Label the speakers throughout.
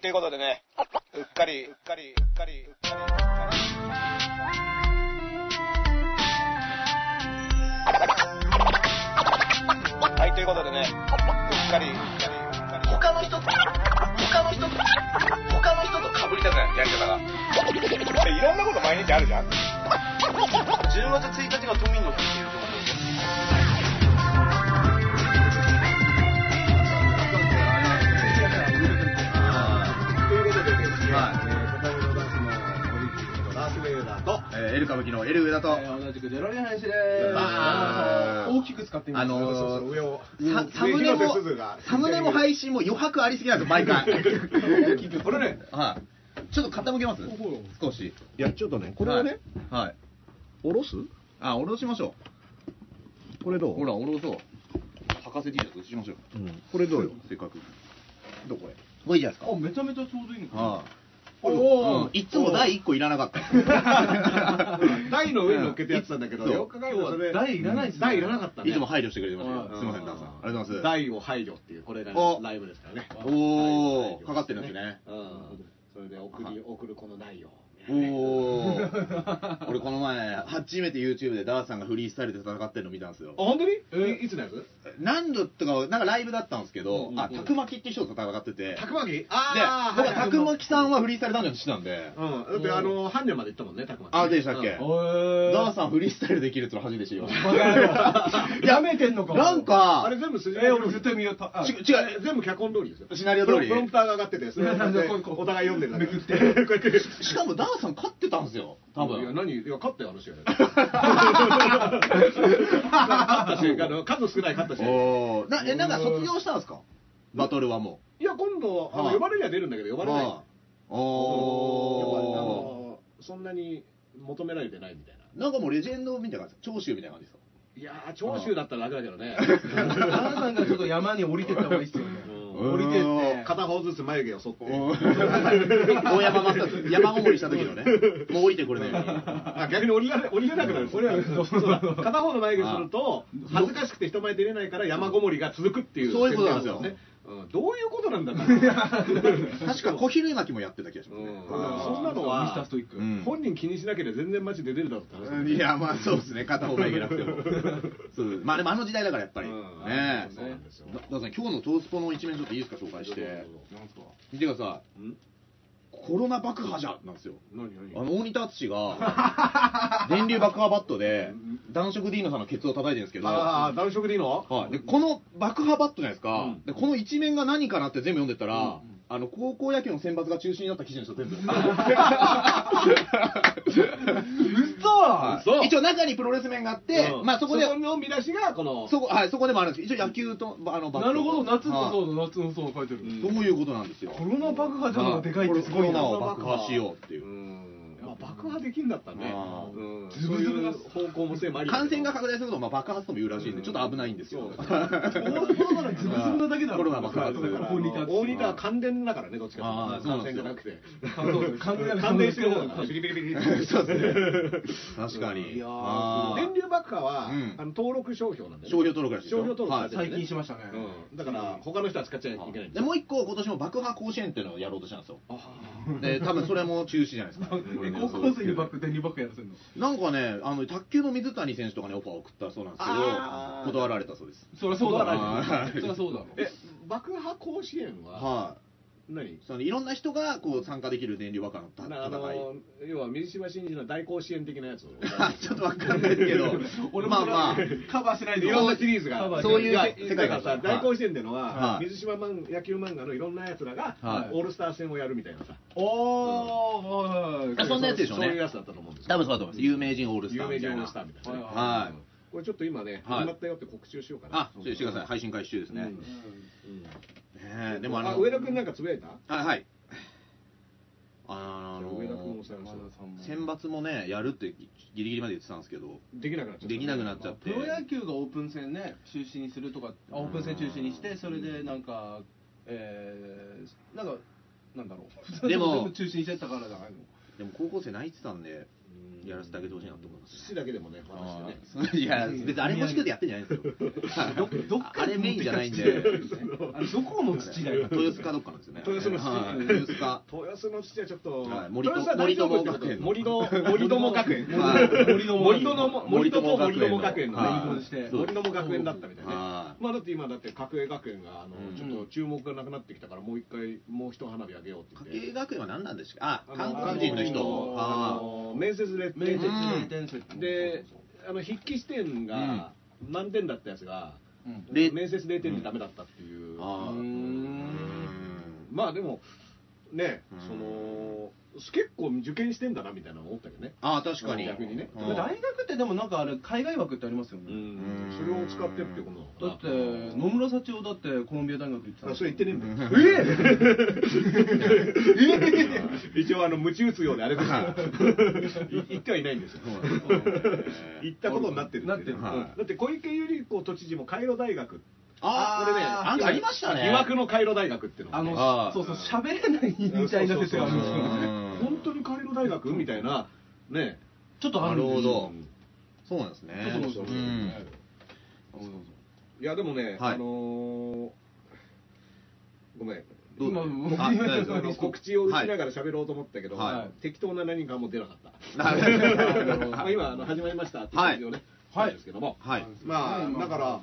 Speaker 1: ということでね、うっかり、うっかり、うっかり、うっかり、うっかり。はい、ということでね、うっかり、うっかり、うっかり。
Speaker 2: 他の人と、他の人と、他の人と被りたくない、やり方が。
Speaker 1: いろんなこと毎日あるじゃん。
Speaker 2: 10月1日が都民の日っていうところで。はい
Speaker 3: ということでですね、えー、片目のダンスのオリンピックのダース・ベイダーと、
Speaker 2: えー、エル歌舞伎のエル上田と、
Speaker 3: えー同じくデロリアン林で
Speaker 2: あ
Speaker 3: す。
Speaker 2: ー
Speaker 3: 大きく使ってみます。
Speaker 2: あのー
Speaker 3: そうそう上を。
Speaker 2: ササムネも、サムネも
Speaker 3: い。
Speaker 2: 配信も余白ありすぎなんですよ、毎回。
Speaker 3: 大きく。これね、
Speaker 2: はい。ちょっと傾けます
Speaker 3: ほう
Speaker 2: 少し。
Speaker 4: いや、ちょっとね、これをね、
Speaker 2: はい。はい。
Speaker 4: 下ろす
Speaker 2: あ、下ろしましょ
Speaker 4: これど
Speaker 2: う。ほ
Speaker 4: う
Speaker 2: ら、下ろそう。博士 T シャツしましょう。
Speaker 4: うん、これどうよ。
Speaker 2: せっかく。
Speaker 4: どこへ
Speaker 2: これいいじゃないですか。
Speaker 3: あ、めちゃめちゃちょうどいいのかな。
Speaker 2: は
Speaker 3: お
Speaker 2: い。うん。いつも第一個いらなか った。
Speaker 4: 台の上に乗っけてやってたんだけど、
Speaker 2: そう
Speaker 4: よく考えたらそれ、
Speaker 3: 台いらないですね
Speaker 4: 台いらなかったね。
Speaker 2: いつも配慮してくれてますよ
Speaker 4: う。
Speaker 2: すいません、ダンさん。ありがとうございます。
Speaker 4: 台を配慮っていう、これが
Speaker 2: お
Speaker 4: ライブですからね。
Speaker 2: おー、かかってるんですね。
Speaker 4: うん。それで送り、送るこの台を。
Speaker 2: おー。俺この前、初めて YouTube でダースさんがフリースタイルで戦ってるの見たんですよ。
Speaker 4: あ、本当にえいつのやつ
Speaker 2: 何度とか、なんかライブだったんですけど、
Speaker 4: うんうん
Speaker 2: あ、たくまきって人と戦ってて、で
Speaker 4: たくまき
Speaker 2: 僕はたく
Speaker 4: ま
Speaker 2: まきさんはフリースタイルダンジョンしてたんで、
Speaker 4: うん。だって、あの、ハンニまで行ったもんね、たくまき。
Speaker 2: あ、でしたっけ
Speaker 4: うん
Speaker 3: お
Speaker 2: ダー
Speaker 3: ー
Speaker 2: スさんフリースタイルできるっての初めて知りました。
Speaker 3: やめてんのか。
Speaker 2: なん。
Speaker 4: あ
Speaker 2: か
Speaker 4: れ、全部
Speaker 3: え
Speaker 4: 筋書き
Speaker 3: ー、俺絶対見よう。あ
Speaker 2: ち違う、
Speaker 4: 全部脚本通りですよ。
Speaker 2: シナリオ通り
Speaker 4: プロプロンプターが上がってて、それをこうやって
Speaker 3: こうこう
Speaker 4: お互い読んでるだけ。
Speaker 3: めくっ
Speaker 4: こうやって
Speaker 2: しかもダースさん勝ってたんですよ、多
Speaker 4: いや、
Speaker 2: 分。
Speaker 4: 何、いや、勝ったよ、 話が。勝った瞬間の、数少ない勝った瞬間。
Speaker 2: おーな、え、なんか卒業したんですかバトルはも
Speaker 4: いや、今度、あ
Speaker 2: は
Speaker 4: の
Speaker 2: い
Speaker 4: 呼ばれりゃ出るんだけど、
Speaker 2: う。
Speaker 4: 呼ばれない。
Speaker 2: あー
Speaker 4: やっぱ
Speaker 2: お
Speaker 4: あのそんなに求められてないみたいな。
Speaker 2: ー。なんかもうレジェンドみたいな感じ、長州みたいな感じですよ。
Speaker 4: いやー、長州だったら楽だけどね。
Speaker 3: ダーさんがちょっと山に降りてった方がいいっすよね。
Speaker 4: うん
Speaker 3: 降りてって。
Speaker 4: 片方ずつ眉毛を剃って。
Speaker 2: 大山マスター山ごもりした時のね、もう降りてこれないように。
Speaker 4: あ逆に降りられ降りれなくなるんですよそうだ 片方の眉毛すると恥ずかしくて人前出れないから山ごもりが続くっていう
Speaker 2: そういうことなんですよ
Speaker 4: 設定なんですよね、うん、どういうことなんだろう
Speaker 2: 確か小比類巻きもやってた気がします
Speaker 4: う
Speaker 2: ね
Speaker 4: ん。
Speaker 3: あー
Speaker 4: そんなのは
Speaker 3: ミスターストイック。
Speaker 2: うん
Speaker 4: 本人気にしなければ全然街で出るだろうって話だよ
Speaker 2: いや、まあそうですね、片方がいけなくても。そうまあでもあの時代だからやっぱり。
Speaker 4: うん
Speaker 2: ねえ。
Speaker 4: そうなんですよ
Speaker 2: だだからさ今日のトースポの一面ちょっといいですか、紹介して。
Speaker 3: なんすか
Speaker 2: 見てくださ
Speaker 4: ん
Speaker 2: い。コロナ爆破じゃなんですよ。
Speaker 4: 何何
Speaker 2: あの、大仁田敦が、電流爆破バットで、男色 D のさんのケツを叩いてるんですけど、
Speaker 4: ああ男色でいいの
Speaker 2: はい、でこの爆破バットじゃないですか、
Speaker 4: うん
Speaker 2: でこの一面が何かなって全部読んでったら、あの高校野球の選抜が中止になった記事の人全部
Speaker 4: 嘘
Speaker 2: 一応中にプロレス面があって、
Speaker 4: うん
Speaker 2: まあそこで
Speaker 4: そこの見出しがこの
Speaker 2: そこ,、はい、そこでもあるんですけど一応野球とあのバット
Speaker 3: なるほど、夏の
Speaker 2: はい
Speaker 3: 層の夏の層書いてる。
Speaker 4: ん
Speaker 2: そういうことなんですよ
Speaker 3: コロナ爆破じゃん
Speaker 2: は
Speaker 3: のでかいってすご
Speaker 2: コロ
Speaker 3: い
Speaker 2: ナ
Speaker 3: な。
Speaker 2: を爆破しようっていうう、
Speaker 4: んまあ爆破できんだったね
Speaker 2: あー
Speaker 4: うんそういう方向も性もありだけ
Speaker 2: 感
Speaker 4: ど
Speaker 2: 染が拡大するとまあ爆発とも言うらしいんで、
Speaker 4: うん
Speaker 2: ちょっと危ないんですよ、
Speaker 4: そう
Speaker 3: コロナならズブズブなだけだろ。
Speaker 2: コロナ爆破
Speaker 3: だから大仁田
Speaker 4: 大仁田は感電だからね、どっちか
Speaker 2: あ
Speaker 4: っ
Speaker 2: ー
Speaker 4: ていうと感染じゃなくて。
Speaker 3: 感電
Speaker 4: 感電してる方だから、ビリビリビリって。
Speaker 2: そうですね確かに、
Speaker 3: いやー
Speaker 2: あー
Speaker 4: 電流爆破は、
Speaker 2: うん
Speaker 4: あの登録商標なんで、
Speaker 2: 商標登録らしいですよ
Speaker 4: 商標登録らしいですね
Speaker 3: 最近しましたね。
Speaker 4: うん。だから、他の人は使っちゃいけないんで
Speaker 2: です
Speaker 4: よ。
Speaker 2: もう一個今年も爆破甲子園っていうのをやろうとしたんですよ
Speaker 4: あ
Speaker 2: で多分それも中止じゃないです か、
Speaker 3: え高校生にバック、電流バックやらせるの。
Speaker 2: なんかねあの卓球の水谷選手とかにオファーを送ったそうなんですけ
Speaker 4: あー
Speaker 2: ど断られたそうです
Speaker 3: そりゃそうだ
Speaker 2: は
Speaker 3: ろ。
Speaker 2: い
Speaker 3: そりゃそうだろ。
Speaker 4: ーえ、爆破甲子園は、
Speaker 2: は
Speaker 4: 何
Speaker 2: いそのいろんな人がこう参加できる電流爆破のた
Speaker 4: なあ
Speaker 2: 戦い
Speaker 4: の、要は水島新司の大甲子園的なやつを。
Speaker 2: ちょっとわかんない ですけど
Speaker 3: 俺も
Speaker 2: まあ
Speaker 3: それは
Speaker 2: まあ
Speaker 3: カバーしないで
Speaker 4: いろんなシリーズ
Speaker 3: カバ
Speaker 4: が
Speaker 3: ー
Speaker 2: そういう
Speaker 4: や
Speaker 2: 世界
Speaker 4: だから
Speaker 2: は
Speaker 4: さ
Speaker 2: い
Speaker 4: 大甲子園っていうのは
Speaker 2: はい
Speaker 4: 水島漫野球漫画のいろんなやつらが
Speaker 2: はい
Speaker 4: オールスター戦をやるみたいなさ
Speaker 3: おー、はいはいはい
Speaker 2: そんなやつでしょうね
Speaker 4: そういうやつだったと思うんですよ
Speaker 2: 多分そうだと思います有名人オールスタ
Speaker 4: 有
Speaker 2: ーみ
Speaker 4: 名
Speaker 2: た
Speaker 4: 人
Speaker 2: い
Speaker 4: オール
Speaker 2: な
Speaker 4: スターみたいなね
Speaker 3: はい
Speaker 2: はい
Speaker 4: これちょっと今ね
Speaker 2: はい
Speaker 4: 始まったよって告知をしようかな
Speaker 2: あそうしてください配信開始中ですね、
Speaker 4: う
Speaker 2: ね
Speaker 4: んうん
Speaker 2: えでもあの
Speaker 4: 上田君なんかつぶやいた
Speaker 2: あはいあの
Speaker 4: 上田君もさ
Speaker 3: 前田さんも
Speaker 2: 選抜もねやるってギリギリまで言ってたんですけど
Speaker 4: できなくなっちゃった
Speaker 2: できなくなっちゃって
Speaker 3: プロ野球がオープン戦ね、中止にするとか、あオープン戦中止にして、それでなんか、えー、なんか、なんだろう、
Speaker 2: でも
Speaker 3: 全部中止にしてたからじゃないの。
Speaker 2: でも高校生泣いてたんで
Speaker 4: うん
Speaker 2: やらせてあげてほしいなと思います。
Speaker 4: 寿司だけでもね話してね
Speaker 2: あーそういや、別にあれもしくてやってんじゃないですよ。
Speaker 3: どどっか
Speaker 2: あれメインじゃないんで、
Speaker 3: あのどこの土だよ
Speaker 2: 豊洲かどっかなんですよね。
Speaker 4: 豊洲の土
Speaker 2: はい豊洲か。
Speaker 4: 豊洲の父はちょっと、
Speaker 2: はい森
Speaker 4: 豊洲は大丈夫ってこと
Speaker 2: 森
Speaker 4: 森戸森友学園
Speaker 2: はい
Speaker 4: 森友森友の森友森友学園の
Speaker 2: はい
Speaker 3: 遺言して
Speaker 4: 森友学園だったみたいな
Speaker 2: は
Speaker 4: ねまあだって今だって角栄学園があの、
Speaker 2: うん
Speaker 4: ちょっと注目がなくなってきたからもう一回もう一花火あげようって
Speaker 2: 家
Speaker 4: 言って
Speaker 2: 計学園は何なんですかあ、
Speaker 4: あ
Speaker 2: 韓国人の
Speaker 4: あ
Speaker 2: 人。
Speaker 4: あ
Speaker 2: あ
Speaker 4: の面接で
Speaker 3: 面接
Speaker 2: うん
Speaker 3: 面接
Speaker 4: であの筆記試験が満点だったやつが、
Speaker 3: うん
Speaker 2: で
Speaker 4: 面接0点でダメだったっていう、
Speaker 2: ーあー。
Speaker 3: うーん
Speaker 2: うん
Speaker 4: まあでもね
Speaker 2: うん
Speaker 4: その結構受験してんだなみたいなの思ったけどね
Speaker 2: あー、確かに。
Speaker 4: 逆にね
Speaker 2: う
Speaker 3: 大
Speaker 2: ん
Speaker 3: 学ってでもなんかあれ海外枠ってありますよ
Speaker 4: う
Speaker 3: ね、
Speaker 4: んそれを使ってってこと
Speaker 3: だ
Speaker 4: なの
Speaker 3: っ
Speaker 4: か
Speaker 3: て野村幸男だってコロンビア大学行ってた
Speaker 4: な
Speaker 3: の
Speaker 4: あそれ言ってねえんだよ 一応あの鞭打つようであれですからい言ってはいないんですよ 言ったことになってる
Speaker 3: なってる
Speaker 4: うん
Speaker 2: は
Speaker 4: だ
Speaker 2: い
Speaker 4: って小池百合子都知事もカイロ大学
Speaker 2: あー、
Speaker 4: これね
Speaker 2: なんかありましたね。
Speaker 4: 疑惑のカイロ大学っていうのが
Speaker 3: あ
Speaker 4: ね
Speaker 3: の
Speaker 2: あー
Speaker 3: そうそう喋れないみたいな説があるん
Speaker 2: そうそ
Speaker 3: ですよ
Speaker 2: うそう
Speaker 3: ね
Speaker 2: ん
Speaker 4: 本当にカイロ大学みたいなね
Speaker 3: ちょっとあるんです
Speaker 2: なるほど
Speaker 3: よ
Speaker 4: うん
Speaker 2: そうなんですね。
Speaker 3: そうそうそうそう
Speaker 2: うん
Speaker 4: いやでもね、
Speaker 2: はい
Speaker 4: あのーごめん
Speaker 2: どうぞ
Speaker 3: 今もう
Speaker 2: あ大丈夫です
Speaker 4: あの 告知を打ちな
Speaker 2: はい
Speaker 4: がら喋ろうと思ったけど、
Speaker 2: はい
Speaker 4: 適当な何かも出なかった、まあ、
Speaker 3: は
Speaker 4: 今あの始まりましたっていう感じをね、
Speaker 3: はい
Speaker 4: したんですけども、
Speaker 2: はい。
Speaker 4: まあだから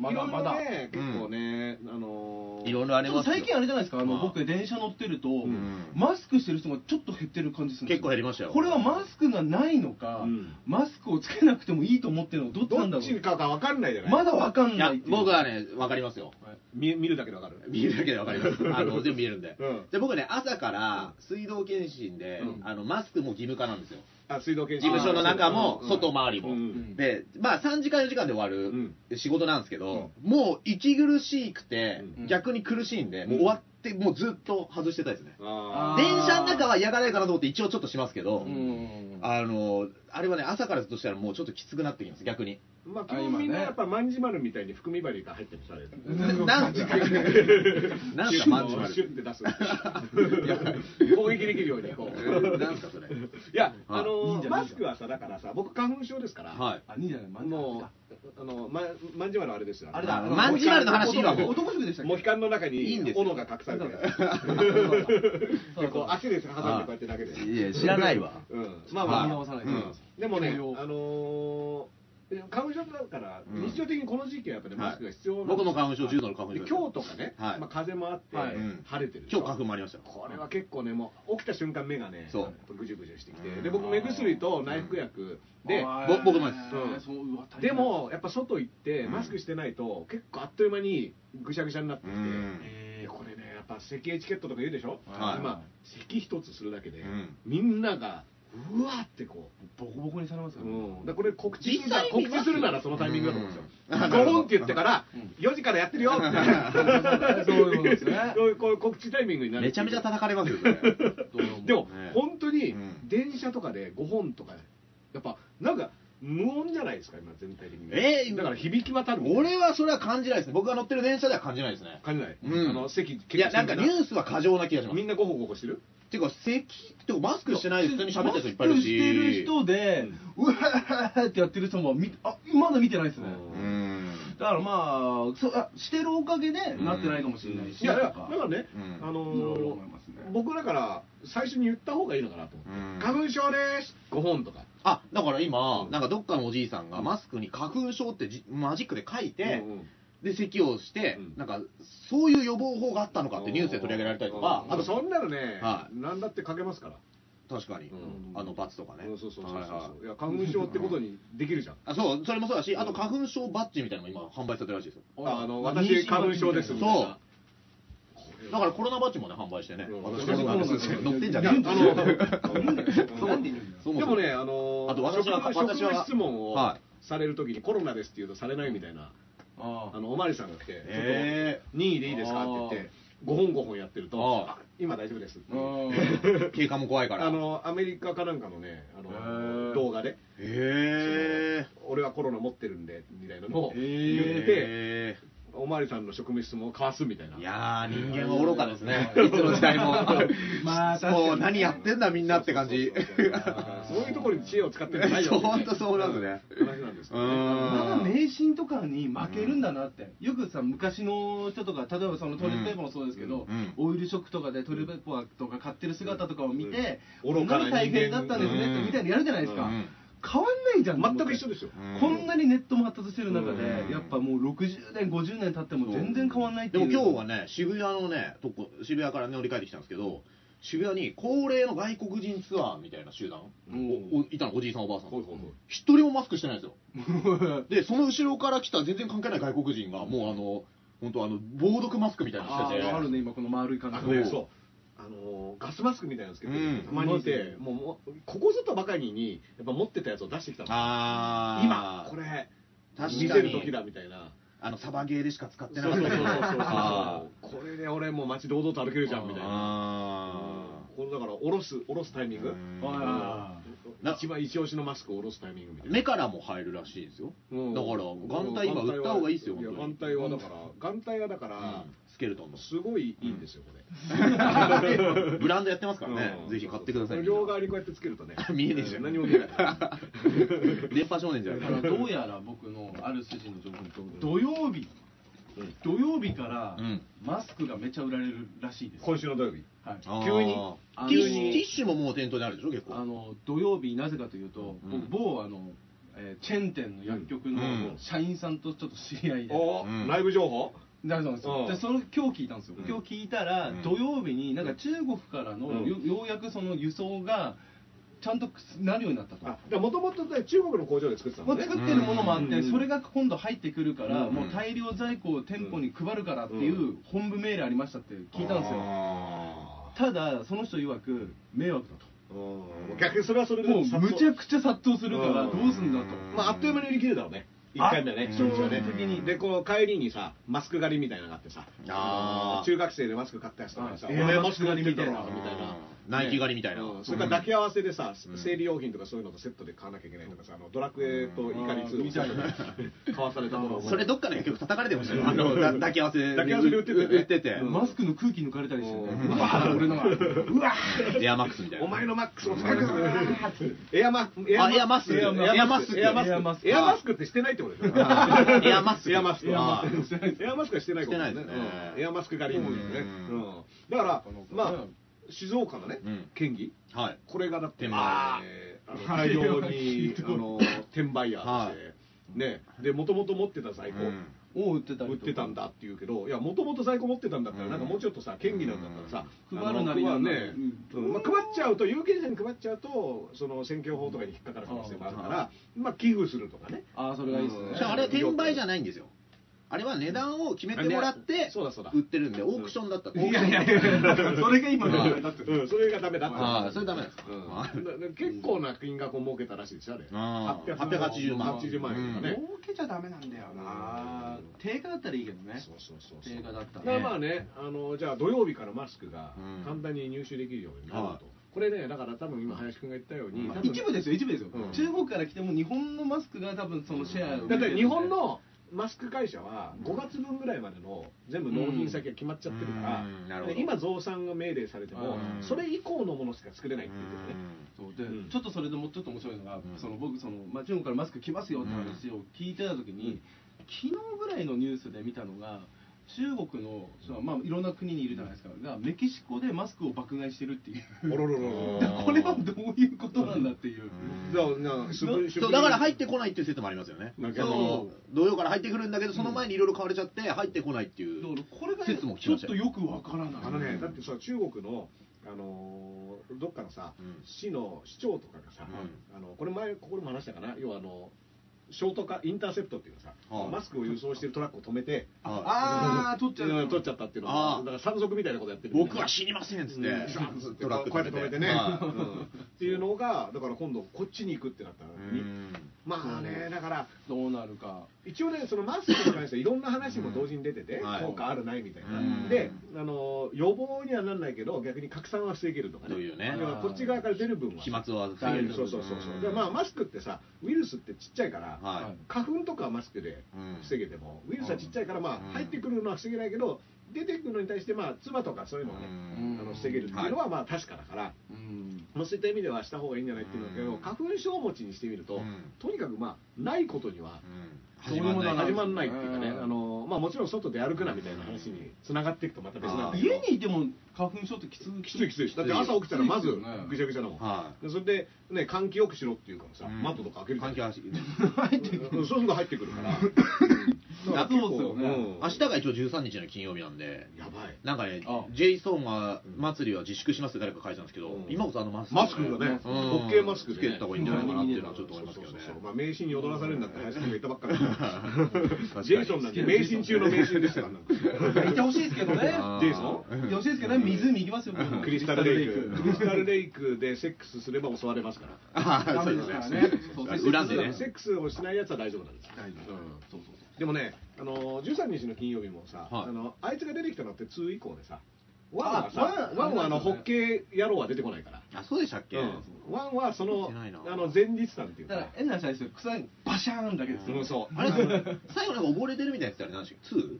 Speaker 3: まだまだ
Speaker 4: いろいろね結構ね、あのー
Speaker 2: いろいろあり
Speaker 3: で
Speaker 2: ま
Speaker 3: も
Speaker 2: すよ
Speaker 3: 最近あれじゃないですか、あの
Speaker 2: まあ
Speaker 3: 僕、電車乗ってると、
Speaker 2: ん
Speaker 3: マスクしてる人がちょっと減ってる感じするんですよ
Speaker 2: 結構減りましたよ
Speaker 3: これはマスクがないのか、
Speaker 4: うん
Speaker 3: マスクをつけなくてもいいと思ってるのかどっちなん
Speaker 4: ど
Speaker 3: だ
Speaker 4: っ
Speaker 3: ろ
Speaker 4: ち
Speaker 3: う、
Speaker 4: かが分かんないじゃない
Speaker 3: まだわかん
Speaker 2: い
Speaker 3: な
Speaker 2: や
Speaker 3: いっていう、
Speaker 2: 僕はね、わかりますよ。
Speaker 4: 見見るだけで分かる
Speaker 2: 見えるだけでわかります。あの、全部見えるんで。
Speaker 4: うん
Speaker 2: で、僕ね、朝から水道検診で、
Speaker 4: うん
Speaker 2: あの、マスクも義務化なんですよ。
Speaker 4: あ水道検
Speaker 2: 事
Speaker 4: 診
Speaker 2: 務所の中も、
Speaker 4: うん
Speaker 2: 外回りも。
Speaker 4: うん
Speaker 2: で、まあ、3時間4時間で終わる仕事なんですけど、もう息苦しくて、
Speaker 3: うん
Speaker 2: 逆に苦しいんで、
Speaker 4: ん
Speaker 2: もう終わって、もうずっと外してたいですね。
Speaker 4: あ
Speaker 3: あー
Speaker 2: 電車の中はやらないかなと思って一応ちょっとしますけど、
Speaker 3: うん
Speaker 2: あの、あれはね、朝からずっとしたらもうちょっときつくなってきます、逆に。
Speaker 4: ーまあ、基本みんなやっぱ万事丸みたいに含み針が入ってるされる
Speaker 2: なんか、なんすか、マンチマル
Speaker 4: シュンって出す。攻撃できるようにこう。
Speaker 2: なんすか、それ。
Speaker 4: いや、
Speaker 2: はい
Speaker 4: あ
Speaker 3: いいん
Speaker 4: の
Speaker 3: じゃない
Speaker 4: マスクはさ、だからさ、僕花粉症ですから。
Speaker 2: はい。
Speaker 3: あ、いいんじゃない、マジ
Speaker 4: もう、あの、ま、まんじまるあれですよ。
Speaker 3: あれだ、
Speaker 2: あのまんじまるの話いいわもう
Speaker 3: 男塾でしたっけ
Speaker 4: モヒカンの中に、
Speaker 2: いいんですよ
Speaker 4: 斧が隠されてる。
Speaker 3: そう
Speaker 4: で、
Speaker 3: そ
Speaker 4: こ
Speaker 3: う
Speaker 4: う、足で挟んでこうやって投げて。
Speaker 2: いや、知らないわ。
Speaker 4: うん、まあま
Speaker 2: は
Speaker 4: あ
Speaker 2: い
Speaker 3: 見直さないと
Speaker 4: うんでもね、
Speaker 3: 教養
Speaker 4: あのー、花粉症だから、
Speaker 2: うん
Speaker 4: 日常的にこの時期はやっぱね、マスクが必要なんです
Speaker 2: 僕も花粉症、重度の花粉
Speaker 4: で
Speaker 2: 症です。
Speaker 4: 今日とかね、
Speaker 2: はい
Speaker 4: まあ、風もあって、
Speaker 3: はい
Speaker 2: うん
Speaker 4: 晴れてるでし
Speaker 2: 今
Speaker 4: ょ
Speaker 2: 日花粉もありましたよ。
Speaker 4: これは結構ねもう起きた瞬間目がね
Speaker 2: そう
Speaker 4: ぐじゅぐじゅしてき
Speaker 2: う
Speaker 4: て
Speaker 2: ん
Speaker 4: で僕目薬と内服薬で
Speaker 3: あ
Speaker 2: ぼ
Speaker 3: ー
Speaker 2: 僕もです
Speaker 3: うんそううわ大変
Speaker 4: でもやっぱ外行って
Speaker 2: うん
Speaker 4: マスクしてないと結構あっという間にぐしゃぐしゃになってきて
Speaker 2: うん
Speaker 4: いやこれねやっぱ咳エチケットとか言うでしょ
Speaker 2: はい
Speaker 4: 今咳一つするだけで
Speaker 2: うん
Speaker 4: みんながうわーってこ
Speaker 3: ボコボコにされます
Speaker 4: う、
Speaker 3: よ、
Speaker 4: うん、だからこれ告知する
Speaker 2: 実
Speaker 4: な
Speaker 2: 際に
Speaker 4: 告
Speaker 2: 見ます
Speaker 4: 知するならそのタイミングだと思うんです
Speaker 2: うん
Speaker 4: よドロンって言ってから
Speaker 3: うん
Speaker 4: 4時からやってるよって
Speaker 3: そういうことですね
Speaker 4: そういうこういう告知タイミングになる
Speaker 2: めちゃめちゃ叩かれますよね。
Speaker 3: どうも
Speaker 4: でも
Speaker 2: ね
Speaker 4: 本当に
Speaker 2: うん
Speaker 4: 電車とかで5本とかやっぱなんか無音じゃないですか今全体的に
Speaker 2: えー
Speaker 4: だから響き渡る
Speaker 2: 俺はそれは感じないですね。僕が乗ってる電車では感じないですね。
Speaker 4: 感じない、
Speaker 2: うん
Speaker 4: あの席
Speaker 2: いや、なんかニ
Speaker 4: みん
Speaker 2: ュースは過剰な気がします
Speaker 4: み。んなゴホゴホしてる
Speaker 2: ていうか、咳ってか、マスクしてないで普通に喋ってる人いっぱいい
Speaker 3: マ
Speaker 2: る
Speaker 3: スクしてる
Speaker 2: し。
Speaker 3: 人で、うわーってやってる人も見あまだ見てないですね、
Speaker 2: うん。
Speaker 3: だからまあそうあしてるおかげで
Speaker 2: ん
Speaker 3: なってないかもしれないし、
Speaker 4: いやいやだ
Speaker 3: とか
Speaker 4: からね、
Speaker 2: うん
Speaker 4: あの
Speaker 3: いろいろ
Speaker 4: ー
Speaker 3: 思いますね
Speaker 4: 僕だから最初に言った方がいいのかなと思って、
Speaker 2: うん
Speaker 4: 花粉症です5本とか
Speaker 2: あ、だから今
Speaker 4: う、ん
Speaker 2: なんかどっかのおじいさんがマスクに花粉症ってじマジックで書いて
Speaker 4: う、ん
Speaker 2: で、咳をして
Speaker 4: う、ん
Speaker 2: なんか、そういう予防法があったのかってニュースで取り上げられたりとか
Speaker 4: う、ん
Speaker 2: あ
Speaker 4: あ
Speaker 2: と
Speaker 4: と、そんなのね、
Speaker 2: は
Speaker 4: 何だってかけますから、
Speaker 2: 確かに
Speaker 4: う、
Speaker 2: あの、罰とかね
Speaker 4: うん。そうそうそうそう、
Speaker 2: はい
Speaker 4: い
Speaker 2: はい
Speaker 4: や花粉症ってことにできるじゃん
Speaker 2: あそう、それもそうだし、あと花粉症バッジみたいなのも今販売されてるらしいですよ。
Speaker 4: あの
Speaker 3: 妊娠
Speaker 4: 私花粉症です
Speaker 2: そう
Speaker 4: みたいな
Speaker 2: だからコロナバッジもね、販売してね。
Speaker 4: うん
Speaker 2: 私はそうなんですよ乗ってんじゃね
Speaker 4: いやあの
Speaker 3: そうなんで言うんだよ
Speaker 2: そも
Speaker 4: で
Speaker 2: そも
Speaker 4: もね、あのー
Speaker 2: あと私は
Speaker 4: 職務
Speaker 2: 私は
Speaker 4: 職務質問を
Speaker 2: は
Speaker 4: されるときに、コロナですって言うとされないみたいな、
Speaker 3: あ
Speaker 4: あのおまわりさんが来て、
Speaker 2: え
Speaker 4: ちょっと任意でいいですかって言って、5本5本やってると、
Speaker 2: あ
Speaker 4: あ今大丈夫ですって
Speaker 3: あうん
Speaker 2: 経過も怖いから。
Speaker 4: あのアメリカかなんかのね、あ
Speaker 3: へ
Speaker 4: の
Speaker 3: ー
Speaker 4: 動画で、
Speaker 2: へえ。
Speaker 4: 俺はコロナ持ってるんでみたいなのを言って、
Speaker 2: へえ。
Speaker 4: おまわりさんの職務質問をかわすみたいない
Speaker 2: やー、人間は愚かですね。 いつの時代も。
Speaker 5: まあ確かに
Speaker 2: もう何やってんだみんなって感じ。
Speaker 4: そういうところに知恵を使ってるんじゃないよ
Speaker 2: 本当そうなんですね。
Speaker 4: 話なんです
Speaker 2: う
Speaker 4: よ
Speaker 3: まだ
Speaker 2: ーん。
Speaker 3: 迷信とかに負けるんだなって、よくさ、昔の人とか、例えばそのトイレットペーパーもそうですけど、
Speaker 2: うん
Speaker 3: オイルショックとかでトイレットペーパーとか買ってる姿とかを見て、
Speaker 4: うん
Speaker 3: こ
Speaker 4: 愚
Speaker 3: んなに
Speaker 4: かな
Speaker 3: 大
Speaker 4: 人間
Speaker 3: 変だったんですねってみたいにやるじゃないですか、
Speaker 4: うん
Speaker 3: 変わんないじゃんと思って、
Speaker 4: 全く一緒ですよ
Speaker 2: うん
Speaker 3: こんなにネットも発達してる中で、
Speaker 2: うん
Speaker 3: やっぱもう60年、50年経っても全然変わんないって
Speaker 2: で
Speaker 3: い
Speaker 2: も
Speaker 3: う。
Speaker 2: 今日はね、渋谷のね、とこ渋谷からね乗り換えてきたんですけど、渋谷に高齢の外国人ツアーみたいな集団、おおいたの、おじいさん、おばあさん
Speaker 4: ほい。ほいほい
Speaker 2: 一人もマスクしてないん ですよ。で、その後ろから来た全然関係ない外国人が、もうあの、本当あの、防毒マスクみたいなの
Speaker 3: あ
Speaker 2: してて。
Speaker 3: ーあるね、今この丸い感
Speaker 4: あ
Speaker 3: じ
Speaker 4: のね
Speaker 2: そ
Speaker 4: そううあのーガスマスクみたいなのつけて、
Speaker 2: うん
Speaker 4: たまにいてもうもうここぞとばかりにやっぱ持ってたやつを出してきたの
Speaker 2: あー
Speaker 4: 今これ
Speaker 2: 確かに
Speaker 4: 見せる時だみたいな
Speaker 2: あのサバゲーでしか使っ
Speaker 4: そ
Speaker 2: て
Speaker 4: う
Speaker 2: な
Speaker 4: そう
Speaker 2: か
Speaker 4: そ
Speaker 2: ったけど
Speaker 4: うそうそう
Speaker 2: あ
Speaker 4: これで俺もう街堂々と歩けるじゃんみたいな
Speaker 2: あ
Speaker 4: これだから下ろす下ろすタイミング
Speaker 2: うん
Speaker 4: あ
Speaker 2: な
Speaker 4: ー一番一押しのマスクを下ろすタイミングみたいな
Speaker 2: 目からも入るらしいですよ、
Speaker 4: うん
Speaker 2: だから眼帯今売った方がいいですよ
Speaker 4: や
Speaker 2: 本
Speaker 4: 眼
Speaker 2: 当
Speaker 4: 帯
Speaker 2: に
Speaker 4: はだから眼帯はだから、
Speaker 2: うんスケルトンの
Speaker 4: すごいいいんですよこれ、
Speaker 2: ブランドやってますからね、
Speaker 4: うん
Speaker 2: ぜひ買ってください
Speaker 4: 両側にこうやってつけるとね
Speaker 2: 見えねえじゃん
Speaker 4: 何も見えない
Speaker 2: 電波少年じゃ
Speaker 3: だ
Speaker 2: な
Speaker 3: か
Speaker 2: い
Speaker 3: らどうやら僕のある筋の情報と、土曜日、
Speaker 4: うん
Speaker 3: 土曜日から
Speaker 2: うん
Speaker 3: マスクがめちゃ売られるらしいです。
Speaker 4: 今週の土曜日
Speaker 3: はい
Speaker 2: あー
Speaker 4: 急に
Speaker 2: ティッシュ
Speaker 3: 急に
Speaker 2: ティッシュももう店頭にあるでしょ結構
Speaker 3: あの土曜日、なぜかというと、
Speaker 2: うん
Speaker 3: 僕、某あの、えーチェーン店の薬局の
Speaker 2: うん
Speaker 3: 社員さんとちょっと知り合いで、
Speaker 4: お ー
Speaker 2: うん
Speaker 4: ライブ情報
Speaker 3: なるほどそう
Speaker 4: うん
Speaker 3: でその今日聞いたんですよ、
Speaker 4: うん
Speaker 3: 今日聞いたら、
Speaker 2: うん
Speaker 3: 土曜日になんか中国からの、
Speaker 4: うん
Speaker 3: よようやくその輸送がちゃんとなるようになったと。
Speaker 4: あもともと中国の工場で作ってた
Speaker 3: も
Speaker 4: の
Speaker 3: う
Speaker 4: ね
Speaker 3: 作ってるものもあって、
Speaker 4: うん
Speaker 3: それが今度入ってくるから、
Speaker 4: うん
Speaker 3: もう大量在庫を店舗に配るからっていうう本部メールありましたって聞いたんですよ、
Speaker 2: あ
Speaker 3: ただ、その人曰く、迷惑だ
Speaker 4: うん逆にそれはそれ
Speaker 3: と、
Speaker 4: で
Speaker 3: もう
Speaker 4: 殺到
Speaker 3: むちゃくちゃ殺到するから、ど
Speaker 4: う
Speaker 3: うんすんだと。
Speaker 4: まああっという間に売り切れたのね一回目はね
Speaker 3: あ
Speaker 4: 初日はね
Speaker 3: 衝動的に
Speaker 4: でこう帰りにさマスク狩りみたいなのがあってさ
Speaker 2: あー
Speaker 4: 中学生でマスク買ったやつとかにさ
Speaker 3: あー
Speaker 4: 俺
Speaker 3: えー
Speaker 4: マスク狩りみたいな
Speaker 3: マス
Speaker 4: みたいな
Speaker 2: うんナイキ狩りみたいな
Speaker 4: うんそれから抱き合わせでさ
Speaker 2: うん
Speaker 4: 生理用品とかそういうのとセットで買わなきゃいけないとかさあのドラクエと怒り2
Speaker 3: うん
Speaker 4: みたいな買わされたものを
Speaker 2: ーそれどっかの結局叩かれてましたよあのだ抱き合わせで
Speaker 4: 抱き合わせで売っててね
Speaker 2: 売ってて
Speaker 3: マスクの空気抜かれたりしてね、
Speaker 4: うん
Speaker 3: うわー俺のが、うわー
Speaker 2: エアマックスみたいな
Speaker 4: お前のマックスを使いなさ いエアマエ
Speaker 2: あエアマスク
Speaker 4: エア
Speaker 2: エアマ
Speaker 4: マ
Speaker 2: ス
Speaker 4: ス
Speaker 2: ク
Speaker 4: クエアマスクエアマスクエアマスクってしてないってことでしょ
Speaker 2: あーエアマスク
Speaker 4: エアマスク
Speaker 2: エアマスク
Speaker 4: エアマスクはしてないかも
Speaker 2: してないですね
Speaker 4: うんエアマスク狩りもね、
Speaker 2: う
Speaker 4: うんんだから まあ静岡のね、
Speaker 2: うん
Speaker 4: 県議
Speaker 2: はい
Speaker 4: これがだって
Speaker 2: 手前
Speaker 4: あーあの大量にあの転売ヤーで、
Speaker 2: は
Speaker 4: ねでもともと持ってた在庫、
Speaker 2: うん
Speaker 3: を売ってたり
Speaker 4: 売ってたんだって言うけど、いや、もともと在庫持ってたんだったら、
Speaker 2: うん
Speaker 4: なんかもうちょっとさ、県議なんだったらさ、
Speaker 3: うん
Speaker 4: あの
Speaker 3: 配るなりなんなり
Speaker 4: ね、うんまあ、配っちゃうと、有権者に配っちゃうと、その選挙法とかに引っかかる可能性もあるから、まあ、寄付するとかね。
Speaker 3: ああ、それがいいですね。
Speaker 2: じゃああれは転売じゃないんですよあれは値段を決めてもらって
Speaker 4: そうだそうだ
Speaker 2: 売ってるんでオークションだったって
Speaker 4: いや、
Speaker 3: それが今の
Speaker 2: うん
Speaker 3: だって
Speaker 4: うん、それがダメだった。
Speaker 2: ああそれダメなんですか
Speaker 4: うんだだ結構な金額を儲けたらしいですよ、あれ。
Speaker 2: ああ
Speaker 4: 880万。
Speaker 2: 880
Speaker 4: 80
Speaker 2: 万
Speaker 4: 万円とかね。
Speaker 3: 儲けちゃダメなんだよな定価だったらいいけどね
Speaker 4: そうそうそうそう
Speaker 3: 定価だった
Speaker 4: だ
Speaker 3: ら
Speaker 4: からまあね、あのじゃあ土曜日からマスクが
Speaker 2: うん
Speaker 4: 簡単に入手できるようになると、
Speaker 2: はい
Speaker 4: これね、だから多分今、林君が言ったように、多分
Speaker 3: 一部ですよ一部ですよ、
Speaker 4: うん
Speaker 3: 中国から来ても日本のマスクが多分そのシェアを
Speaker 4: だって日本のマスク会社は5月分ぐらいまでの全部納品先が決まっちゃってるから、
Speaker 2: うんなるほど
Speaker 4: 今、増産が命令されて
Speaker 2: う
Speaker 4: も、
Speaker 2: ん
Speaker 4: それ以降のものしか作れないっていうことね。
Speaker 3: そうで、
Speaker 4: うん
Speaker 3: ちょっとそれでもうちょっと面白いのが、
Speaker 2: ん
Speaker 3: その僕その、まあ、中国からマスク来ますよって話を聞いてた時に、昨日ぐらいのニュースで見たのが中国の、そうまあ、いろんな国にいるじゃないですかがメキシコでマスクを爆買いしてるっていう
Speaker 4: おろろろ
Speaker 2: う
Speaker 4: ろ
Speaker 2: ん
Speaker 3: だからこれはどういうことなんだっていう、
Speaker 4: だからなんかすごい
Speaker 2: そうだから入ってこないっていう説もありますよね
Speaker 4: なんか
Speaker 2: その土曜から入ってくるんだけどその前にいろいろ買われちゃって入ってこないってい
Speaker 3: だ
Speaker 2: う
Speaker 3: からこれが
Speaker 2: 説も聞き
Speaker 3: ちょ
Speaker 2: ま
Speaker 3: っ
Speaker 2: した
Speaker 3: と
Speaker 2: よ
Speaker 3: よくわからない
Speaker 4: あのね、だってさ、中国の、あのーどっかのさ、
Speaker 2: うん
Speaker 4: 市の市長とかがさ、あのこれ前、ここでも話したかな、要はあの、ショートカインターセプトっていうのさ、
Speaker 2: はい
Speaker 4: マスクを輸送してるトラックを止めて、
Speaker 3: ああ、取っちゃ
Speaker 4: うん
Speaker 3: う。
Speaker 4: 取っちゃったっていうの
Speaker 2: あ
Speaker 4: は、
Speaker 2: ー
Speaker 4: だから山賊みたいなことやってる、
Speaker 2: 僕は死にませんっつっ
Speaker 4: うん
Speaker 2: て
Speaker 4: トラックこうやって止めてね、う
Speaker 2: は
Speaker 4: んっていうのがだから今度こっちに行くってなったら
Speaker 2: いうん
Speaker 4: まあねだから
Speaker 3: どうなるか。
Speaker 4: 一応ねそのマスクに関してはいろんな話も同時に出てて、
Speaker 2: はい
Speaker 4: 効果あるないみたいな、
Speaker 2: うん
Speaker 4: であの予防にはならないけど逆に拡散は防げるとかね
Speaker 2: というね
Speaker 4: だからこっち側から出る分は
Speaker 2: 飛沫は
Speaker 4: そう
Speaker 2: 防げる
Speaker 4: そうそうそう、
Speaker 2: うん
Speaker 4: でまあマスクってさウイルスってちっちゃいから、
Speaker 2: は
Speaker 4: 花粉とかはマスクで
Speaker 2: うん
Speaker 4: 防げても、ウイルスはちっちゃいからま
Speaker 2: うん
Speaker 4: あ入ってくるのは防げないけど出てくるのに対してまあ唾とかそういうのはね、
Speaker 2: うん
Speaker 4: あの防げるっていうのはまあ確かだから、
Speaker 3: うん
Speaker 4: まあ、そういった意味ではした方がいいんじゃないっていうのだけど、
Speaker 2: うん
Speaker 4: 花粉症持ちにしてみると、
Speaker 2: うん
Speaker 4: とにかくまあないことには
Speaker 2: うん始まんない
Speaker 4: 始まんないっていうかね、
Speaker 3: うん
Speaker 4: あのまあ、もちろん外で歩くなみたいな話に繋がっていくとまた別なんだけど
Speaker 3: 家にいても花粉症ってきつい
Speaker 4: きついきついだって朝起きたらまずぐちゃぐちゃだもん、
Speaker 2: は
Speaker 4: でそれで、ね、換気よくしろっていうからさ、
Speaker 2: うん
Speaker 4: 窓とか開けるじゃん
Speaker 2: 換気はし
Speaker 4: うんそうすると入ってくるから、
Speaker 3: 夏もそうですよね
Speaker 4: ん
Speaker 2: 明日が一応13日の金曜日なんで
Speaker 4: やばい
Speaker 2: なんかね
Speaker 3: あ
Speaker 2: J ソンは祭りは自粛しますって誰か書いてたんですけど、
Speaker 4: うん
Speaker 2: 今こそあのマスク
Speaker 4: マスクがね、
Speaker 2: う
Speaker 4: オ
Speaker 2: ん
Speaker 4: ッケーマスク
Speaker 2: つ
Speaker 4: で
Speaker 2: け
Speaker 4: ね
Speaker 2: た方がいいんじゃないかなっていうのはちょっと思いますけどね
Speaker 4: そうそうそうまあ、迷信に踊らされるんだって林くんが言ったばっかり
Speaker 2: 確か
Speaker 4: だ
Speaker 2: に
Speaker 4: ジェイソンなんて迷信中の迷信ですからなんか
Speaker 3: いてほしいですけど ね
Speaker 2: あー
Speaker 4: ジェイソ
Speaker 3: いてほしいですけどね湖行きますよ僕
Speaker 4: クリスタルレイククリスタル
Speaker 3: イ
Speaker 4: レイクでセックスすれば襲われますから
Speaker 2: あー
Speaker 3: ダ
Speaker 2: そう
Speaker 3: メで
Speaker 2: ですす
Speaker 3: から
Speaker 2: ね
Speaker 3: ね
Speaker 2: そう
Speaker 3: そう
Speaker 2: そう裏でね
Speaker 4: セックスをしないやつは大丈夫なんです
Speaker 3: 大丈夫
Speaker 4: うん
Speaker 3: そうそうそ
Speaker 4: でもね、あの13日の金曜日もさ、
Speaker 2: はい
Speaker 4: あのあいつが出てきたのって2以降でさ、ワンはさ
Speaker 3: あ、
Speaker 4: ワンはあの
Speaker 3: ワン
Speaker 4: ホ
Speaker 3: はね
Speaker 4: ッケー野郎は出てこないから、
Speaker 2: あそうでしたっけ、
Speaker 4: うんワンはそ
Speaker 2: 出
Speaker 4: の
Speaker 2: てないな
Speaker 4: あの前日さんっていうう
Speaker 3: だから
Speaker 4: か、
Speaker 3: 変な話ですよ草バシャーンだけです
Speaker 4: う
Speaker 3: よ
Speaker 4: んそう
Speaker 2: あれ最後なんか溺れてるみたいなやつってあれ何でしたっけ 2?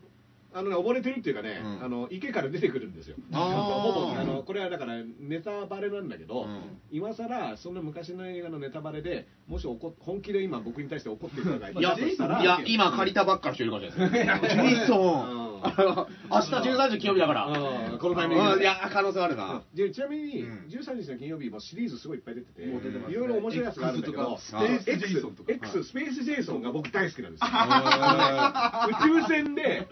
Speaker 4: あのね溺れてるっていうかね、
Speaker 2: うん
Speaker 4: あの池から出てくるんですよ。
Speaker 2: あー
Speaker 4: ほぼあのこれはだからネタバレなんだけど、
Speaker 2: うん
Speaker 4: 今さらそんな昔の映画のネタバレでもし怒っ本気で今僕に対して怒っている方がい
Speaker 3: まあ
Speaker 2: いや
Speaker 4: た
Speaker 3: ジェ
Speaker 4: と
Speaker 3: イ
Speaker 4: し
Speaker 3: ソ
Speaker 4: た
Speaker 3: ン
Speaker 4: ら
Speaker 2: いや今借りたばっかの人いるかもしれないですねジェイソン
Speaker 4: うん
Speaker 2: あの明日13時金曜日だから
Speaker 4: うんこのタイミングで
Speaker 2: うんいや可能性あるな
Speaker 4: でちなみに
Speaker 2: うん
Speaker 4: 13日の金曜日もシリーズすごいいっぱい出てて、
Speaker 3: もう出てますね
Speaker 4: いろいろ面白いやつがあるんだけど
Speaker 3: X
Speaker 2: とか
Speaker 4: で
Speaker 3: スペースジェイソンとか
Speaker 4: X, X スペースジェイソンが僕大好きなんですよ
Speaker 2: あ
Speaker 4: 宇宙船で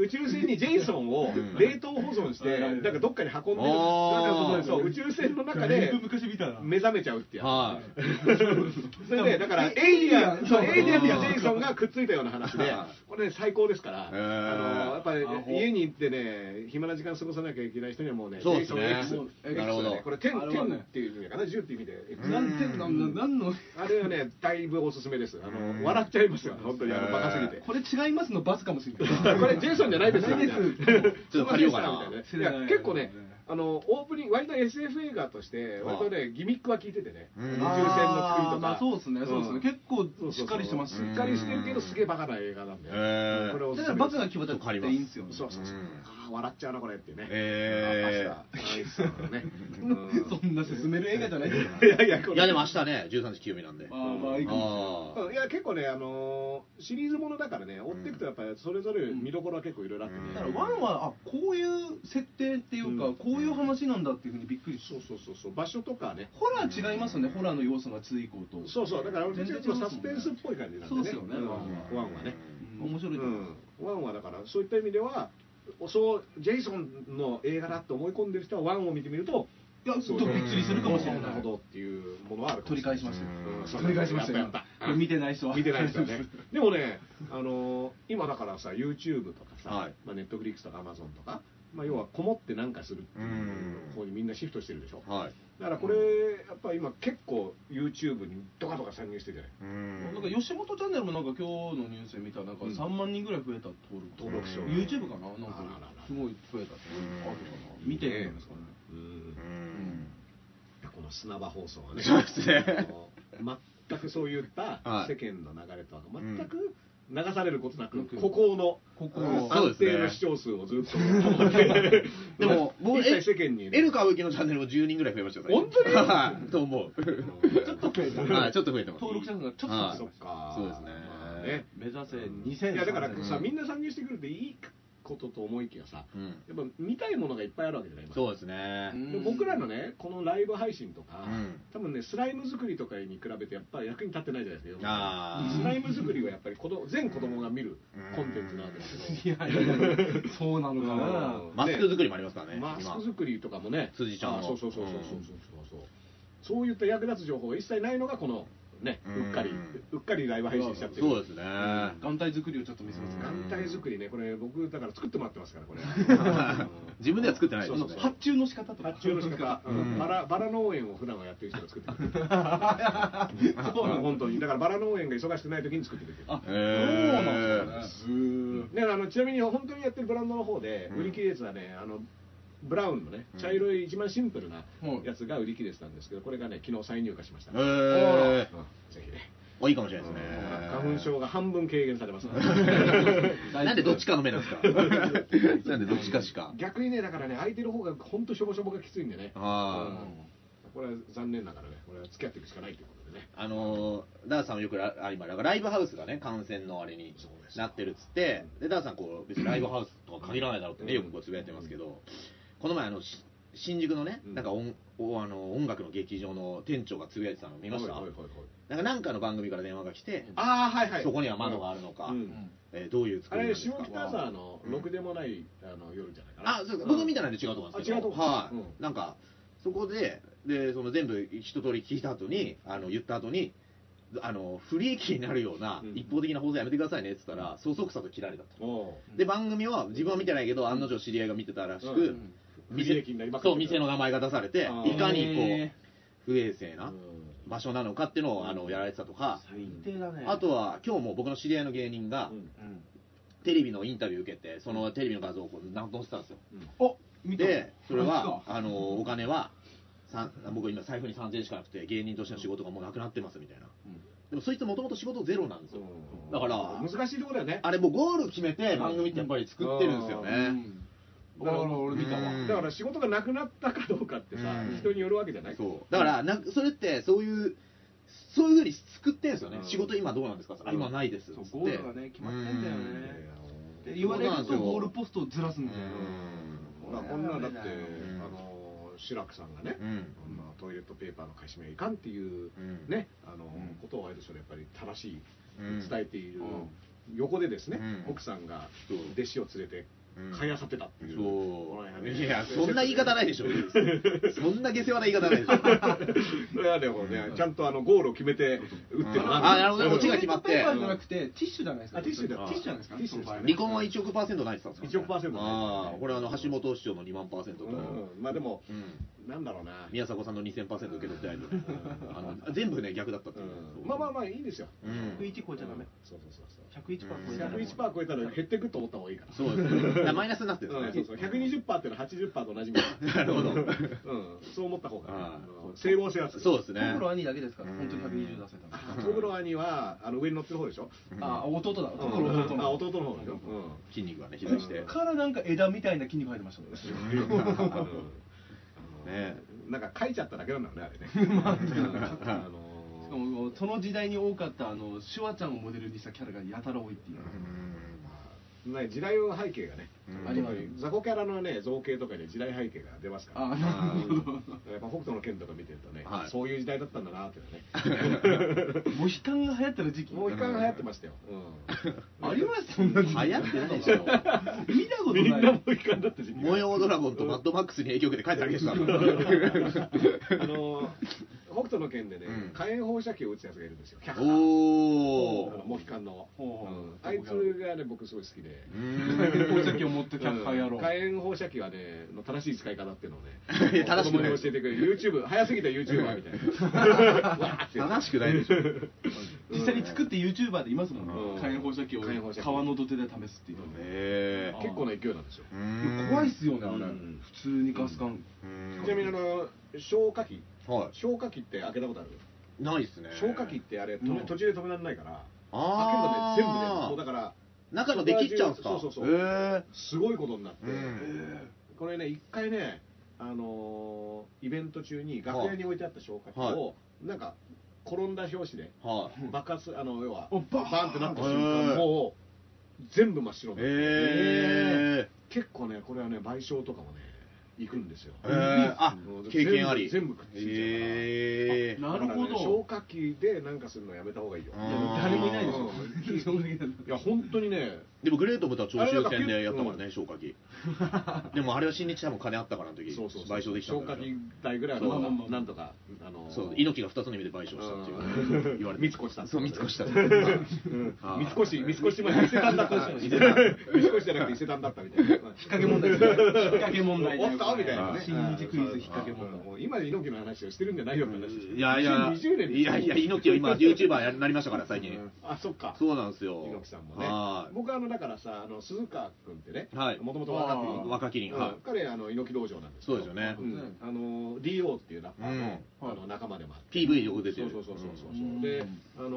Speaker 4: 宇宙船にジェイソンを
Speaker 2: ん
Speaker 4: 冷凍保存してなんかどっかに運んでる
Speaker 2: あー
Speaker 4: なんかそう宇宙船の中
Speaker 3: だい
Speaker 4: で
Speaker 3: ぶ昔見たな
Speaker 4: 目覚めちゃうっ
Speaker 2: ー
Speaker 4: てやつ、
Speaker 2: はい
Speaker 4: それでだからエイリアンそうエイリアンにはジェイソンがくっついたような話で
Speaker 2: うん
Speaker 4: これね最高ですから、
Speaker 2: へー
Speaker 4: あのやっぱり
Speaker 3: あほう
Speaker 4: 家に行ってね暇な時間過ごさなきゃいけない人にはもうね
Speaker 2: そうです
Speaker 4: ジェイ
Speaker 2: ね
Speaker 4: ソン X
Speaker 2: なるほど
Speaker 4: これ天
Speaker 3: あれは
Speaker 4: 天
Speaker 3: ね
Speaker 4: っていう意味かな10っていう意味で X
Speaker 3: 何点なんだ何の
Speaker 4: あれはねだいぶおすすめですあ
Speaker 2: うん
Speaker 4: の笑っちゃいますよ本当にあ
Speaker 2: へ
Speaker 4: の
Speaker 2: ー
Speaker 4: バカすぎて
Speaker 3: これ違いますのバスかもしれな い
Speaker 4: これジェイソンじゃないですよ
Speaker 3: ないです
Speaker 4: みたいな
Speaker 2: ちょっと借りようかな
Speaker 4: すいませんでしたみたいないや結構ねあのオープニング割と SF 映画として割とねギミックは効いててね
Speaker 2: うん
Speaker 4: 宇宙船の作りと
Speaker 3: あーま
Speaker 4: か
Speaker 3: あそうですねそうですね結
Speaker 4: そうそ
Speaker 3: 構
Speaker 4: うそう
Speaker 3: しっかりしてますし
Speaker 4: しっかりしてるけどすげえバカな映画なんで、
Speaker 2: へー
Speaker 4: これおす
Speaker 3: だ
Speaker 4: す
Speaker 3: か
Speaker 4: め
Speaker 3: ら
Speaker 4: です
Speaker 3: バカが気持ちよくていいんですよね
Speaker 4: そうそうそう、
Speaker 2: うん
Speaker 4: ああ笑っちゃうなこれっていうね
Speaker 2: へー
Speaker 4: あ明日アイスさんのねうん
Speaker 3: そんな進める映画じゃないです
Speaker 4: いやいやこれ
Speaker 2: いやでも明日ね13時金曜日なんで
Speaker 3: あーまあいいかも
Speaker 2: あ
Speaker 4: うんいや結構ね、あのーシリーズものだからね、追っていくと、やっぱりそれぞれ見どころは結構いろいろあってね、
Speaker 2: うん
Speaker 3: だからワンはあこういう設定っていうか、
Speaker 4: うん
Speaker 3: こういう話なんだっていうふうにびっくりし
Speaker 4: そう
Speaker 3: た
Speaker 4: そうそうそう、場所とかね、
Speaker 3: ホラー違いますよねホラーの要素がついこうと
Speaker 4: そうそう、だから俺たちはちょっとサスペンスっぽい感じなんでね、
Speaker 3: そうですよね
Speaker 4: ん
Speaker 3: ワ
Speaker 4: ワ
Speaker 3: ンは
Speaker 4: ンはね。
Speaker 3: うん面白いと思います、
Speaker 4: うんワンはだからそういった意味ではそうジェイソンの映画だと思い込んでる人はワンを見てみると
Speaker 3: いやちょっとびっくりするかもしれない
Speaker 4: なるほどっていうものはあるかも
Speaker 3: 取
Speaker 4: し
Speaker 3: り
Speaker 4: れな
Speaker 3: 返
Speaker 4: い
Speaker 3: しましたよ
Speaker 2: うん
Speaker 4: そう
Speaker 3: 取り返しましたよ
Speaker 4: やったやった
Speaker 3: これ見てない人は
Speaker 4: 見てないですよね でもね、あのー今だからさ YouTube とかさ、
Speaker 2: はい
Speaker 4: まあ、Netflix とか Amazon とか、まあ、要はこもってなんかするっていう方にみんなシフトしてるでしょ
Speaker 2: ーはい
Speaker 4: だからこれ、やっぱ今結構 YouTube にドカドカ参入してるじゃない
Speaker 2: うん
Speaker 3: なんか吉本チャンネルもなんか今日のニュースで見たらなんか
Speaker 4: うん
Speaker 3: 3万人ぐらい増えた登録
Speaker 4: 登録者
Speaker 3: YouTube かななんか
Speaker 4: あららら
Speaker 3: すごい増えたってあるかな見てるんですかね
Speaker 4: うん
Speaker 2: うん
Speaker 4: この砂場放送はね
Speaker 2: そうですね
Speaker 4: あの全くそういった
Speaker 2: はい
Speaker 4: 世間の流れとは
Speaker 2: うん
Speaker 4: 全く流されることなく、
Speaker 3: うん
Speaker 4: ここの
Speaker 3: ここ
Speaker 2: うん
Speaker 3: は
Speaker 2: そうです
Speaker 4: 安
Speaker 2: ね
Speaker 4: 定の視聴数をずっと保って
Speaker 2: でも僕
Speaker 4: 一切世間に、
Speaker 2: エル歌舞伎のチャンネルも10人ぐらい増えましたよね
Speaker 4: 本当 に
Speaker 2: はいと思う
Speaker 4: ちょっと増えた
Speaker 2: はいちょっと増えてます
Speaker 3: 登録者数がちょっと
Speaker 2: はい
Speaker 4: そっか
Speaker 2: そうですね
Speaker 4: まあね
Speaker 3: 目指せ2000
Speaker 4: いやだからさ、
Speaker 2: うん
Speaker 4: みんな参入してくるっていいことと思いきやさ
Speaker 2: うん
Speaker 4: やっぱ見たいものがいっぱいあるわけじゃない今
Speaker 2: そうですね
Speaker 3: うん
Speaker 4: で僕らのねこのライブ配信とか、
Speaker 2: うん
Speaker 4: 多分ねスライム作りとかに比べてやっぱり役に立ってないじゃないですか世の中
Speaker 2: あー
Speaker 4: スライム作りはやっぱり子供全子供が見るコンテンツなわけですけ
Speaker 3: いやいやいや そうなのかな
Speaker 4: うん
Speaker 2: マスク作りもありますから
Speaker 4: ど、
Speaker 2: ね
Speaker 4: マス
Speaker 2: 今
Speaker 4: ク作りとかもね
Speaker 2: 辻ちゃんの
Speaker 4: あそうそうそうそうそうそ
Speaker 2: うん
Speaker 4: うそうそういった役立つ情報が一切ないのがこのね
Speaker 2: うん
Speaker 4: うっかりうっかりライブ配信しちゃってる
Speaker 2: そうですね
Speaker 3: 眼帯作りをちょっと見せますか
Speaker 4: 眼帯作りねこれ僕だから作ってもらってますからこれうん
Speaker 2: 自分では作ってない
Speaker 4: そ
Speaker 2: で
Speaker 4: う
Speaker 2: す
Speaker 4: そう
Speaker 2: ね
Speaker 3: 発注の仕方とか
Speaker 4: 発注の仕方、
Speaker 2: うん
Speaker 4: うんバラバラ農園を普段はやってる人が作ってくれ てる
Speaker 3: そうなの
Speaker 4: 本当にだからバラ農園が忙しくない時に作ってくれてる
Speaker 3: あそう
Speaker 2: へー
Speaker 3: なんですね
Speaker 4: だからあのちなみに本当にやってるブランドの方で
Speaker 2: うん
Speaker 4: 売り切れやつはね、あのブラウンのね
Speaker 2: うん
Speaker 4: 茶色い一番シンプルな
Speaker 3: うん
Speaker 4: やつが売り切れてたんですけどこれがね昨日再入荷しました、
Speaker 2: へえ
Speaker 4: うんぜひね
Speaker 2: あいいかもしれないですね
Speaker 4: 花粉症が半分軽減されます、
Speaker 2: なんでどっちか の目なんですかなんでどっちかしか
Speaker 4: 逆にねだからね空いてる方が本当しょぼしょぼがきついんでね
Speaker 2: あー
Speaker 4: これは残念ながらねこれは付き合っていくしかないということでね
Speaker 2: あのーダーさんはよくラあ今だからライブハウスがね感染のあれに
Speaker 4: そうです
Speaker 2: なってるっつってでダーさんこう別にライブハウスとか限らないだろうってねよ
Speaker 4: うん
Speaker 2: くこうつぶやいてますけどこの前あのし新宿のね
Speaker 4: うん
Speaker 2: なんか音おあの音楽の劇場の店長がつぶやいてたの見ました
Speaker 4: はいはいはい
Speaker 2: なんかなんかの番組から電話が来て
Speaker 4: ああはいはい
Speaker 2: そこには窓があるのか
Speaker 4: うん
Speaker 3: うん
Speaker 2: えーどういう
Speaker 4: あ
Speaker 2: 作りなん
Speaker 4: れ
Speaker 2: です
Speaker 4: 下
Speaker 2: か
Speaker 4: 北沢の
Speaker 2: うん
Speaker 4: ろくでもないあの夜じゃないかな
Speaker 2: あそうです僕みたいなんで違うと思うんですけど
Speaker 4: あ違うとこ
Speaker 2: はい、
Speaker 4: うん
Speaker 2: なんかそこででその全部一通り聞いた後にあの言った後にあの不利益になるような
Speaker 4: うん
Speaker 2: 一方的な放送やめてくださいねって言ったら、そそくさと切られたと
Speaker 4: おう
Speaker 2: で番組は自分は見てないけど案の定知り合いが見てたらしく、
Speaker 4: うん
Speaker 3: うん
Speaker 4: 不利益になりまくって
Speaker 2: そう
Speaker 4: る
Speaker 2: 店の名前が出されて
Speaker 4: あ
Speaker 2: い
Speaker 4: ー
Speaker 2: かに
Speaker 3: へ
Speaker 2: こう不衛生
Speaker 4: う
Speaker 2: なん場所なのかっていうのをあのやられてたとか、
Speaker 3: ー最低だね
Speaker 2: あとは今日も僕の知り合いの芸人が
Speaker 4: うん
Speaker 3: うん
Speaker 2: テレビのインタビュー受けてそのテレビの画像をこう載せたんですよ
Speaker 3: お見た
Speaker 2: でそれ
Speaker 3: あ
Speaker 2: はあのお金はさん僕今財布に3000円しかなくて芸人としての仕事がもうなくなってますみたいなでもそいつもともと仕事ゼロなんですよ
Speaker 4: うん
Speaker 2: だから
Speaker 4: 難しいところだよね
Speaker 2: あれもうゴール決めて番組ってやっぱり作ってるんですよ
Speaker 3: う
Speaker 2: ね
Speaker 3: んだから俺見たわ
Speaker 2: うん
Speaker 4: だから仕事がなくなったかどうかってさ
Speaker 2: うん
Speaker 4: 人によるわけじゃない
Speaker 2: そうだからなそれってそういうそういうふうに作ってんですよね
Speaker 4: うん
Speaker 2: 仕事今どうなんですかあ今ないですっつ
Speaker 3: そ
Speaker 2: っ
Speaker 3: う
Speaker 2: て
Speaker 3: ゴールがね決まってんだよ
Speaker 4: いやいや
Speaker 3: ねって
Speaker 2: よ
Speaker 3: 言われるとゴールポストをずらす
Speaker 2: うんん
Speaker 3: だよ
Speaker 4: ほらこんなんだってあ
Speaker 2: ん
Speaker 4: の志らくさんがね
Speaker 2: うんうん
Speaker 4: こんなトイレットペーパーの貸し目いかんっていう
Speaker 2: うん
Speaker 4: ねあの
Speaker 3: ん
Speaker 4: ことをあれでしょやっぱり正しい
Speaker 2: うん
Speaker 4: 伝えている
Speaker 3: うん
Speaker 4: 横でですね
Speaker 2: うん
Speaker 4: 奥さんが
Speaker 2: そう
Speaker 4: 弟子を連れて
Speaker 2: うん
Speaker 4: 買いあさってたっていうこの
Speaker 2: そう
Speaker 4: 辺ね
Speaker 2: いやそんな言い方ないでしょそんな下世話な言い方ないでしょ
Speaker 4: それはねもうねちゃんとあのゴールを決めて打ってる
Speaker 2: あなるほどね
Speaker 4: うん
Speaker 2: オチが決まって
Speaker 3: ペーパーじゃなくてティッシュじゃないですか
Speaker 4: あティッシュだ
Speaker 3: ティッシュじゃないですか
Speaker 4: ティッシュですね
Speaker 2: 離婚は1億パーセントないって言ってたんです
Speaker 4: 1億パーセントない
Speaker 2: ああこれはあの橋本市長の2万パーセントと、
Speaker 4: うんまあでも
Speaker 2: うん
Speaker 4: なんだろうな
Speaker 2: 宮迫さんの2000パーセント受け取ってないと、あの全部ね逆だったっていうね、
Speaker 4: うんまあまあまあいいですよ
Speaker 2: うん
Speaker 3: 101超えちゃダメ
Speaker 4: そうそうそうそう
Speaker 3: 101%パー超えちゃダメ
Speaker 4: 101%超えたら減ってくと思った方がいいから。
Speaker 2: そうですねだからマイナスになってるん
Speaker 4: う
Speaker 2: で
Speaker 4: ん、
Speaker 2: すね、
Speaker 4: そうそう120%ってのは80%と同じみたい な
Speaker 2: なるほど
Speaker 4: うん、そう思った方が
Speaker 2: ああ
Speaker 4: うん整合性はつく
Speaker 2: そうですね
Speaker 3: 心兄だけですから
Speaker 2: うん
Speaker 3: 本当に120出せたの
Speaker 4: 小黒兄はあの上に乗ってる方でしょ、
Speaker 2: うん
Speaker 3: あ弟だ
Speaker 4: うん
Speaker 3: 弟弟
Speaker 4: あ
Speaker 3: の
Speaker 4: 弟の方でしょ、うん
Speaker 2: 筋肉がね膝して、
Speaker 4: う
Speaker 2: うん
Speaker 3: からなんか枝みたいな筋肉入ってましたね
Speaker 4: あの
Speaker 2: ね
Speaker 4: なんか書いちゃっただけなんだよねあ れねまああの
Speaker 3: しかもその時代に多かったあのシュワちゃんをモデルにしたキャラがやたら多いっていう、
Speaker 4: ね時代の背景が
Speaker 2: う
Speaker 4: ね、
Speaker 2: ん
Speaker 4: あの雑魚キャラのね造形とかで時代背景が出ますから
Speaker 3: あなるほ
Speaker 4: やっぱ北斗の剣とか見てるとね、
Speaker 2: はい
Speaker 4: そういう時代だったんだなってい う
Speaker 3: どモヒカンが流行ってる時期
Speaker 4: のねもう一回流行ってましたよ、 うん
Speaker 3: ありましたそんな時期
Speaker 2: 流行ってないでしょ
Speaker 3: 見たこと
Speaker 4: みんな
Speaker 3: な
Speaker 4: も
Speaker 3: いう
Speaker 4: 一回だった時期
Speaker 2: 模様ドラゴンとマッドマックスに影響を受けて帰ってあげてたんだ
Speaker 4: あの北斗の剣でね、
Speaker 2: うん
Speaker 4: 火炎放射器を打つやつがいるんですよキャッハ
Speaker 2: お
Speaker 4: あの
Speaker 2: お
Speaker 4: モヒカンの、
Speaker 3: ほうほう
Speaker 4: うんあいつがね僕すごい好きで、
Speaker 3: 放射器を持ったキャッハ野郎
Speaker 4: 火炎放射器はねの正しい使い方っていうのを
Speaker 2: い
Speaker 4: ね
Speaker 2: や 正しくない
Speaker 4: 子供に教えてくれる YouTube 早すぎた YouTuber みたい なわーって
Speaker 2: 正しくないでしょ
Speaker 3: 実際に作って YouTuber でいますもんね
Speaker 4: うん
Speaker 3: 火炎放射器を
Speaker 4: 火炎放射器
Speaker 3: 川の土手で試すっていう
Speaker 2: ねえ
Speaker 4: 結構な勢いなんですよ
Speaker 3: 怖いっすよねあれ
Speaker 4: うん
Speaker 3: 普通にガス管
Speaker 4: ちなみにあの消火器
Speaker 2: は
Speaker 4: 消火器って開けたことある
Speaker 2: いないっすね
Speaker 4: 消火器ってあれ止め
Speaker 3: うん
Speaker 4: 途中で止められないから
Speaker 2: あ
Speaker 4: 開けるとね全部ね
Speaker 2: あ
Speaker 4: もうだから
Speaker 2: 中のできっちゃうんすか
Speaker 4: そうそうそう
Speaker 2: へえ
Speaker 4: すごいことになって、
Speaker 2: うん
Speaker 4: これね一回ねあのーイベント中に楽屋に置いてあった消火器を、
Speaker 2: は
Speaker 4: なんか転んだ拍子で
Speaker 2: はい
Speaker 4: 爆発あの要は
Speaker 3: おバー
Speaker 4: バ
Speaker 3: ン
Speaker 4: ーンってなった瞬
Speaker 2: へ
Speaker 4: 間
Speaker 2: ー
Speaker 4: もう全部真っ白になって
Speaker 2: え
Speaker 4: 結構ねこれはね賠償とかもね行くんですよ
Speaker 2: ええあ経験あり
Speaker 4: 全部全部くっついちゃうから
Speaker 2: ええ
Speaker 3: な
Speaker 4: だ
Speaker 3: るほ
Speaker 4: からね消
Speaker 3: ど
Speaker 4: 火器でなんかするのやめた方がいいよ
Speaker 2: あ
Speaker 3: い
Speaker 2: ー
Speaker 3: や誰もいないでし
Speaker 4: い
Speaker 3: ょ
Speaker 4: や本当にね
Speaker 2: でもグレートムとは長州戦でやったか
Speaker 4: あれな
Speaker 2: ら
Speaker 4: んか
Speaker 2: ね、消火器。でもあれは新日多分金あったからの 時、賠償できた
Speaker 4: 消
Speaker 2: ん
Speaker 4: 化
Speaker 2: だけ
Speaker 4: 器
Speaker 2: ど。
Speaker 4: 代ぐらい
Speaker 2: そう
Speaker 4: はなんとかあのー
Speaker 2: そう、猪木が2つの意味で賠償したっていうね言われて
Speaker 4: 三越したんです
Speaker 2: そう、
Speaker 4: よ
Speaker 2: 三越した。
Speaker 4: うん
Speaker 2: あ
Speaker 4: 三
Speaker 2: ー
Speaker 4: 越三越前伊勢丹だった
Speaker 2: 伊
Speaker 4: 伊
Speaker 2: 勢
Speaker 4: 勢
Speaker 2: 丹
Speaker 4: 丹じゃなくて伊勢丹だったみ たいな引っ
Speaker 3: 掛け問題ですね引っ掛け問題だよ
Speaker 4: おっとみたいなね
Speaker 3: 新日クイズ引っ掛け問題
Speaker 4: もう今で猪木の話をしてるんじゃないよって話ですよ
Speaker 2: いやいや、
Speaker 4: 2020年
Speaker 2: いやいや、猪木は今、YouTuber になりましたから、最近。
Speaker 4: あそっか
Speaker 2: そうなんですよ。
Speaker 4: 猪木さんもね
Speaker 2: はーい
Speaker 4: 僕はあのだからさあの鈴川君ってね
Speaker 2: はい
Speaker 4: もともと若き
Speaker 2: あー若きりん
Speaker 4: うん
Speaker 2: はい
Speaker 4: 彼あの猪木道場なんですけ
Speaker 2: そう
Speaker 4: ど
Speaker 2: ですよね
Speaker 4: う。んあの DO っていうラッパーの
Speaker 3: うん
Speaker 4: あの仲間でもあって
Speaker 2: PV よく出て
Speaker 4: そう
Speaker 2: る。
Speaker 4: そうそうそうそうう、
Speaker 2: ん
Speaker 3: うん
Speaker 4: であの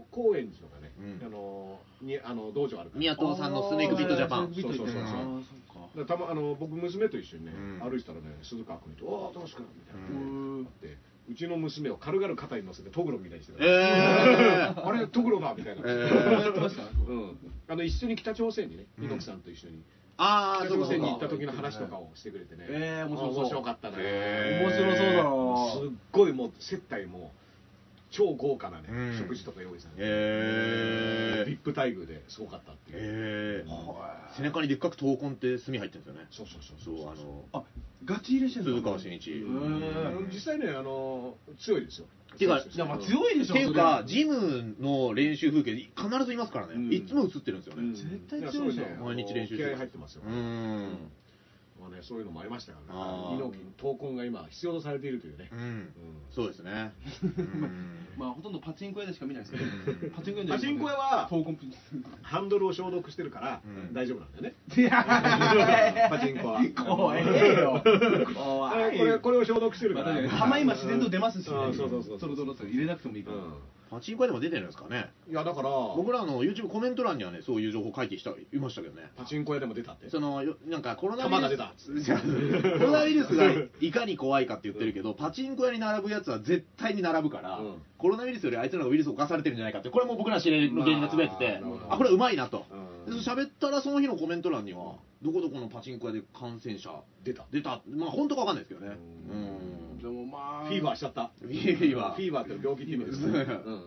Speaker 4: ー高円寺とかね、
Speaker 2: うん
Speaker 4: あのーにあの道場あるから
Speaker 2: 宮藤さんのスネークビットジャパン。
Speaker 4: そうそうそうそうでたまあの僕娘と一緒にね、
Speaker 2: うん
Speaker 4: 歩いてたらね鈴川君と「ああ楽しくな」みたいな、
Speaker 2: う
Speaker 4: うってうちの娘を軽々肩に乗せてトグロみたいにしてた、
Speaker 2: えー
Speaker 4: あれトグロだみたいな、
Speaker 2: え
Speaker 3: あー
Speaker 2: ー
Speaker 3: やってました
Speaker 4: うん、あの一緒に北朝鮮にね
Speaker 2: うん
Speaker 4: 猪木さんと一緒に
Speaker 2: あー、そ
Speaker 4: 北
Speaker 2: うか
Speaker 4: 朝
Speaker 2: そ
Speaker 4: 鮮
Speaker 2: う
Speaker 4: に行った
Speaker 2: か。
Speaker 4: 時の話とかをしてくれてね、
Speaker 3: えー面白そう
Speaker 4: あ面白かったな、
Speaker 2: へ
Speaker 3: 面白そうだな
Speaker 4: すっごいもう接待も超豪華なね、
Speaker 2: うん
Speaker 4: 食事とか用意されて、
Speaker 2: え
Speaker 4: ビップ待遇ですごかったってい
Speaker 2: え
Speaker 4: う、
Speaker 2: ー、背中にでっかく闘魂って墨入ってるんですよね。
Speaker 4: そうそうそう
Speaker 2: そ
Speaker 4: そう
Speaker 2: う、あの、
Speaker 3: あガチ入れしてんの
Speaker 2: 鈴川真一
Speaker 3: へ
Speaker 4: うん
Speaker 3: ー
Speaker 4: 実際ねあの強いですよ
Speaker 2: てか
Speaker 3: いやまあ強いでしょ
Speaker 2: っていうか、
Speaker 3: それ
Speaker 2: ジムの練習風景、必ずいますからね、
Speaker 4: うん
Speaker 2: いつも映ってるんですよね、
Speaker 3: 絶対強いでしょ
Speaker 2: 毎日練習して
Speaker 4: 気
Speaker 2: る
Speaker 4: 合入ってますよ、
Speaker 2: うーん、
Speaker 4: まあね、そういうのもありましたから
Speaker 2: あー
Speaker 4: ね猪木に闘魂が今必要とされているというね
Speaker 2: う、ん、そうですね、うん
Speaker 3: まあほとんどパチンコ屋でしか見ないですけどパチンコ屋で
Speaker 4: パチンコ屋は
Speaker 3: 闘魂
Speaker 4: ハンドルを消毒してるから
Speaker 2: うん
Speaker 4: 大丈夫なんだ よね、
Speaker 3: いや
Speaker 4: パチンコは
Speaker 3: 怖えよ
Speaker 4: あ
Speaker 3: 怖
Speaker 4: ー
Speaker 3: い
Speaker 4: これこれを消毒してる
Speaker 3: ま
Speaker 4: か
Speaker 3: あ
Speaker 4: ら、
Speaker 3: 確かに玉今自然と出ますしね
Speaker 4: うんそうそうそう
Speaker 3: そろそろそろ入れなくてもいいから
Speaker 4: う
Speaker 2: パチンコ屋でも出てるんですかね、
Speaker 4: んいやだから
Speaker 2: 僕らの YouTube コメント欄にはね、そういう情報書いてきたいましたけどね。
Speaker 4: パチンコ屋でも出たって
Speaker 2: そのよなんかコロナウイルス
Speaker 4: 弾が
Speaker 2: 違 うコロナウイルスがいかに怖いかって言ってるけど、パチンコ屋に並ぶやつは絶対に並ぶから、
Speaker 4: うん
Speaker 2: コロナウイルスよりあいつらがウイルスを犯されてるんじゃないかってこれも僕ら知り合いの芸人がつぶやいてて、
Speaker 4: まあなるほど
Speaker 2: あこれうまいなと、
Speaker 4: う
Speaker 2: で
Speaker 4: ん
Speaker 2: 喋ったらその日のコメント欄にはどこどこのパチンコ屋で感染者
Speaker 4: 出た
Speaker 2: 出たまあ本当かわかんないですけどね
Speaker 4: う
Speaker 3: でもまあ
Speaker 4: フィーバーしちゃった
Speaker 2: うんフィーバー
Speaker 4: フィーバーって病気って意味です、 うん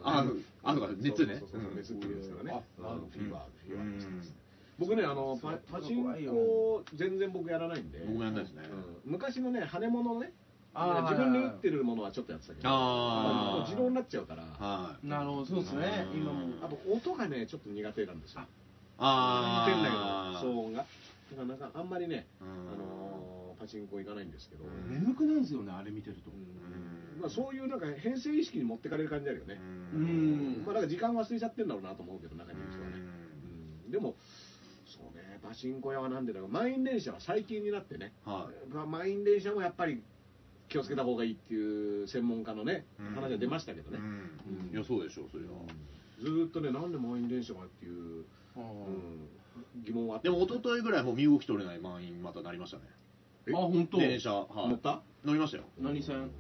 Speaker 2: ああそうか熱ね
Speaker 4: そうそうそう
Speaker 2: うん
Speaker 4: 熱って意味ですからね、
Speaker 3: う
Speaker 4: うんん
Speaker 3: あ
Speaker 4: フィーバーフィーバーです
Speaker 2: うん
Speaker 4: 僕ねあのパパチンコ全然僕やらないんで
Speaker 2: 僕もやんないですね
Speaker 4: うん昔のね跳ね物ね
Speaker 3: あー
Speaker 4: 自分で打ってるものはちょっとやってたけど
Speaker 2: あー
Speaker 4: もう自動になっちゃうからあ
Speaker 2: はい
Speaker 3: なるほどそうですね
Speaker 2: うん
Speaker 3: 今も
Speaker 2: あ
Speaker 4: と音がねちょっと苦手なんですよ
Speaker 2: あ
Speaker 4: 言ってんだけど
Speaker 2: あ
Speaker 4: 騒音がだからなんかあんまりね、
Speaker 2: うん
Speaker 4: あのーパチンコ行かないんですけど、
Speaker 2: うん
Speaker 3: 眠くなるんですよねあれ見てると
Speaker 4: うんまあ、そういうなんか編成意識に持ってかれる感じあるよね、
Speaker 3: うん
Speaker 4: まあ、なんか時間忘れちゃってんだろうなと思うけど中にいる人はね、うんでもそうねパチンコ屋はなんでだろう満員電車は最近になってね、
Speaker 2: はい
Speaker 4: まあ、満員電車もやっぱり気をつけた方がいいっていう専門家のね、
Speaker 2: うん
Speaker 4: 話が出ましたけど
Speaker 2: う
Speaker 4: ね、
Speaker 2: んいやそうでしょうそれは
Speaker 4: ずーっとねなんで満員電車がっていう、うん疑問はあっ
Speaker 2: で
Speaker 4: た
Speaker 2: も一昨日ぐらいもう身動き取れない満員またなりましたね
Speaker 4: え
Speaker 3: あ本当
Speaker 2: 電車はい
Speaker 4: 乗った
Speaker 2: 乗りましたよ
Speaker 3: 何線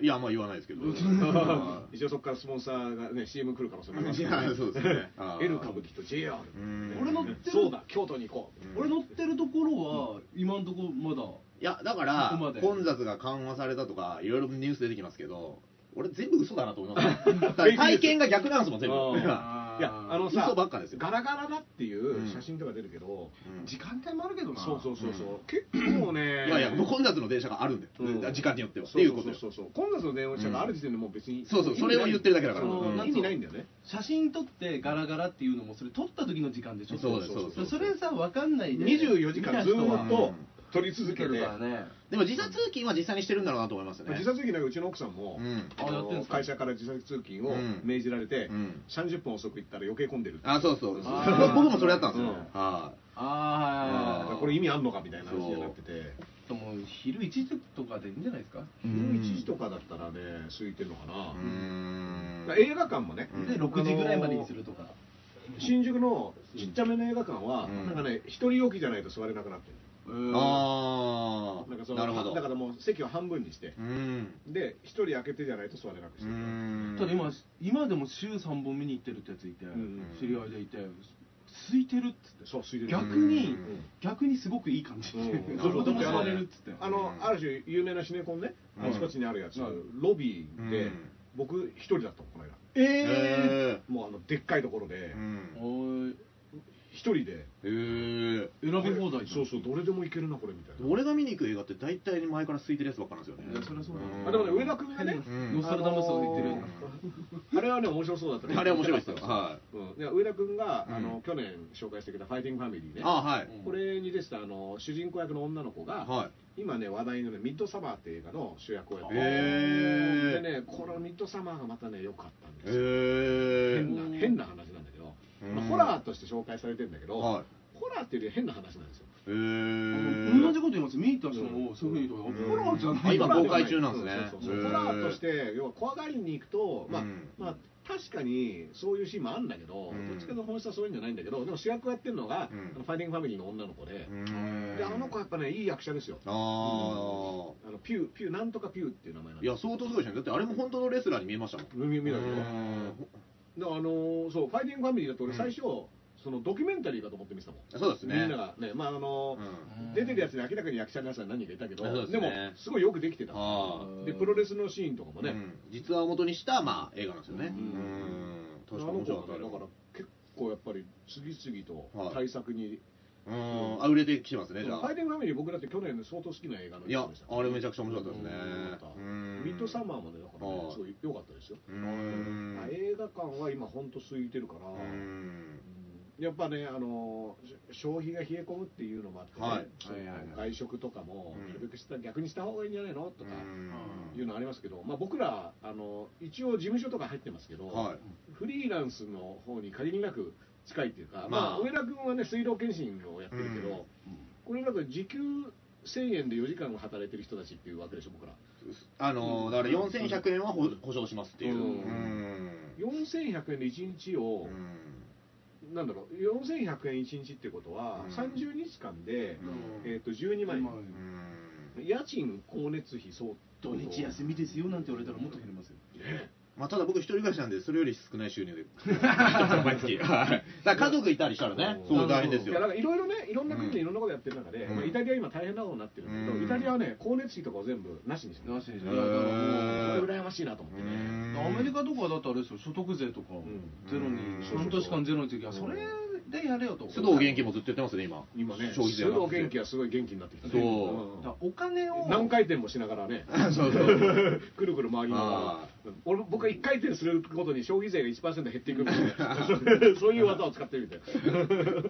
Speaker 2: いやまあ言わないですけ ど
Speaker 4: 一応そこからスポンサーがね CM 来る可能性もあります
Speaker 2: い
Speaker 4: から
Speaker 2: やそうですね あー
Speaker 4: L 歌舞伎と JR
Speaker 2: うん
Speaker 3: 俺乗ってる
Speaker 4: そうだ京都に行こう
Speaker 3: 俺乗ってるところは今んとこまだ
Speaker 2: いやだか
Speaker 3: そ
Speaker 2: ら
Speaker 3: こまで
Speaker 2: 混雑が緩和されたとかいろいろニュース出てきますけど俺全部嘘だなと思いますだから体験が逆なんですもん全部
Speaker 4: うん
Speaker 3: あー
Speaker 4: いやあのさ
Speaker 2: 嘘ばっかですよ
Speaker 4: ガラガラだっていう写真とか出るけど、
Speaker 3: 時間帯もあるけどな
Speaker 4: そうそうそうそう、
Speaker 2: う
Speaker 4: 結
Speaker 2: う
Speaker 4: 構ね
Speaker 2: んいやいやもう混雑の電車があるんで
Speaker 4: うん
Speaker 2: 時間によってはっ
Speaker 4: そ
Speaker 2: てい
Speaker 4: うそうう
Speaker 2: こと
Speaker 4: そう
Speaker 2: よ
Speaker 4: そうそう混雑の電話がある時点でもう別に、
Speaker 2: そうそうそれを言ってるだけだから
Speaker 4: その
Speaker 2: うん
Speaker 4: 意味ないんだよね、
Speaker 3: 写真撮ってガラガラっていうのもそれ撮った時の時間でしょ
Speaker 2: そうですそうです
Speaker 3: それさ分かんないで
Speaker 4: 24時間ずーっ
Speaker 3: 見た人は
Speaker 4: と撮り続けて、
Speaker 3: 見るからね
Speaker 2: でも時差通勤は実際にしてるんだろうなと思いますね
Speaker 4: 自殺劇なんかうちの奥さんも、
Speaker 2: うん
Speaker 4: あの
Speaker 3: あやってんすか
Speaker 4: 会社から自殺通勤を
Speaker 2: うん
Speaker 4: 命じられて、
Speaker 2: うん
Speaker 4: 30分遅く行ったら余計混んでるって
Speaker 2: あそうそう
Speaker 3: あー
Speaker 2: 僕もそれやったんですよ
Speaker 4: うん
Speaker 2: は
Speaker 3: あ
Speaker 4: だか
Speaker 3: あ
Speaker 4: らこれ意味あんのかみたいな話になってて
Speaker 3: でも昼1時とかでいいんじゃないですか
Speaker 2: い
Speaker 4: 昼1時とかだったらね空いてるのかな、
Speaker 2: うーん
Speaker 4: だから映画館もね、
Speaker 2: うん
Speaker 3: で6時ぐらいまでにするとか
Speaker 4: 新宿のちっちゃめの映画館は、
Speaker 2: うん
Speaker 4: なんかね一人置きじゃないと座れなくなってる
Speaker 2: あ
Speaker 4: なんか
Speaker 2: あ
Speaker 4: その
Speaker 2: なるほど
Speaker 4: だからもう席を半分にして
Speaker 2: う、ん
Speaker 4: で一人開けてじゃないと座れなくし
Speaker 2: う
Speaker 4: てる、
Speaker 2: ん
Speaker 3: ただ今今でも週3本見に行ってるってやついて
Speaker 4: ん
Speaker 3: 知り合いでいて空いてるっつって
Speaker 4: そう空いてる
Speaker 3: 逆
Speaker 2: う
Speaker 3: に
Speaker 2: ん
Speaker 3: 逆にすごくいい感じ
Speaker 4: うん
Speaker 3: で
Speaker 2: そ
Speaker 3: ど
Speaker 2: う
Speaker 3: こでも座れるっつって
Speaker 4: あのある種有名なシネコンね、
Speaker 2: うん
Speaker 4: あちこちにあるやつ、
Speaker 3: うん
Speaker 4: ロビーで、
Speaker 2: うん
Speaker 4: 僕一人だったのこの間
Speaker 3: え
Speaker 2: え
Speaker 4: もうあのでっかいところで
Speaker 2: ーうん
Speaker 3: おい
Speaker 4: 一一人で
Speaker 2: へえ
Speaker 3: 選び放題じゃ
Speaker 4: そ
Speaker 3: ん
Speaker 4: うそうどれでもいけるなこれみたいな
Speaker 2: 俺が見に行く映画って大体前から空いてるやつばっかなんですよ
Speaker 3: いや
Speaker 2: ね
Speaker 3: そりゃそうだね
Speaker 4: あでもね上田君がね
Speaker 2: うん
Speaker 3: ノスタルダムスを言ってるよ
Speaker 4: あれはね面白そうだったね
Speaker 2: あれ面白い ですよは
Speaker 4: うん、で上田君が、
Speaker 2: うん
Speaker 4: あの去年紹介してくれた「ファイティングファミリー
Speaker 2: い
Speaker 4: ね」
Speaker 2: あはい
Speaker 4: これに出てたあの主人公役の女の子が、
Speaker 2: はい
Speaker 4: 今ね話題の、ね「ミッドサマー」っていう映画の主役をやってて
Speaker 2: へ
Speaker 4: で
Speaker 2: ー
Speaker 4: ねこの「ミッドサマー」がまたね良かったんですよ、
Speaker 2: へ
Speaker 4: 変
Speaker 2: え
Speaker 4: な変な話なんだけど、まあ
Speaker 2: うん
Speaker 4: ホラーとして紹介されてんだけど、
Speaker 2: はい
Speaker 4: ホラーっていうより変な話なんですよ
Speaker 2: へえ
Speaker 3: あの同じこと言います見に行った人もそういうふうに言うとホラーじゃな
Speaker 2: あ
Speaker 3: い
Speaker 2: 今
Speaker 4: ホラ
Speaker 2: 公
Speaker 4: ーでは
Speaker 2: 開
Speaker 4: い
Speaker 2: 中なんですね
Speaker 4: そうそうそう
Speaker 2: へー
Speaker 4: ホラーとして要は怖がりに行くと、まあ
Speaker 2: うん
Speaker 4: まあ確かにそういうシーンもあるんだけど、
Speaker 2: うん
Speaker 4: どっちかの本質はそういうんじゃないんだけどでも主役をやってるのが、
Speaker 2: うん
Speaker 4: あのファイティングファミリーの女の子で、
Speaker 2: うん
Speaker 4: であの子やっぱねいい役者ですよ
Speaker 2: あー
Speaker 4: あのピューピューなんとかピューっていう名前なん
Speaker 2: い
Speaker 4: で
Speaker 2: や
Speaker 4: すよ
Speaker 2: 相当すごいじゃんだってあれも本当のレスラーに見えましたもん
Speaker 4: 見見
Speaker 2: う
Speaker 4: たけど
Speaker 2: ん
Speaker 4: であのーそうファイティングファミリーだって俺
Speaker 2: うん
Speaker 4: 最初、そのドキュメンタリーかと思って見てたもん、
Speaker 2: そうですね
Speaker 4: みんながねまああのー
Speaker 2: うん
Speaker 3: うん
Speaker 4: 出てるやつで明らかに役者のやつは何人かいたけど
Speaker 2: そうです
Speaker 4: で
Speaker 2: ね
Speaker 4: もすごいよくできてた
Speaker 2: あ
Speaker 3: ー
Speaker 4: でプロレスのシーンとかもね、
Speaker 2: うん実話を元にしたまあ映画なんですよね
Speaker 4: う
Speaker 2: うんん
Speaker 4: あ
Speaker 2: 確か
Speaker 4: の
Speaker 2: に面
Speaker 4: 子
Speaker 2: 白
Speaker 4: は
Speaker 2: かった
Speaker 4: ね
Speaker 2: あれ
Speaker 4: だから結構やっぱり次々と対策に、
Speaker 2: うんあ売れてきてますねじ
Speaker 4: フ
Speaker 2: ゃあ
Speaker 4: ァイティングファミリー僕だって去年相当好きな映画の
Speaker 2: い
Speaker 4: 一
Speaker 2: や
Speaker 4: つでした
Speaker 2: あれめちゃくちゃ面白かったですね
Speaker 4: うんミッドサマーもねだからね
Speaker 2: はい
Speaker 4: すごい良かったですよ、
Speaker 2: ーうん
Speaker 4: あ映画館は今本当空いてるから、
Speaker 2: うん
Speaker 4: やっぱねあのし消費が冷え込むっていうのもあって、ね
Speaker 2: はい
Speaker 4: その
Speaker 3: はいはい
Speaker 4: 外食とかも
Speaker 2: うん
Speaker 4: なるべくした逆にした方がいいんじゃないのとか
Speaker 2: うん
Speaker 4: いうのありますけど、まあ、僕らあの一応事務所とか入ってますけど、
Speaker 2: はい
Speaker 4: フリーランスの方に限りなく近いっていうか、
Speaker 2: ま
Speaker 4: ま
Speaker 2: あ
Speaker 4: あ、上田君はね水道検診をやってるけど、
Speaker 2: うん
Speaker 4: これだと時給1000円で4時間働いてる人たちっていうわけでしょ僕ら
Speaker 2: あのーだから4100円はほ保証しますっていう
Speaker 4: う
Speaker 2: うんん
Speaker 4: 4100円で1日を、なんだろう4100円1日ってことは、
Speaker 2: うん
Speaker 4: 30日間で、
Speaker 2: うん
Speaker 4: えー、と12万円、
Speaker 2: うん
Speaker 4: 家賃光熱費相当
Speaker 3: 土日休みですよなんて言われたらもっと減りますよ
Speaker 2: まあただ僕一人暮らしなんでそれより少ない収入 で毎月はいだから家族いたりしたらね
Speaker 4: うん
Speaker 2: そう大変です
Speaker 4: いやだ
Speaker 2: よ
Speaker 4: からいろいろねいろんな国でいろんなことやってる中で、
Speaker 2: うん
Speaker 4: まあ、イタリア今大変なことになってるんだけど、
Speaker 2: うん
Speaker 4: イタリアはね光熱費とかを全部なしにしてる
Speaker 3: なしでしょ
Speaker 2: へー
Speaker 3: いやだからも
Speaker 4: そ
Speaker 3: う
Speaker 4: れ羨ましいなと思ってね、
Speaker 3: アメリカとかだとあれですよ所得税とか
Speaker 4: ん
Speaker 3: ゼロに
Speaker 2: うん
Speaker 3: 半年間ゼロにする時は
Speaker 4: うん
Speaker 3: それでやれよと
Speaker 2: 須藤元気もずっと言ってますね今
Speaker 4: 今ね、
Speaker 2: 消費税は
Speaker 4: 須藤元気はすごい元気になってきたね。
Speaker 2: そう
Speaker 3: だ
Speaker 4: ん
Speaker 3: からお金を
Speaker 4: 何回転もしながらね、
Speaker 2: そうそう
Speaker 4: くるくる回りなが
Speaker 2: あ
Speaker 4: ら、俺僕は1回転することに消費税が1%減っていくみたいな、そういう技を使ってるみたいな。
Speaker 3: だから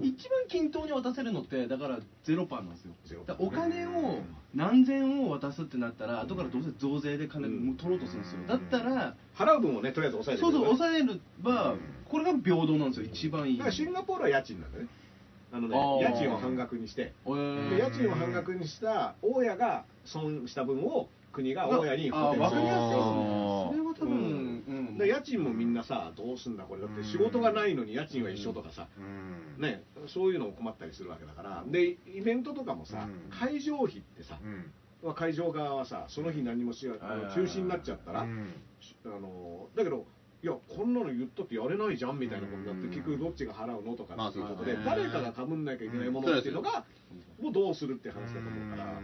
Speaker 3: 一番均等に渡せるのってだからゼロパーなんですよ
Speaker 4: ゼロパー
Speaker 3: だからお金を何千を渡すってなったら後からどうせ増税で金
Speaker 4: うん
Speaker 3: 取ろうとするんですよだったら
Speaker 4: 払う分をね、とりあえず抑えて
Speaker 3: そうそう
Speaker 4: え
Speaker 3: 抑えれば
Speaker 2: うん
Speaker 3: これが平等なんですよ一番いい
Speaker 4: だからシンガポールは家賃なんだね。あのね
Speaker 3: あー
Speaker 4: 家賃を半額にして、
Speaker 3: えー
Speaker 4: で家賃を半額にした大家が損した分を国が大家に補填
Speaker 3: あわかりやすい
Speaker 2: あー
Speaker 3: それは多分
Speaker 4: う
Speaker 3: うん
Speaker 4: で家賃もみんなさどうすんだこれだって仕事がないのに家賃は一緒とかさ、
Speaker 2: うん
Speaker 4: ね、そういうのも困ったりするわけだからでイベントとかも
Speaker 2: う
Speaker 4: さ、
Speaker 2: ん
Speaker 4: 会場費ってさ
Speaker 2: う、ん
Speaker 4: まあ会場側はさその日何もしようあの
Speaker 3: はい
Speaker 4: 中止になっちゃったら、
Speaker 2: うん
Speaker 4: あのだけどいやこんなの言ったってやれないじゃんみたいなことになって
Speaker 2: うん
Speaker 4: 結局どっちが払うのとか
Speaker 2: まあ
Speaker 4: っていうこと
Speaker 2: そうで
Speaker 4: で、
Speaker 2: すね
Speaker 4: 誰かがかぶんなきゃいけないものっていうのが、もうどうするって話だと思うから、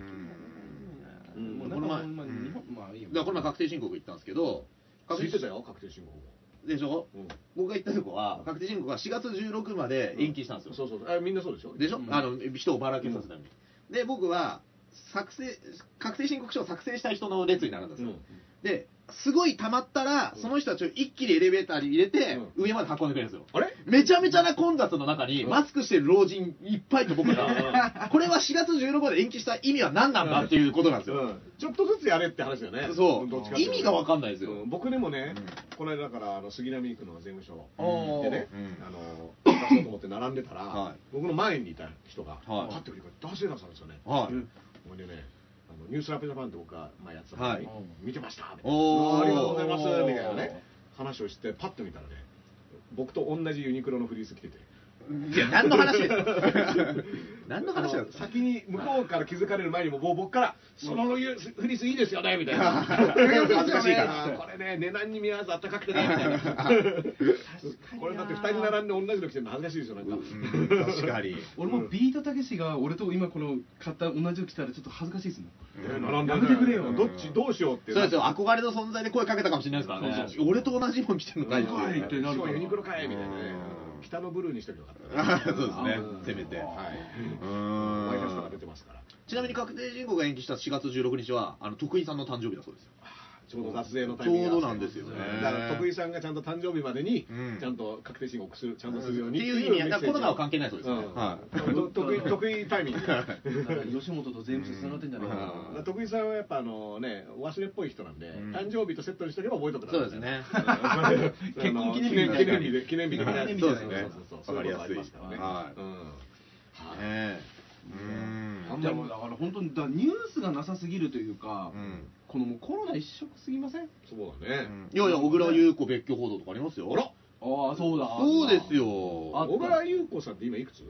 Speaker 4: うん
Speaker 3: もうなんか
Speaker 2: この前
Speaker 3: ほんまに
Speaker 2: うん
Speaker 3: 日本まあいいよ
Speaker 2: だからこの前確定申告行ったんですけど
Speaker 4: つ
Speaker 2: 確
Speaker 4: いて
Speaker 2: 定
Speaker 4: たよ確定申告も、
Speaker 2: でしょ
Speaker 4: うん
Speaker 2: 僕が行ったとこは確定申告は4月16まで延期したんですよ、
Speaker 4: そうそうそうあみんなそうでしょ
Speaker 2: でしょ、
Speaker 3: うん
Speaker 2: あの人をばらけさせるために、で僕は作成確定申告書を作成した人の列になるんです
Speaker 4: う
Speaker 2: よ、
Speaker 4: ん
Speaker 2: ですごい溜まったら、
Speaker 4: うん
Speaker 2: その人たちを一気にエレベーターに入れて、上まで運んでくれるんですよ
Speaker 4: あれ
Speaker 2: めちゃめちゃな混雑の中に、
Speaker 4: うん
Speaker 2: マスクしてる老人いっぱいと僕が、これは4月16まで延期した意味は何なんだっていうことなんですよ、
Speaker 4: うんちょっとずつやれって話だよね。
Speaker 2: そう
Speaker 4: どっちか
Speaker 2: 意味が分
Speaker 4: ん
Speaker 2: かんないですよ、
Speaker 4: 僕でもね、
Speaker 2: う
Speaker 4: この間だからあの杉並区の税務署
Speaker 3: おー
Speaker 4: でね、
Speaker 2: うん
Speaker 4: あの出そうと思って並んでたら、
Speaker 2: はい
Speaker 4: 僕の前にいた人が、
Speaker 2: はい
Speaker 4: パッて振り返って出せ出したんですよね。
Speaker 2: はい、
Speaker 4: ほいでね、あのニュースラップジャパンって僕が前やってた時に、
Speaker 2: はい
Speaker 4: 見てましたみたいな
Speaker 2: おー
Speaker 4: ありがとうございますみたいなね話をしてパッと見たらね、僕と同じユニクロのフリース着てて。
Speaker 2: いや何の話ですか何の話なんですか
Speaker 4: あの先に向こうから気づかれる前にももう僕から「そのフリースいいですよね」みたいな
Speaker 2: 恥ずかしいから
Speaker 4: これね値段に見合わずあったかくてねみたいなこれだって2人並んで同じの着てるの恥ずかしいでしょなんか、
Speaker 2: うん確かに
Speaker 3: 俺もビートたけしが俺と今この買った同じを着たらちょっと恥ずかしいですもん
Speaker 4: ね並んで
Speaker 3: やめてくれよ
Speaker 4: どっちどうしようって
Speaker 2: そうですよ、憧れの存在で声かけたかもしれないですからね。
Speaker 3: そうそう
Speaker 2: 俺と同じもん着てるのない
Speaker 4: うん
Speaker 3: ってなるから
Speaker 4: しかもユニクロかいみたいなね
Speaker 2: うん
Speaker 4: う
Speaker 2: うん
Speaker 4: 北のブルーにしておけばよかった
Speaker 2: あ そうですね
Speaker 4: うん
Speaker 2: せめて
Speaker 4: はい。
Speaker 2: うん
Speaker 4: マイナスとか出てますから。
Speaker 2: ちなみに確定申告が延期した4月16日は、あの、徳井さんの誕生日だそうですよ。
Speaker 4: ちょうど脱税のタイミング
Speaker 2: ちょうど
Speaker 4: が合わ
Speaker 2: なん
Speaker 4: せ
Speaker 2: で
Speaker 4: て
Speaker 2: すよね
Speaker 4: だから徳井さんがちゃんと誕生日までに
Speaker 2: うん、
Speaker 4: ちゃんと確定申告する、ちゃんとするよう
Speaker 2: っ
Speaker 4: に。
Speaker 2: ていう意味合い、だ
Speaker 4: メ
Speaker 2: から
Speaker 4: ッセージを
Speaker 2: コロナは関係ないそうですね。
Speaker 4: うん
Speaker 2: は
Speaker 4: と得 意得意タイミング。だか
Speaker 3: 吉本と税務署つながってんじゃないかな
Speaker 2: うん
Speaker 4: ら徳井さんはやっぱあのね忘れっぽい人なんで、
Speaker 2: うん
Speaker 4: 誕生日とセットにしとけば覚えとく
Speaker 2: い。
Speaker 4: だ
Speaker 2: そう
Speaker 4: ろ
Speaker 2: です
Speaker 4: ね。
Speaker 2: ね。
Speaker 4: 結婚記念日記念日で記念日的
Speaker 2: そう
Speaker 4: な
Speaker 2: ですね
Speaker 4: そうそう。そう
Speaker 2: わかりやすい。
Speaker 4: そううことありますからね
Speaker 2: は
Speaker 4: うん
Speaker 2: い。ねえうん。
Speaker 3: じゃあもうだから本当にだニュースがなさすぎるというか、
Speaker 2: うん
Speaker 3: このもうコロナ一色すぎませんあ
Speaker 4: そうだね。
Speaker 2: いやいや、小倉優子別居報道とかありますよ。
Speaker 3: あそうだ
Speaker 2: そうですよ。
Speaker 3: あ
Speaker 4: 小倉優子さんって今いくつ？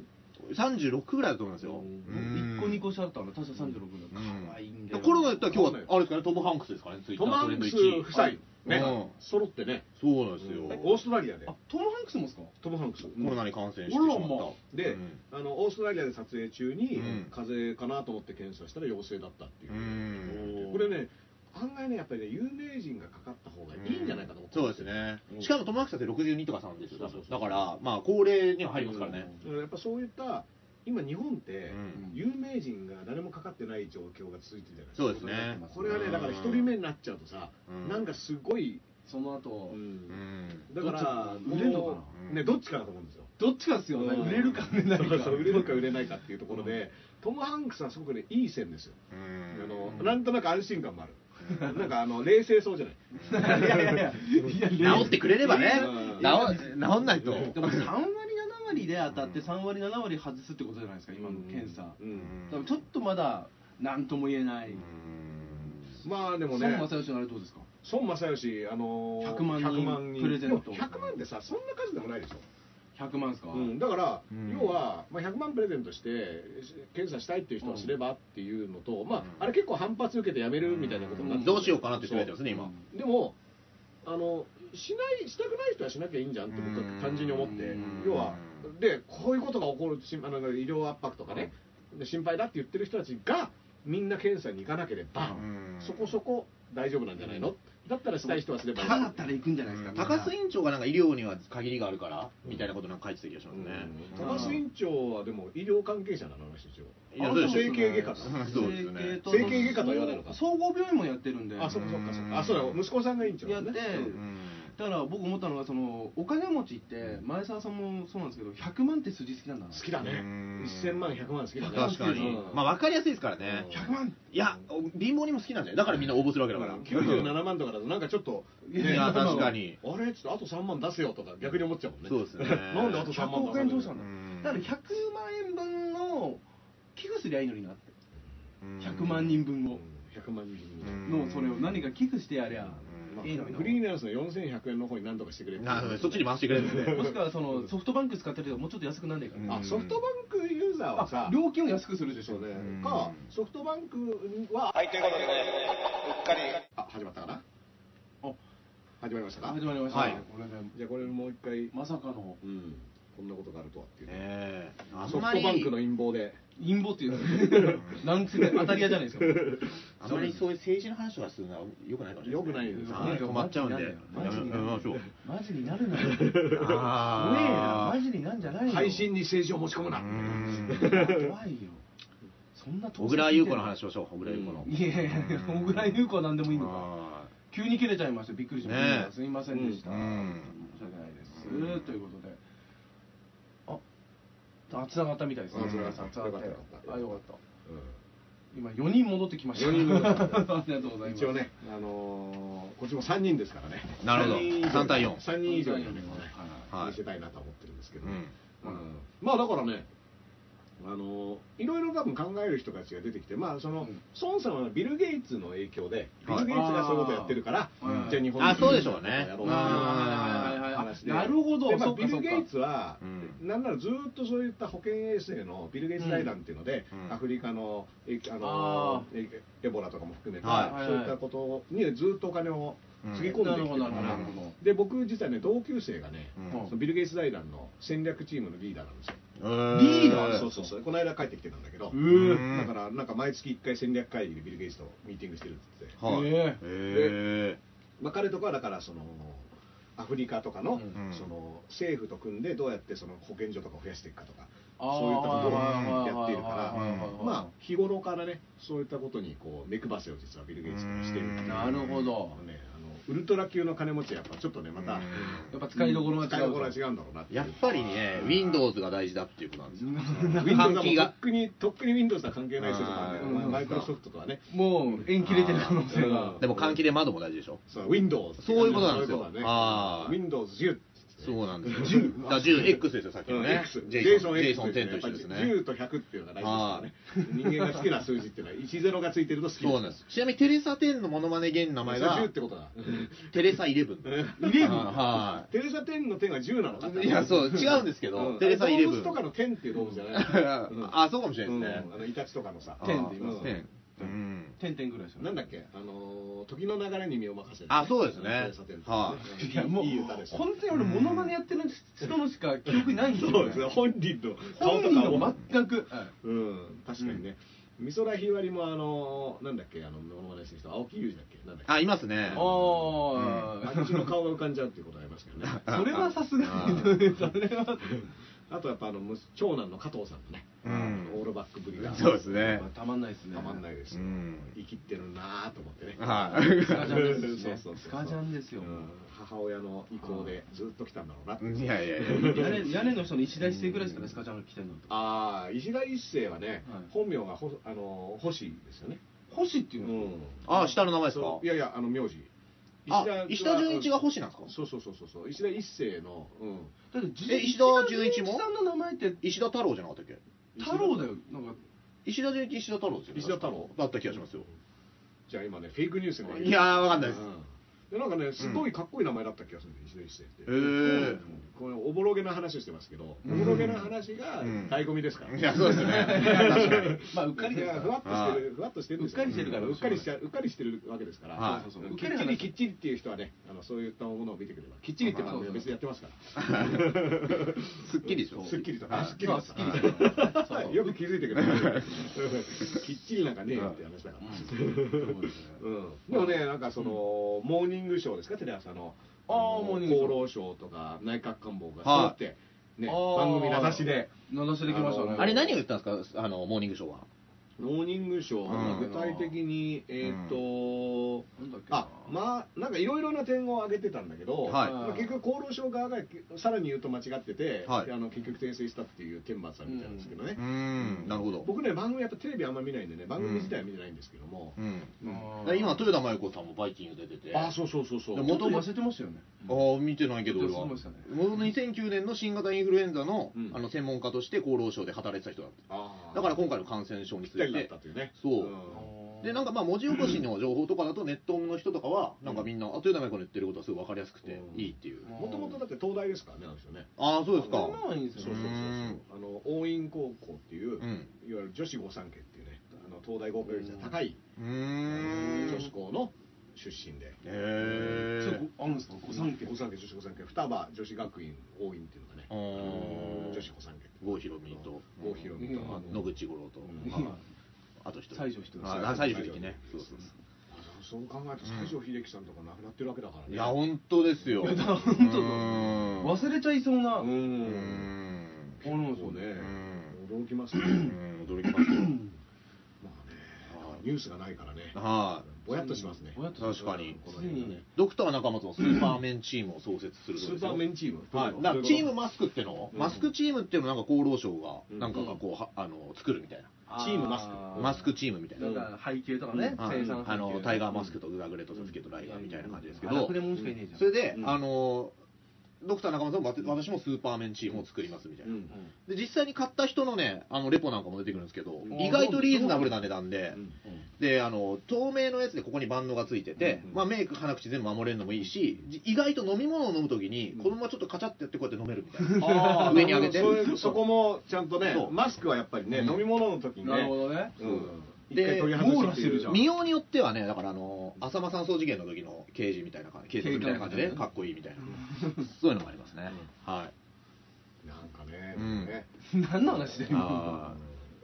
Speaker 2: 36くらいだと思いますよ。うん
Speaker 3: 1個2個しあったら他社36分だ
Speaker 2: うん
Speaker 3: 可愛いんだよ
Speaker 2: コロナで言ったら今日は、あれですかね、トム・ハンクスですかね、ツイッタ
Speaker 4: トム
Speaker 2: ー
Speaker 4: ハ
Speaker 2: トレ
Speaker 4: ン
Speaker 2: ンド
Speaker 4: ク
Speaker 2: 1
Speaker 4: ス
Speaker 2: 位。
Speaker 4: 夫妻ね
Speaker 2: うん、
Speaker 4: 揃ってね。
Speaker 2: そうなん
Speaker 4: オ
Speaker 2: ですよ。
Speaker 4: ーストラリアで
Speaker 3: あトム・ハンクスもですか
Speaker 4: トムハンクス。
Speaker 2: コロナに感染してし
Speaker 3: あ
Speaker 2: ま
Speaker 3: ら
Speaker 2: っ
Speaker 3: ま
Speaker 2: た。
Speaker 4: で、
Speaker 2: うん
Speaker 4: あのオーストラリアで撮影中に、
Speaker 2: うん
Speaker 4: 風邪かなと思って検査したら陽性だったっていうう、
Speaker 2: ん
Speaker 4: これね案外ねやっぱりね有名人がかかった方がいいんじゃないかと思って、
Speaker 2: そうですねしかも友達だって62とか3ですよ多
Speaker 4: そうそう
Speaker 2: 分
Speaker 4: そ
Speaker 2: だ
Speaker 4: う
Speaker 2: からまあ高齢には入りますからね
Speaker 4: だからやっぱそういった今日本って、
Speaker 2: うん
Speaker 4: 有名人が誰もかかってない状況が続いてるじゃないですか
Speaker 2: そうですね
Speaker 4: これはねだから一人目になっちゃうとさ、
Speaker 2: うん
Speaker 4: なんかすごい、
Speaker 3: その後、
Speaker 2: うん
Speaker 4: だから
Speaker 3: どっち売れんのかな
Speaker 4: もうねどっちかだと思うんですよ
Speaker 3: どっちかですよね、
Speaker 4: うん
Speaker 3: 売れるか売れないか
Speaker 4: そうそう売れるか売れないかっていうところで、トム・ハンクスはすごくねいい線ですよあのなんとなく安心感もある。なんかあの冷静そうじゃない。
Speaker 3: いやいやいやいや
Speaker 2: 治ってくれればね治
Speaker 4: うん
Speaker 2: 治んないと
Speaker 3: でも3割7割で当たって3割7割外すってことじゃないですか今の検査、
Speaker 4: うん
Speaker 3: だからちょっとまだ何とも言えない、
Speaker 4: まあでも
Speaker 3: 孫
Speaker 4: ね。
Speaker 3: 正義のあれどうですか
Speaker 4: 孫正義あのー
Speaker 3: 100万人プレゼント
Speaker 4: でも100万ってさそんな数でもないでしょ。
Speaker 3: 100万ですか、
Speaker 4: うんだから、
Speaker 2: うん
Speaker 4: 要は、まあ、100万プレゼントしてし検査したいっていう人はすればっていうのと、まああれ結構反発受けてやめるみたいなことになって
Speaker 2: どうしようかなって言ってますね
Speaker 3: う
Speaker 2: 今
Speaker 3: ん
Speaker 4: でもあのしないしたくない人はしなきゃいいんじゃんって僕は単純に思って
Speaker 3: うん
Speaker 4: 要はでこういうことが起こる心あの医療圧迫とかねで心配だって言ってる人たちがみんな検査に行かなければ
Speaker 2: うん
Speaker 4: そこそこ大丈夫なんじゃないのだったらしたい人はすればいい
Speaker 3: ただだったら行くんじゃないですか、
Speaker 2: 高須院長がなんか医療には限りがあるからみたいなことなんか書いてた気がしますね
Speaker 4: うん高須院長はでも医療関係者なのあの人一応
Speaker 2: いや
Speaker 3: あ
Speaker 2: そうです
Speaker 4: 整
Speaker 2: よ
Speaker 4: 形外科だ
Speaker 2: そうですよね
Speaker 3: と
Speaker 4: 整形外科とは言わないのか
Speaker 3: 総合病院もやってるんで
Speaker 4: あそっかそっかそっかあそうだ息子さんが院長
Speaker 3: や
Speaker 4: な
Speaker 3: っ
Speaker 4: ん
Speaker 3: て、
Speaker 4: だね
Speaker 2: うん
Speaker 3: だから僕思ったのがそのお金持ちって前澤さんもそうなんですけど100万って数字好きなんだな
Speaker 4: 好きだね
Speaker 2: うん
Speaker 4: 1000万100万好きだね
Speaker 2: 確かに
Speaker 4: うん
Speaker 2: まあ分かりやすいですからね
Speaker 3: 100万
Speaker 2: いや貧乏にも好きなんじゃないだからみんな応募するわけだから
Speaker 4: 97万とかだとなんかちょっと
Speaker 2: いや確かに
Speaker 4: あれちょっとあと3万出せよとか逆に思っちゃうもんね
Speaker 2: そうですね
Speaker 4: なんであと3
Speaker 3: 100
Speaker 4: 万
Speaker 3: 億円どうしたんだ
Speaker 2: うん
Speaker 3: だから100万円分の寄付すりゃいいのになって
Speaker 2: うん
Speaker 3: 100万人分を
Speaker 4: 100万人
Speaker 2: うん
Speaker 3: のそれを何か寄付してやりゃ
Speaker 4: まあ
Speaker 3: いいのにな
Speaker 4: フリーランスの4100円の方に何とかしてくれって
Speaker 2: なそっちに回してくれるんです
Speaker 3: もし
Speaker 2: ね
Speaker 3: くはそのソフトバンク使ってるともうちょっと安くなんねえか
Speaker 2: うん
Speaker 3: な
Speaker 4: あソフトバンクユーザーはさ
Speaker 3: あ料金を安くするでし
Speaker 4: そ
Speaker 3: ょ
Speaker 4: うね
Speaker 2: うん
Speaker 4: かソフトバンクは
Speaker 1: はい、ということで、うっかり、
Speaker 4: あ始まったかな
Speaker 3: あ
Speaker 4: 始まりましたか
Speaker 3: 始まりました
Speaker 2: はい
Speaker 3: これね
Speaker 4: じゃあこれもう一回
Speaker 3: まさかの
Speaker 4: うんこんなことがあるとはっていう
Speaker 2: ええあん
Speaker 4: ソフ
Speaker 2: ま
Speaker 4: ト
Speaker 2: り
Speaker 4: バンクの陰謀で
Speaker 3: 陰謀っていうのなんつうね当たり屋じゃないですか
Speaker 2: あんまりそういう政治の話とかするのはよくないかもしれない
Speaker 4: 良くないですね
Speaker 2: はい止まっちゃうんでや
Speaker 3: マジ
Speaker 2: め
Speaker 3: に
Speaker 2: やめ
Speaker 3: なる
Speaker 2: ましょう
Speaker 3: マジになるなよ
Speaker 2: あー
Speaker 3: ねえマジになんじゃないよ
Speaker 4: 配信に政治を持ち込むな
Speaker 2: うん
Speaker 3: 怖いよそんな
Speaker 2: 小倉優子の話しましょう小倉優子の
Speaker 3: いやいやいや小倉優子は何でもいいのか
Speaker 2: は
Speaker 3: 急に切れちゃいましたびっくりしま
Speaker 2: ね
Speaker 3: し
Speaker 2: え
Speaker 3: たすいませんでした
Speaker 2: う
Speaker 3: 申
Speaker 2: ん
Speaker 3: し訳ないです
Speaker 2: うん
Speaker 3: ということでああつながったみたいですね
Speaker 4: あ
Speaker 3: つ
Speaker 4: 繋
Speaker 3: な
Speaker 4: が
Speaker 3: が
Speaker 4: っ
Speaker 3: った
Speaker 4: た
Speaker 3: つながった
Speaker 4: よかった
Speaker 3: あよかった
Speaker 4: うん
Speaker 3: 今4人戻ってきました
Speaker 4: 四人戻って
Speaker 3: あ
Speaker 4: きた
Speaker 3: りがとうございます
Speaker 4: 一応ね、あのーこっちも3人ですからね。
Speaker 2: いなるほど3対4
Speaker 4: 3人以上にはね、
Speaker 2: はい
Speaker 4: 見せたいなとは思ってるんですけど、
Speaker 2: うん
Speaker 4: うんまあだからね、あのーいろいろ多分考える人たちが出てきて、まあその、
Speaker 3: うん
Speaker 4: 孫さんはビル・ゲイツの影響で、ビ
Speaker 2: はい
Speaker 4: ル・ゲイツがそういうことやってるから、
Speaker 3: うん
Speaker 4: じゃあ日本
Speaker 2: あそうでしょうね
Speaker 4: やろうっていう
Speaker 3: あーはいはいはいはい
Speaker 4: 話で
Speaker 3: なるほど
Speaker 4: でま
Speaker 3: そ
Speaker 4: あ、
Speaker 3: っか
Speaker 4: ビ
Speaker 3: そ
Speaker 4: ル・
Speaker 3: っか
Speaker 4: ゲイツは、
Speaker 2: うん
Speaker 4: なんならずーっとそういった保健衛生のビル・ゲイツ財団っていうので、
Speaker 2: うん
Speaker 4: アフリカのえあ
Speaker 3: あ
Speaker 4: のえエボラとかも含めて、
Speaker 2: はい
Speaker 4: そういったことにずっとお金をつぎ込んで
Speaker 3: な
Speaker 4: き
Speaker 3: る
Speaker 4: て
Speaker 3: ほど
Speaker 4: るから
Speaker 3: なるほどなるほど
Speaker 4: で僕実はね同級生がね、
Speaker 2: うん
Speaker 4: そのビル・ゲイツ財団の戦略チームのリーダーなんですよ、
Speaker 2: リ
Speaker 4: そうそうそうこの間帰ってきてたんだけど、
Speaker 3: う
Speaker 2: ー
Speaker 4: だからなんか毎月1回戦略会議でビル・ゲイツとミーティングしてるって言ってて、
Speaker 2: はい
Speaker 3: ね
Speaker 2: え
Speaker 4: まあ、彼とかはだからそのアフリカとかの,、
Speaker 3: うん
Speaker 4: その政府と組んでどうやってその保健所とかを増やしていくかとか
Speaker 3: あー
Speaker 4: そういったことを
Speaker 3: はい
Speaker 4: やっているから、
Speaker 3: はいはいはいはい
Speaker 4: まあ日頃からねそういったことにこう目配せを実はビル・ゲイツがしている
Speaker 2: うん
Speaker 3: なるほど
Speaker 4: あのねあのウルトラ級の金持ちはやっぱちょっとねまた、
Speaker 3: やっぱ使いどころが違う
Speaker 4: 使いどころが違うんだろうなっていう
Speaker 2: やっぱりね、Windows が大事だっていうことなんですよ。
Speaker 4: Windows
Speaker 2: 換気
Speaker 4: が
Speaker 2: が
Speaker 4: とっくにとっくに Windows とは関係ない人とかね
Speaker 2: あ
Speaker 3: ー
Speaker 4: まあマイクロソフトとかね
Speaker 3: もう縁切れてる可能性が
Speaker 2: でも換気で窓も大事でしょ。
Speaker 4: そう Windows
Speaker 2: そういうことなんですよ
Speaker 4: そういうことだね
Speaker 2: あー
Speaker 4: Windows 10
Speaker 2: そうなんですよ。だから 10X ですよ、さっきのね
Speaker 4: X。
Speaker 2: ジェイソン、ジェイ
Speaker 4: X
Speaker 2: ソン10と一緒です
Speaker 4: やっぱり
Speaker 2: ね。
Speaker 4: 10と100っていうのが大事ですからね。人間が好きな数字っていうのは10がついてると好き
Speaker 2: そうなんです。ちなみにテレサ10のモノマネ芸人の名前が
Speaker 4: それ10ってこと だ。
Speaker 2: テレサ11。11? は
Speaker 4: テレサ10の10が10なのかって
Speaker 2: い。いや、そう、違うんですけど、テレサ
Speaker 4: 動物とか
Speaker 2: 11。
Speaker 4: の10っていう動物じゃない。
Speaker 2: あ、そうかもしれ
Speaker 4: う
Speaker 2: ないで
Speaker 4: ん
Speaker 2: すね。
Speaker 4: あのイタチとかのさ。
Speaker 2: あ
Speaker 3: 10って言います
Speaker 4: ね
Speaker 2: 10うん
Speaker 3: 点々ぐらいでしょ
Speaker 4: なんだっけあのー時の流れに身を任せる
Speaker 2: あそうですね
Speaker 4: テレサ10
Speaker 2: はい
Speaker 3: いやもう
Speaker 4: いい歌でしょ
Speaker 3: 本当に俺モノマネやってる人のしか記憶ないんで
Speaker 4: そ
Speaker 3: す
Speaker 4: うで
Speaker 3: よ、ね
Speaker 4: す、ね本人の顔
Speaker 3: 本
Speaker 4: と
Speaker 3: 人
Speaker 4: かも
Speaker 3: の全く、
Speaker 4: うん確かにね美空ひばりもあのーなんだっけあのモノマネしてる人青木裕二だっけなんだっけ
Speaker 2: あ、いますね。
Speaker 3: ああ、
Speaker 4: あっちの顔が浮かんじゃうっていうことありますけどね
Speaker 3: それはさすがにそれは
Speaker 4: あとやっぱあの息子長男の加藤さんのね、
Speaker 2: うん
Speaker 4: オールバックぶりが
Speaker 2: そうですね。
Speaker 3: たまんないですね
Speaker 4: たまんないですよ、
Speaker 2: うん
Speaker 4: 生きてるなぁと思ってね、
Speaker 2: はい。
Speaker 3: スカジャンです
Speaker 4: そうそう
Speaker 3: ね
Speaker 4: そうそう
Speaker 3: スカジャンです
Speaker 4: う
Speaker 3: よ、
Speaker 4: ん母親の意向でずっと来たんだろうなって、
Speaker 2: いやいやいや。
Speaker 3: 屋根屋根の人の石田一世ぐらいですかねスカジャン来てるのって
Speaker 4: ああ石田一世はね、
Speaker 3: はい
Speaker 4: 本名がほあの星ですよね、
Speaker 3: 星っていううの、
Speaker 4: ん、
Speaker 2: あ下の名前ですか
Speaker 4: そういやいやあの名字
Speaker 2: あ
Speaker 4: は、
Speaker 2: 石田純一が星なんですか
Speaker 4: そうそうそうそうそう石田一世の、うん、
Speaker 3: だって
Speaker 2: え石田純一も
Speaker 3: さんの名前って
Speaker 2: 石田太郎じゃなかったっけ
Speaker 3: 太郎だよなんか
Speaker 2: 石田純一、石田太郎ですよね
Speaker 4: 石田太郎
Speaker 2: だった気がしますよ。
Speaker 4: じゃあ今ねフェイクニュースが
Speaker 2: いやー、わかんないです。
Speaker 4: うんでなんかねすごいかっこいい名前だった気がするんで、石田一世って、
Speaker 2: へー
Speaker 4: これおぼろげな話をしてますけど、
Speaker 2: ん
Speaker 4: おぼろげな話が
Speaker 2: うん
Speaker 4: 醍醐味ですから、
Speaker 2: いや、そうです ね。確かに。
Speaker 3: まあうっかり
Speaker 4: い
Speaker 3: ですか
Speaker 4: や
Speaker 3: ら
Speaker 4: ふわっとしてるふわっとしてるんですよ
Speaker 3: うっかりしてるから
Speaker 4: うっかりしちゃううっかりしてるわけですから、
Speaker 2: はい
Speaker 3: そうそう
Speaker 4: う
Speaker 3: そうん
Speaker 4: きっちりきっちりっていう人はねあのそういったものを見てくればきっちりって番組は別にやってますから
Speaker 2: すっきりでしょ。
Speaker 4: すっきりと
Speaker 2: はい
Speaker 4: すっきりと
Speaker 3: そうすっきりと
Speaker 4: はいよく気づいてくれた きっちりなんかねえよって話だから、
Speaker 3: そうですね
Speaker 4: うんでもね、なんかその、モーニングショーですか、テレ朝の。
Speaker 3: あー
Speaker 4: の
Speaker 3: モーニングショー
Speaker 4: 厚労省とか、内閣官房が揃
Speaker 2: は
Speaker 4: っ
Speaker 2: い
Speaker 4: て、ね、
Speaker 3: あー
Speaker 4: 番組名指しで。
Speaker 3: 名指しできましたね
Speaker 2: あれ何を言ったんですかあの、モーニングショーは。
Speaker 4: モーニングショーは、
Speaker 2: うん
Speaker 4: 具体的に、えっと、
Speaker 3: なんだっけな
Speaker 4: あ、まあ、なんかいろいろな点を挙げてたんだけど、
Speaker 2: はい
Speaker 4: まあ結局厚労省側がさらに言うと間違ってて、
Speaker 2: はい
Speaker 4: あの結局訂正したっていう天罰さんみたいなんですけどね、
Speaker 2: ん、なるほど。
Speaker 4: 僕ね、番組やっぱテレビあんま見ないんでね、番組自体は見てないんですけども、
Speaker 2: うん。
Speaker 4: う
Speaker 2: だ
Speaker 4: ん
Speaker 2: から今、豊田真由子さんもバイキング出てて。
Speaker 4: あ、そうそうそうそう、
Speaker 2: でも
Speaker 3: もとも痩せてましたよね
Speaker 2: ああ見てないけど俺は
Speaker 3: そう
Speaker 2: もう
Speaker 3: そうで
Speaker 2: 2009年の新型インフルエンザの,、
Speaker 4: うん
Speaker 2: あの専門家として厚労省で働いてた人だった
Speaker 4: あー
Speaker 2: だから今回の感染症に
Speaker 4: ぴ
Speaker 2: つ
Speaker 4: っ
Speaker 2: い
Speaker 4: たりだってたっていうね。
Speaker 2: そうんでなんかまあ文字起こしの情報とかだとネットの人とかはなんかみんな、あ豊田真由子の言ってることはすごい分かりやすくて
Speaker 4: うん
Speaker 2: いいっていう、
Speaker 4: もともとだって東大ですからね、あの人ね。
Speaker 2: ああそうですか
Speaker 3: 頭はいいんです
Speaker 4: そう
Speaker 3: よ
Speaker 4: そうそう
Speaker 3: ね
Speaker 4: そう。あの応印高校ってい
Speaker 2: う
Speaker 4: う、
Speaker 2: ん
Speaker 4: いわゆる女子御三家っていうね、あの東大合格率が高いう
Speaker 2: ー
Speaker 4: 女子
Speaker 2: ん
Speaker 4: 校の出身で。
Speaker 2: へえ
Speaker 3: そうあるんですか御三家
Speaker 4: 御三家女子御三家双葉女子学院応印っていうのがね、
Speaker 2: あ
Speaker 4: あ
Speaker 2: ー
Speaker 4: の女子御三家。
Speaker 2: 郷ひろみと
Speaker 4: 郷ひろみと、
Speaker 3: うん
Speaker 4: あの
Speaker 2: 野口五郎と、
Speaker 4: うん
Speaker 2: ああと一人
Speaker 3: 西城秀樹
Speaker 2: ああ西城秀樹ねそうそうそう
Speaker 4: そう考えると西城秀樹さんとか亡くなってるわけだからね。
Speaker 2: いや本当ですよ
Speaker 3: いや本当
Speaker 2: う
Speaker 3: だ
Speaker 2: ーん
Speaker 3: 忘れちゃいそうな、
Speaker 4: う
Speaker 2: うー
Speaker 4: ん。
Speaker 2: ん
Speaker 3: あの
Speaker 4: そうね
Speaker 2: う。
Speaker 4: 驚きます ね。
Speaker 2: うん驚き ますよ
Speaker 4: まあね、ニュースがないからね。
Speaker 2: は
Speaker 4: ぼやっとしますね。
Speaker 3: ぼやっとし
Speaker 2: 確かに
Speaker 4: この辺がね。
Speaker 2: いドクター中松のスーパーメンチームを創設する
Speaker 4: スーパーメンチーム。
Speaker 2: はい、だからチームマスクってのを、
Speaker 4: うん
Speaker 2: マスクチームっていうのをなんか厚労省が
Speaker 4: うん
Speaker 2: なんかがこう、はあの作るみたいな、
Speaker 3: あ
Speaker 4: チームマスク
Speaker 2: マスクチームみたいな、
Speaker 3: なんか背景とかね、
Speaker 2: はい
Speaker 3: 生産背景
Speaker 2: あのタイガーマスクとグラグレとサスケとライガーみたいな感じですけど、
Speaker 3: あれもんしかいねえじゃん
Speaker 2: それで、
Speaker 4: うん
Speaker 2: あのドクター中松さんもわた私もスーパーメンチームを作りますみたいな、
Speaker 4: うん
Speaker 2: で実際に買った人のねあのレポなんかも出てくるんですけど、
Speaker 4: うん
Speaker 2: 意外とリーズナブルな値段で、
Speaker 4: うん
Speaker 2: であの透明のやつでここにバンドがついてて、
Speaker 4: うんうん
Speaker 2: まあ、メイク鼻口全部守れるのもいいしじ意外と飲み物を飲む時にこのままちょっとカチャってやってこうやって飲めるみたいな、
Speaker 4: あー
Speaker 2: 上に上げて
Speaker 4: そういうそこもちゃんとね
Speaker 2: そう
Speaker 4: マスクはやっぱりね
Speaker 2: うん
Speaker 4: 飲み物の時にね
Speaker 3: なるほどね
Speaker 4: うん
Speaker 2: で
Speaker 4: 一回取り外
Speaker 3: 網羅してるじゃん
Speaker 2: 見ようによってはねだからあの浅間山荘事件の時の刑事みたいな感じ警察みたいな感じで
Speaker 3: 警官みたいなね
Speaker 2: かっこいいみたいなそういうのもありますね、はい
Speaker 4: なんかね
Speaker 2: うん
Speaker 4: ね
Speaker 3: 何の話だよ
Speaker 2: あ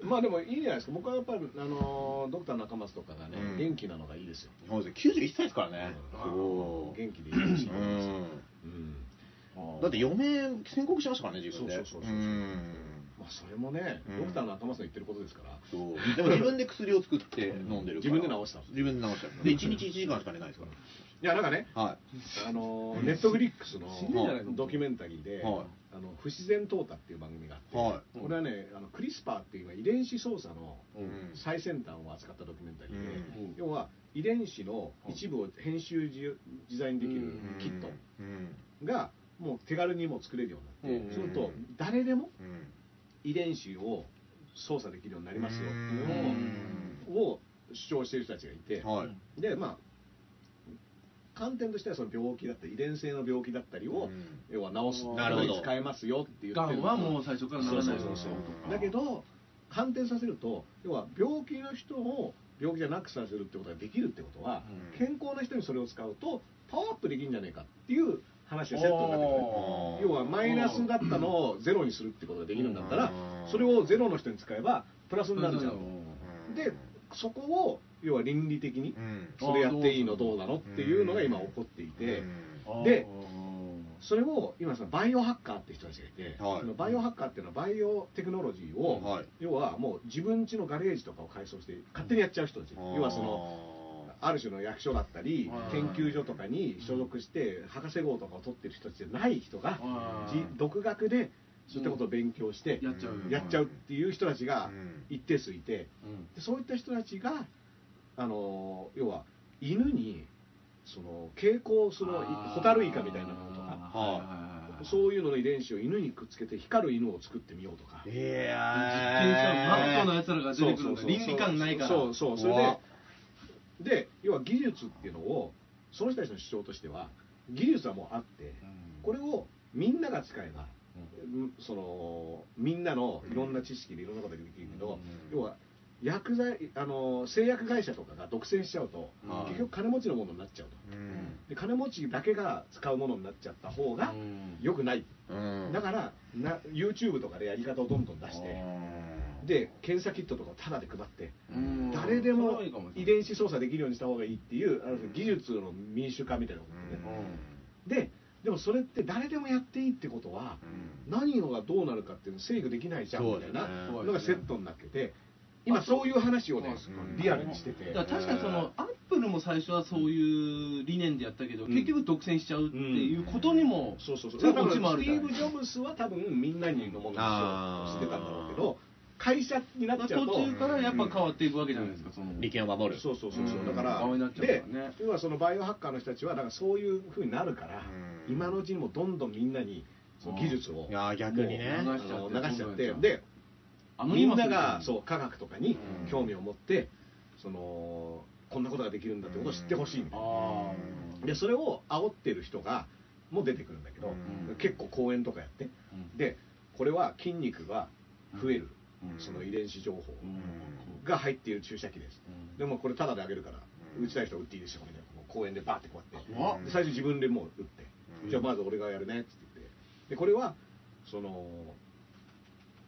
Speaker 4: まあでもいいじゃないですか僕はやっぱりあのードクター中松とかがね、
Speaker 2: うん
Speaker 4: 元気なのがいいですよ
Speaker 2: 日本人91歳ですからね。
Speaker 4: うん
Speaker 2: おー
Speaker 4: 元気でいいです
Speaker 2: う
Speaker 4: よ、
Speaker 2: ん。
Speaker 4: うん
Speaker 2: だって余命宣告しましたからね、自分で。
Speaker 4: そうそうそうそう
Speaker 2: うん
Speaker 4: まあそれもね、
Speaker 2: うん
Speaker 4: ドクター中松の言ってることですから
Speaker 2: そうでも自分で薬を作って飲んでるから
Speaker 4: 自分で治した
Speaker 2: 自分で治したで1日1時間しか寝ないですか
Speaker 4: いやなんかね
Speaker 2: らは
Speaker 4: あのネットフリックスの
Speaker 3: 死ぬんじゃないの
Speaker 4: ドキュメンタリー
Speaker 2: い
Speaker 4: で、
Speaker 2: は
Speaker 4: あの不自然淘汰っていう番組があって、
Speaker 2: は
Speaker 4: これはねあのクリスパーっていう今遺伝子操作の
Speaker 2: いうん
Speaker 4: 最先端を扱ったドキュメンタリーで、
Speaker 3: うん
Speaker 4: 要は遺伝子の一部を編集自自在にできるキット
Speaker 2: うん
Speaker 4: がもう手軽にもう作れるようになって、
Speaker 2: うん
Speaker 4: すると誰でも
Speaker 2: うん
Speaker 4: 遺伝子を操作できるようになりますよっていう
Speaker 2: う
Speaker 4: のをを主張している人たちがいて、
Speaker 2: はい
Speaker 4: でまあ観点としてはその病気だったり遺伝性の病気だったりを、
Speaker 2: うん
Speaker 4: 要は治すこ
Speaker 2: なる
Speaker 4: と
Speaker 2: ほど
Speaker 4: に使えますよっていう
Speaker 3: がんはも
Speaker 4: う
Speaker 3: う最初からな
Speaker 4: そう
Speaker 3: ら
Speaker 4: そ
Speaker 3: な
Speaker 4: う
Speaker 3: い
Speaker 4: そうそう
Speaker 2: うん
Speaker 4: だけど反転させると要は病気の人を病気じゃなくさせるってことができるってことは、
Speaker 2: うん
Speaker 4: 健康な人にそれを使うとパワーアップできるんじゃないかっていう話がセットになってくる
Speaker 2: おー
Speaker 4: 要はマイナスだったのをゼロにするってことができるんだったら
Speaker 2: うん
Speaker 4: それをゼロの人に使えばプラスになるじゃん
Speaker 2: うん
Speaker 4: でそこを要は倫理的に
Speaker 2: うん
Speaker 4: それやっていいのどうなのっていうのが今起こっていて
Speaker 2: うん
Speaker 4: でそれを今そのバイオハッカーって人たちがいて、
Speaker 2: はい
Speaker 4: そのバイオハッカーっていうのはバイオテクノロジーを、
Speaker 2: はい
Speaker 4: 要はもう自分家のガレージとかを改装して勝手にやっちゃう人たち、要はそのある種の役所だったり
Speaker 3: はい
Speaker 4: 研究所とかに所属して博士号とかを取ってる人たちじゃない人がじ独学でそういったことを勉強して
Speaker 3: やっちゃう
Speaker 2: うん
Speaker 4: やっちゃうっていう人たちが
Speaker 2: うん
Speaker 4: 一定数いてでそういった人たちがあの要は犬にその蛍光するいホタルイカみたいなものとか
Speaker 3: はい
Speaker 4: そういうのの遺伝子を犬にくっつけて光る犬を作ってみようとか
Speaker 2: い
Speaker 3: 実験したらマッ
Speaker 2: や
Speaker 3: トの
Speaker 2: ー
Speaker 3: やつらが出てくるんだ倫理観ないから
Speaker 4: そうそうそれ
Speaker 2: うわ
Speaker 4: でで要は技術っていうのをその人たちの主張としては技術はもうあってこれをみんなが使えば、うんそのみんなのいろんな知識でいろんなことができるけど、
Speaker 2: うん
Speaker 4: 要は薬剤あの製薬会社とかが独占しちゃうと、
Speaker 2: うん
Speaker 4: 結局金持ちのものになっちゃうと
Speaker 2: うん
Speaker 4: で金持ちだけが使うものになっちゃった方が良くない、
Speaker 2: うん
Speaker 4: だからな YouTube とかでやり方をどんどん出して、
Speaker 2: うん
Speaker 4: で検査キットとかをタダで配って
Speaker 2: うん
Speaker 4: 誰でも遺伝
Speaker 3: 子
Speaker 4: 子操作できるようにした方がいいっていうあの技術の民主化みたいなこ
Speaker 2: う
Speaker 4: とね、
Speaker 2: ん
Speaker 4: ででもそれって誰でもやっていいってことは
Speaker 2: うん
Speaker 4: 何のがどうなるかっていうの制御できないじゃん
Speaker 2: そ
Speaker 4: み
Speaker 2: うだ
Speaker 4: た
Speaker 2: よ
Speaker 4: い
Speaker 2: ね
Speaker 4: なのがセットになってて今そういう話をね
Speaker 2: うん
Speaker 4: リアルにしてて
Speaker 3: だから確かにそのアップルも最初はそういう理念でやったけど、
Speaker 4: うん
Speaker 3: 結局独占しちゃうっていうことにも、
Speaker 4: そうそうそう
Speaker 3: そ
Speaker 4: だ
Speaker 3: う
Speaker 4: から
Speaker 3: こ
Speaker 4: ス
Speaker 3: っ
Speaker 4: テ
Speaker 3: ちもあるじゃ
Speaker 4: ィ
Speaker 3: ない
Speaker 4: ーブ・ジョブズは多分みんなにのものをしてたんだろうけど会社にな
Speaker 3: だか
Speaker 4: っち
Speaker 3: ら
Speaker 4: ゃうと
Speaker 3: 途中からやっぱ変わっていくわけじゃないですか、その
Speaker 2: 利権を守る
Speaker 4: そうそうそうそううんだから
Speaker 3: 顔になっちゃうから
Speaker 4: で
Speaker 3: ね
Speaker 4: 要はそのバイオハッカーの人たちはだからそういうふうになるから
Speaker 2: うん
Speaker 4: 今のうちにもどんどんみんなにその技術を
Speaker 2: いやー逆にね
Speaker 4: もう
Speaker 3: 流しちゃって
Speaker 4: あの流しちゃって
Speaker 3: どんどんやっ
Speaker 4: で
Speaker 3: あ
Speaker 4: みんなが
Speaker 3: う
Speaker 4: そう科学とかに
Speaker 2: うん
Speaker 4: 興味を持ってそのこんなことができるんだってことを知ってほしいみたいな
Speaker 3: あ
Speaker 4: でそれを煽ってる人がもう出てくるんだけど
Speaker 2: うん
Speaker 4: 結構講演とかやって
Speaker 3: ー
Speaker 4: でこれは筋肉が増える
Speaker 2: うん
Speaker 4: その遺伝子情報
Speaker 3: うん
Speaker 4: が入っている注射器です
Speaker 3: うん
Speaker 4: でもこれタダであげるから
Speaker 2: うん
Speaker 4: 打ちたい人は打っていいですよみたいなこう公園でバーってこうやって
Speaker 2: 怖っ
Speaker 4: で最初自分でもう打って、
Speaker 2: うん
Speaker 4: じゃあまず俺がやるねって言ってでこれはその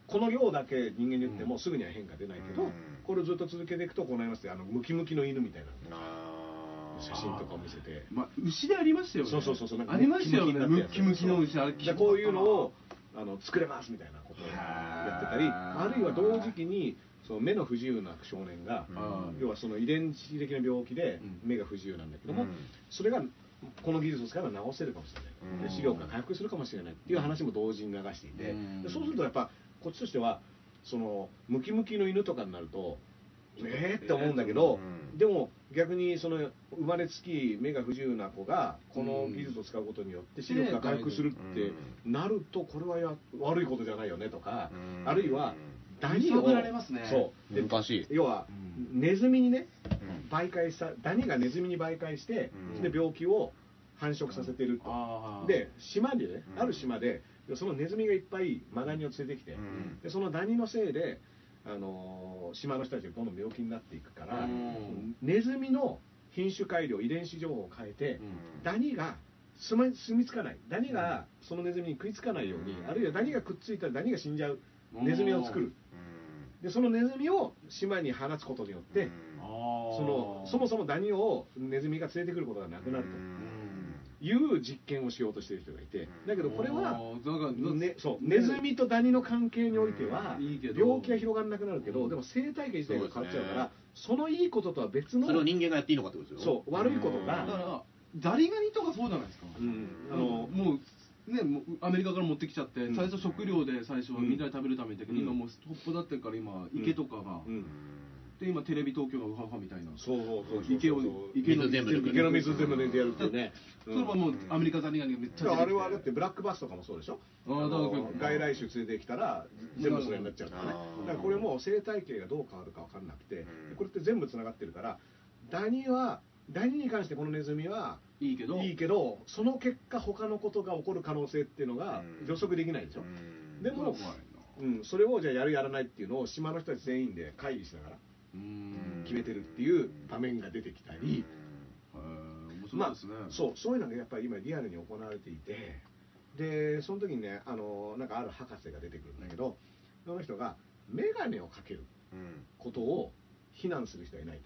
Speaker 4: この量だけ人間に打ってもすぐには変化出ないけど、
Speaker 2: うん
Speaker 4: これをずっと続けていくとこうなりますってあのムキムキの犬みたいな写真とかを見せて
Speaker 3: まあ、牛でありましたよね
Speaker 4: そうそうそうそうなんか
Speaker 3: ありましたよねム
Speaker 4: ム
Speaker 3: ッキ
Speaker 4: キ
Speaker 3: ム
Speaker 4: ム
Speaker 3: キ
Speaker 4: キ
Speaker 3: の
Speaker 4: の
Speaker 3: 牛あれ
Speaker 4: じゃあこういうのをあの作れますみたいなことをやってたり
Speaker 2: へー
Speaker 4: あるいは同時期にその目の不自由な少年が、
Speaker 3: あー
Speaker 4: 要はその遺伝子的な病気で
Speaker 3: うん
Speaker 4: 目が不自由なんだけども、
Speaker 2: うん
Speaker 4: それがこの技術を使えば治せるかもしれない、
Speaker 2: うん
Speaker 4: で視力が回復するかもしれないっていう話も同時に流していて、
Speaker 3: うん
Speaker 4: でそうするとやっぱこっちとしてはそのムキムキの犬とかになるとえーって思うんだけど、
Speaker 2: うん
Speaker 4: でも逆にその生まれつき目が不自由な子がこの技術を使うことによって視力が回復するってなるとこれはや悪いことじゃないよねとか、
Speaker 2: うん
Speaker 4: あるいはダニ
Speaker 3: 揺
Speaker 4: を
Speaker 3: さぶられますね
Speaker 4: そうで
Speaker 2: 難しい
Speaker 4: 要は
Speaker 3: う
Speaker 4: ネズミにね
Speaker 2: うん
Speaker 4: 媒介したダニがネズミに媒介して、
Speaker 2: うん
Speaker 4: で病気を繁殖させてると、
Speaker 3: あー
Speaker 4: で島でね、
Speaker 2: うん
Speaker 4: ある島でそのネズミがいっぱいマダニを連れてきて、
Speaker 2: うん
Speaker 4: でそのダニのせいで、あのー島の人たちがどんどん病気になっていくから、
Speaker 3: うん
Speaker 4: ネズミの品種改良遺伝子情報を変えて、
Speaker 2: うん
Speaker 4: ダニが住ま住みつかないダニがそのネズミに食いつかないように、
Speaker 2: うん
Speaker 4: あるいはダニがくっついたらダニが死んじゃう
Speaker 3: うん
Speaker 4: ネズミを作る
Speaker 2: うん
Speaker 4: でそのネズミを島に放つことによって、
Speaker 2: あ
Speaker 4: そのそもそもダニをネズミが連れてくることがなくなるという実験をしようとしている人がいてだけどこれは
Speaker 3: おーだから
Speaker 4: ね、そうネズミとダニの関係においては
Speaker 3: うんいいけど
Speaker 4: 病気が広がらなくなるけどでも生態系自体が変わっちゃうからそのいいこととは別の
Speaker 2: それを人間がやっていいのかってことですよ
Speaker 4: そう悪いこと
Speaker 3: だ
Speaker 4: が
Speaker 3: からザリガニとかそうじゃないですか、
Speaker 4: うん
Speaker 3: あ
Speaker 4: あ
Speaker 3: の
Speaker 4: の
Speaker 3: もうねもうアメリカから持ってきちゃって、
Speaker 4: うん
Speaker 3: 最初食料で最初はみんなで食べるためだけど、
Speaker 4: うん
Speaker 3: 今もうストップだってるから今池とかが、
Speaker 4: うん
Speaker 3: で今テレビ東京がウハウハみたいな
Speaker 4: そうそうそうそう
Speaker 3: 池を池の
Speaker 2: 水全部抜く
Speaker 4: 池の水全部抜いてやるっていうね
Speaker 3: それはもうアメリカザリガニがめっちゃ出てきて
Speaker 4: あれはだってブラックバスとかもそうでしょ
Speaker 3: あーだから
Speaker 4: あの外来種連れてきたら全部それになっちゃうからね
Speaker 2: うん
Speaker 4: だからこれも生態系がどう変わるか分かんなくて
Speaker 2: うん
Speaker 4: これって全部つながってるからダニはダニに関してこのネズミはい
Speaker 3: いけど
Speaker 4: いいけどその結果他のことが起こる可能性っていうのが
Speaker 2: うん
Speaker 4: 予測できないでしょ、で
Speaker 3: でも
Speaker 4: も、うん、それをじゃあやるやらないっていうのを島の人たち全員で会議しながら
Speaker 3: うん
Speaker 4: 決めてるっていう場面が出てきたり、
Speaker 3: へー面
Speaker 4: ま
Speaker 3: 白い
Speaker 4: あ
Speaker 3: ですね、
Speaker 4: そうそういうのがやっぱり今リアルに行われていてでその時にねあのなんかある博士が出てくるんだけどその人が眼鏡をかけることを非難する人はいないと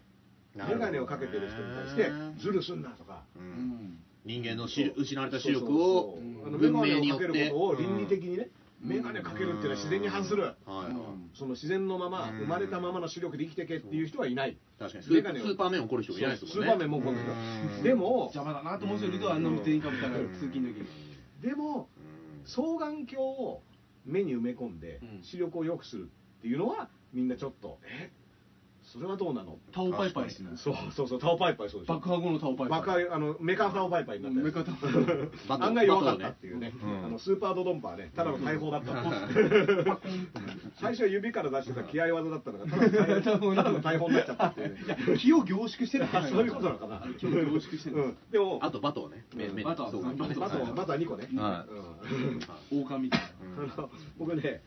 Speaker 4: 眼鏡をかけてる人に対してズルすんなとか
Speaker 3: う
Speaker 2: うん
Speaker 3: ん
Speaker 2: 人間の視力失われた視力
Speaker 4: そう
Speaker 2: を
Speaker 4: そうそうあの
Speaker 2: 文
Speaker 4: 眼
Speaker 2: 明に
Speaker 4: 鏡
Speaker 2: よ
Speaker 4: を
Speaker 2: っ
Speaker 4: か
Speaker 2: て
Speaker 4: けることを倫理的にね
Speaker 3: うん
Speaker 4: 眼鏡をかけるっていうのは自然に反する
Speaker 2: はいはい
Speaker 3: うん
Speaker 4: その自然のまま
Speaker 2: うん
Speaker 4: 生まれたままの視力で生きてけっていう人はいない
Speaker 2: 確かにス
Speaker 4: メ
Speaker 2: ー
Speaker 4: ガネを
Speaker 2: スーパーメン怒る人がいないですもんね
Speaker 4: スーパーメンもこんな
Speaker 2: うん
Speaker 4: でも
Speaker 3: 邪魔だなと思う人いるとあんな運転以下みたいな通勤の時
Speaker 4: でも
Speaker 2: うん
Speaker 4: 双眼鏡を目に埋め込んで
Speaker 3: うん
Speaker 4: 視力を良くするっていうのはみんなちょっとえそれはどうなの
Speaker 3: タオパイパイしない
Speaker 4: そうそうそうタオパイパイそうでしょ
Speaker 3: 爆破後のタオパイパイ
Speaker 4: 爆破あのメカタオパイパイになったやつ
Speaker 3: メカタオパイ
Speaker 2: バト
Speaker 4: 案外弱かったっていうね
Speaker 2: バトルねうん
Speaker 4: あのスーパードドンパーねただの大砲だった 最初は指から出してた気合い技だったのがただの大砲ただの大砲になっちゃったっていうね
Speaker 3: 気を凝縮してる
Speaker 4: あそういうことなのかな
Speaker 3: 気を凝縮してるん
Speaker 4: う
Speaker 3: で
Speaker 4: んでも
Speaker 2: あとバトーね目目
Speaker 3: バトー
Speaker 2: そう
Speaker 3: バトー
Speaker 4: バトバトは2個ね
Speaker 2: は
Speaker 4: うん
Speaker 3: す王冠みたいな
Speaker 2: う
Speaker 4: あ
Speaker 2: ん
Speaker 4: の僕ね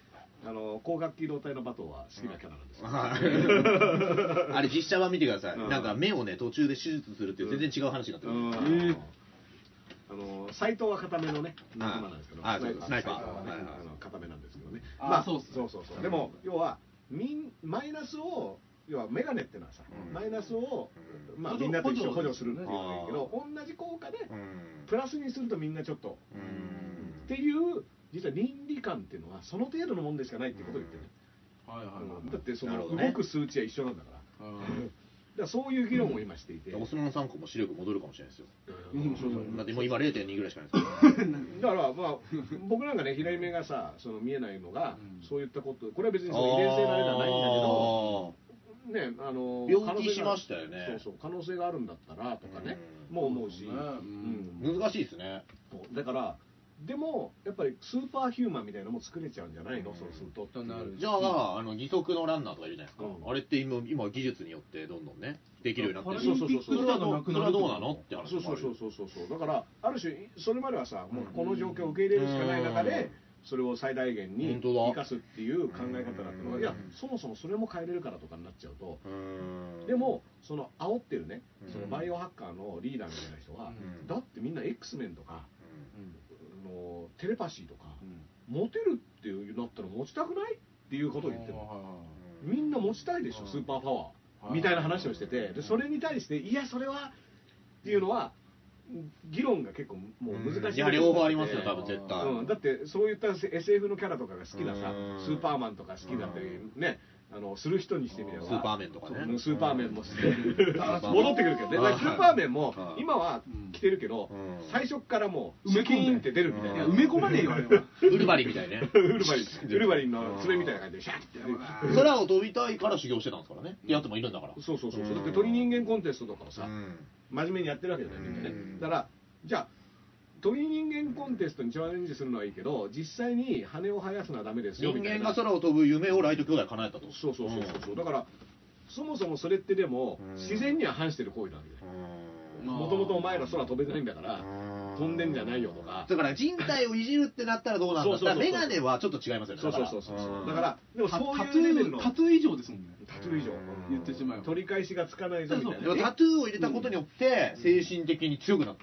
Speaker 4: あの光学機動隊のバトンは好きなキャラなんですよ、
Speaker 2: はいあれ実写版見てください
Speaker 4: うん
Speaker 2: なんか目をね途中で手術するっていう全然違う話になってる
Speaker 4: うん
Speaker 2: は
Speaker 3: えー
Speaker 4: あの斎藤は固めのね仲間なんですけど、
Speaker 2: はいあそうスナイパー
Speaker 4: 斎藤はね
Speaker 2: はいはい
Speaker 4: あの固めなんですけどね
Speaker 3: あそうっすね
Speaker 4: そうそうそうでも要はみんマイナスを要はメガネってのはさ、
Speaker 2: うん
Speaker 4: マイナスを、まあ、
Speaker 3: 補助
Speaker 4: みんなと一緒に補助するっていうのがいいけど
Speaker 2: 補
Speaker 4: 同じ効果で
Speaker 2: うん
Speaker 4: プラスにするとみんなちょっと、
Speaker 2: う
Speaker 4: っ
Speaker 2: ん
Speaker 4: ていう実は倫理観っていうのはその程度のもんでしかないっていうことを言ってる、
Speaker 3: はいは
Speaker 4: う
Speaker 3: い
Speaker 4: んだってそ
Speaker 2: なる
Speaker 4: の
Speaker 2: ほどね
Speaker 4: 動く数値は一緒なんだから、
Speaker 3: はい
Speaker 4: だからそういう議論を今していて、
Speaker 2: オスマン3個も視力戻るかもしれないですよ
Speaker 4: うん
Speaker 3: そうそう
Speaker 2: だってもう今0.2ぐらいしかないで すから
Speaker 4: だからまあ僕なんかね左目がさその見えないのが、
Speaker 3: うん
Speaker 4: そういったことこれは別にその遺伝性のあれではないんだけどねあの
Speaker 2: 病気しましたよね
Speaker 4: 可能性がそうそう可能性があるんだったらとかね、もう思うし、
Speaker 3: うん
Speaker 4: う
Speaker 2: あー
Speaker 4: ん
Speaker 2: 難しいですね
Speaker 4: そうだからでもやっぱりスーパーヒューマンみたいなのも作れちゃうんじゃないの、そうすると
Speaker 3: となる
Speaker 2: じゃああの義足のランナーとかいるじゃないですか
Speaker 4: うん
Speaker 2: あれって今今技術によってどんどんねできるようになって
Speaker 3: パ
Speaker 2: る
Speaker 3: ラリンピッ
Speaker 4: そ
Speaker 3: ク
Speaker 4: れ
Speaker 3: とかがな
Speaker 2: そ
Speaker 3: くなる
Speaker 2: れはどうなのって話
Speaker 4: そう
Speaker 2: も
Speaker 4: そ
Speaker 2: あ
Speaker 4: う
Speaker 2: る
Speaker 4: そうそうそうそうだからある種それまではさもうこの状況を受け入れるしかない中
Speaker 2: う
Speaker 4: で
Speaker 2: ん
Speaker 4: それを最大限に
Speaker 2: 本当だ
Speaker 4: 生かすっていう考え方だった
Speaker 2: う
Speaker 4: のが
Speaker 2: ん
Speaker 4: いやそもそもそれも変えれるからとかになっちゃうと
Speaker 2: うん
Speaker 4: でもその煽ってるね
Speaker 2: うん
Speaker 4: そのバイオハッカーのリーダーみたいな人は
Speaker 2: うん
Speaker 4: だってみんな X メンとかあのテレパシーとか
Speaker 3: う
Speaker 4: モテるっていうなったら持ちたくないっていうことを言ってるの
Speaker 2: うん
Speaker 4: みんな持ちたいでしょスーパーパワーみたいな話をしててでそれに対していやそれはっていうのは議論が結構もう難しい
Speaker 2: いや両方ありますよ多分絶対
Speaker 4: うん、だってそういった SF のキャラとかが好きなさ
Speaker 2: うん
Speaker 4: スーパーマンとか好きだったりねあのする人にしてみれば
Speaker 2: スーパーメンとかね
Speaker 4: そうスーパーメンもして
Speaker 2: ーパーメン
Speaker 4: 戻ってくるけどねだからスーパーメンも
Speaker 2: はい
Speaker 4: 今は来てるけど
Speaker 2: うん
Speaker 4: 最初っからもう
Speaker 3: 埋め
Speaker 4: ス
Speaker 3: 込んで
Speaker 4: キーンって出るみたい
Speaker 3: い
Speaker 4: な
Speaker 3: や埋め込まねえよあれは
Speaker 2: ウルバリンみたいね
Speaker 4: ウルバリンウルバリンの爪みたいな感じでシャッて
Speaker 2: 空を飛びたいから修行してたんですからねってやつもいるんだから
Speaker 4: そうそうそうそう
Speaker 2: うん
Speaker 4: だって鳥人間コンテストとかをさ、
Speaker 2: うん
Speaker 4: 真面目にやってるわけじゃないみんなね
Speaker 2: うん
Speaker 4: だからじゃあ鳥人間コンテストにチャレンジするのはいいけど実際に羽を生やすのはダメですよ
Speaker 2: 人
Speaker 4: みたい
Speaker 2: 間
Speaker 4: な
Speaker 2: が空を飛ぶ夢をライト兄弟は叶えたと
Speaker 4: そうそうそうそうそうだからそもそもそれってでも
Speaker 2: うん
Speaker 4: 自然には反してる行為なわけだよ
Speaker 2: うん
Speaker 3: まあ
Speaker 4: もともとお前ら空飛べてないんだから
Speaker 2: うん
Speaker 4: 飛んでんじゃないよとか
Speaker 2: だから人体をいじるってなったらどうなんだ
Speaker 4: そうそうそうそ
Speaker 2: だか
Speaker 4: う
Speaker 2: らメガネはちょっと違いますよね
Speaker 4: そうそう
Speaker 2: だ
Speaker 4: そうそう
Speaker 2: から
Speaker 4: だからでも
Speaker 3: タ
Speaker 4: そう
Speaker 3: タト
Speaker 4: いうレベル
Speaker 3: ゥ
Speaker 4: の
Speaker 3: ー
Speaker 4: タ
Speaker 3: タトゥー以上ですもんね
Speaker 4: トゥー以上
Speaker 2: うん
Speaker 3: 言ってしまえば
Speaker 4: 取り返しがつかないぞみたいな
Speaker 2: でもタトゥーを入れたことによって精神的に強くなった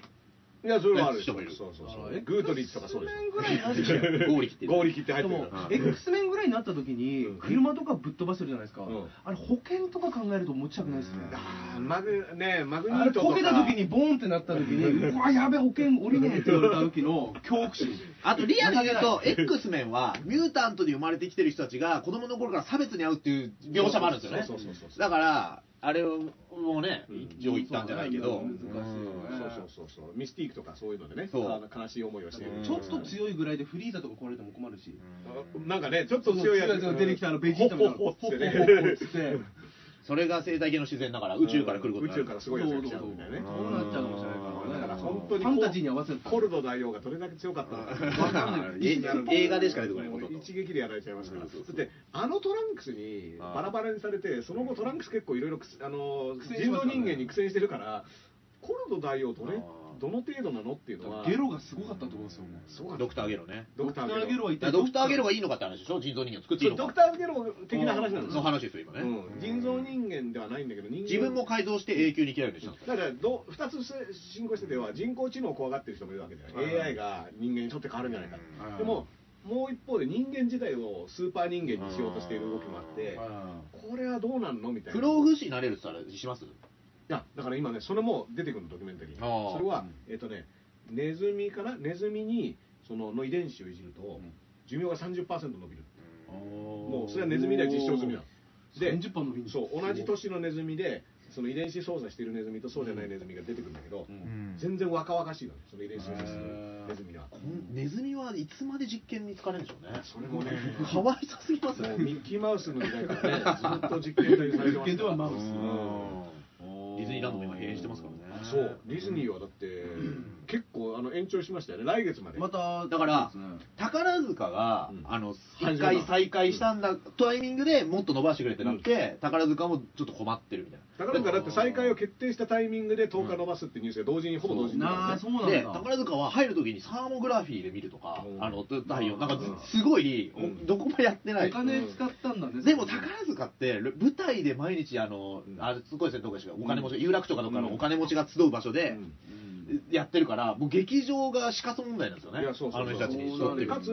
Speaker 4: いやそれはあるでし
Speaker 2: 人
Speaker 4: ょ
Speaker 2: もいる
Speaker 4: そうそうそ
Speaker 3: あ
Speaker 4: うグートリッチとかそうでしょ
Speaker 3: ぐらいなんですよ
Speaker 2: 合力っていう
Speaker 4: 合力って入
Speaker 3: で
Speaker 4: ってる
Speaker 3: も
Speaker 4: から
Speaker 2: うん
Speaker 3: X メンぐら害になった時に
Speaker 4: うん
Speaker 3: 車とかぶっ飛ばしてるじゃないですか、
Speaker 4: うん
Speaker 3: あれ保険とか考えると持ちたくないですね、
Speaker 4: あーマグねマグニ
Speaker 3: あれ
Speaker 4: ートとか
Speaker 3: こけた時にボーンってなった時にうわやべ保険降りねえって言われた時の恐怖心
Speaker 2: あとリアルに言うと、X メンは、ミュータントに生まれてきてる人たちが、子供の頃から差別に遭うっていう描写もあるんですよね
Speaker 4: そう。そうそうそう
Speaker 2: だから、あれをもうね
Speaker 4: うん、
Speaker 2: 一応言ったんじゃないけど、
Speaker 3: 難しいよね
Speaker 2: うん
Speaker 4: そうそうそうそうミスティークとかそういうのでね
Speaker 2: そう
Speaker 4: あの悲しい思いをしてる
Speaker 2: うん
Speaker 3: ちょっと強いぐらいでフリーザとか壊れても困るし、
Speaker 4: なんかねちょっと強いやつ
Speaker 3: が出てきたあのベジータみたいな
Speaker 4: ほっほっほっつってね
Speaker 3: ほっほっほっつって
Speaker 2: それが生態系の自然だから、宇宙から来ること
Speaker 4: 宇宙からすごいやつが来ちゃうみたいなね
Speaker 3: そうそうそうなっちゃうかもしれないから
Speaker 4: だ
Speaker 3: ね
Speaker 4: から本当に
Speaker 3: ファンタジーに合わせる
Speaker 4: コルド大王がどれだけ強かったのかわかんない
Speaker 2: え映画でしか出てこないこと
Speaker 4: 一撃でやられちゃいますから
Speaker 2: うんそうそう
Speaker 4: だってあのトランクスに
Speaker 2: あー
Speaker 4: バラバラにされてその後トランクス結構いろいろくすあの
Speaker 3: 苦戦し
Speaker 4: 人
Speaker 3: まし
Speaker 4: 造
Speaker 3: たね
Speaker 4: 人間に苦戦してるからコルド大王どれ
Speaker 2: あー
Speaker 4: どの程度なのっていうのは
Speaker 3: ゲロがすごかったと思うんですよね
Speaker 4: すごかった
Speaker 2: ドクターゲロね。
Speaker 4: ドクターゲロ
Speaker 3: は
Speaker 2: だからドクターゲロがいいのかって話でしょ人造人間を作っていいのか。
Speaker 4: ドクターゲロ的な話なんです
Speaker 2: の
Speaker 4: よ
Speaker 2: 話ですよ、今ね。
Speaker 4: うん人造人間ではないんだけど人間
Speaker 2: 自分も改造して永久に生きられるようにしたんです
Speaker 4: だからど2つ進行してては人工知能を怖がってる人もいるわけじゃない、
Speaker 2: うん
Speaker 4: AI が人間にとって変わるんじゃないか、
Speaker 3: うん
Speaker 4: でももう一方で人間自体をスーパー人間にしようとしている動きもあって、これはどうなんのみたいな
Speaker 2: 不老不死になれるって言ったらします
Speaker 4: いやだから今ねそれも出てくるのドキュメンタリーに
Speaker 2: あー
Speaker 4: それは、
Speaker 3: うん
Speaker 4: えっ、とねネズミからネズミにそのの遺伝子をいじると
Speaker 3: うん
Speaker 4: 寿命が30%伸びる、も
Speaker 3: も
Speaker 4: うそれはネズミでは実証済みなので
Speaker 3: 30パー伸びる
Speaker 4: そう同じ年のネズミでその遺伝子操作しているネズミとそうじゃないネズミが出てくるんだけど、全然若々しいのね、その遺伝子操作す
Speaker 3: へ
Speaker 4: る
Speaker 3: ー
Speaker 4: ネズミは。
Speaker 2: こんネズミはいつまで実験に使われるんでしょうね。
Speaker 4: それもね、
Speaker 2: かわいそうすぎます
Speaker 4: も
Speaker 2: ね
Speaker 4: う。ミッキーマウスの時代 からね、ずっと実験台でされてま
Speaker 3: 実験
Speaker 4: し
Speaker 3: で
Speaker 4: た
Speaker 3: はマウス
Speaker 2: ディズニーランドも今閉園してますからね。
Speaker 4: そう、ディズニーはだって、結構あの延長しましたよね、来月まで。
Speaker 3: また
Speaker 2: だから
Speaker 3: そうですね
Speaker 2: 宝塚が、
Speaker 4: うん
Speaker 2: あの
Speaker 4: 廃
Speaker 2: 一
Speaker 4: 止だな
Speaker 2: 回再開したんだ、タイミングでもっと伸ばしてくれってなって、宝塚もちょっと困ってるみたいな。
Speaker 4: だからだって再開を決定したタイミングで10日延ばすってニュースが同時に、ほぼ同時に出た
Speaker 3: な
Speaker 4: の
Speaker 3: あ
Speaker 4: ね。
Speaker 3: そうなんだ
Speaker 2: で宝塚は入る時にサーモグラフィーで見るとか、
Speaker 4: うん
Speaker 2: あの太陽なんか
Speaker 4: うん
Speaker 2: すごい、
Speaker 4: うん
Speaker 2: どこもやってない
Speaker 3: お金使ったんだね
Speaker 2: でも宝塚って舞台で毎日あの、
Speaker 4: うん
Speaker 2: あれすごいですねどこかしかお金持ち、有楽町かどっかのお金持ちが集う場所で、
Speaker 4: うん
Speaker 3: うん
Speaker 2: やってるからもう劇場が死活問題なんですよね
Speaker 4: いやそうそうそう
Speaker 2: あの人たちに
Speaker 3: そう
Speaker 2: そ
Speaker 3: なん
Speaker 2: うって
Speaker 3: だ
Speaker 2: る
Speaker 4: か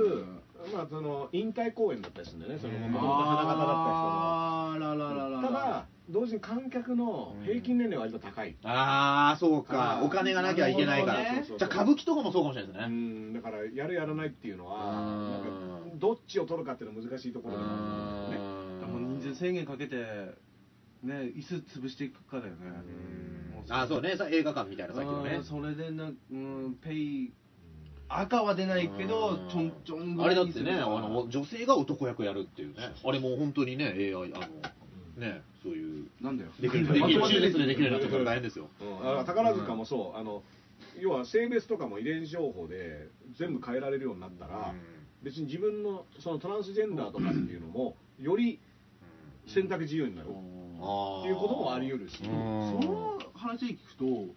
Speaker 4: つ、まあ、その引退公演だったりするんだよね、その
Speaker 2: うん
Speaker 4: 元々花形だった人の。
Speaker 3: あららららら
Speaker 4: ただ、同時に観客の平均年齢は割と高い。
Speaker 2: ああそうか
Speaker 4: あー
Speaker 2: お金がなきゃいけないから、
Speaker 3: なるほどね
Speaker 2: じゃあ歌舞伎とかもそうかもしれないですね、
Speaker 4: うん、だからやるやらないっていうのは、
Speaker 2: う
Speaker 4: なん
Speaker 2: ん
Speaker 4: かどっちを取るかっていうのは難しいところだなと思うんですよね。
Speaker 3: でも人数制限かけてね椅子潰していくかだよねも
Speaker 2: あーそうねさ映画館みたいなさっきのね
Speaker 3: うんそれでなうんペイ赤は出ないけど
Speaker 2: うん
Speaker 3: ちょんちょんぐ
Speaker 2: あれ
Speaker 3: らい
Speaker 2: だっ
Speaker 3: に
Speaker 2: て
Speaker 3: するか
Speaker 2: ねあ
Speaker 3: ら
Speaker 2: の女性が男役やるっていうねあれもう本当にね AI あのねそういう
Speaker 3: なんだよ
Speaker 2: できるできる手術でできるようになったら大変ですよ
Speaker 4: うんだから宝塚もそう、あの要は性別とかも遺伝子情報で全部変えられるようになったら、別に自分のそのトランスジェンダーとかっていうのも、より選択自由になるっていうこともあり得るし、
Speaker 3: その話で聞くと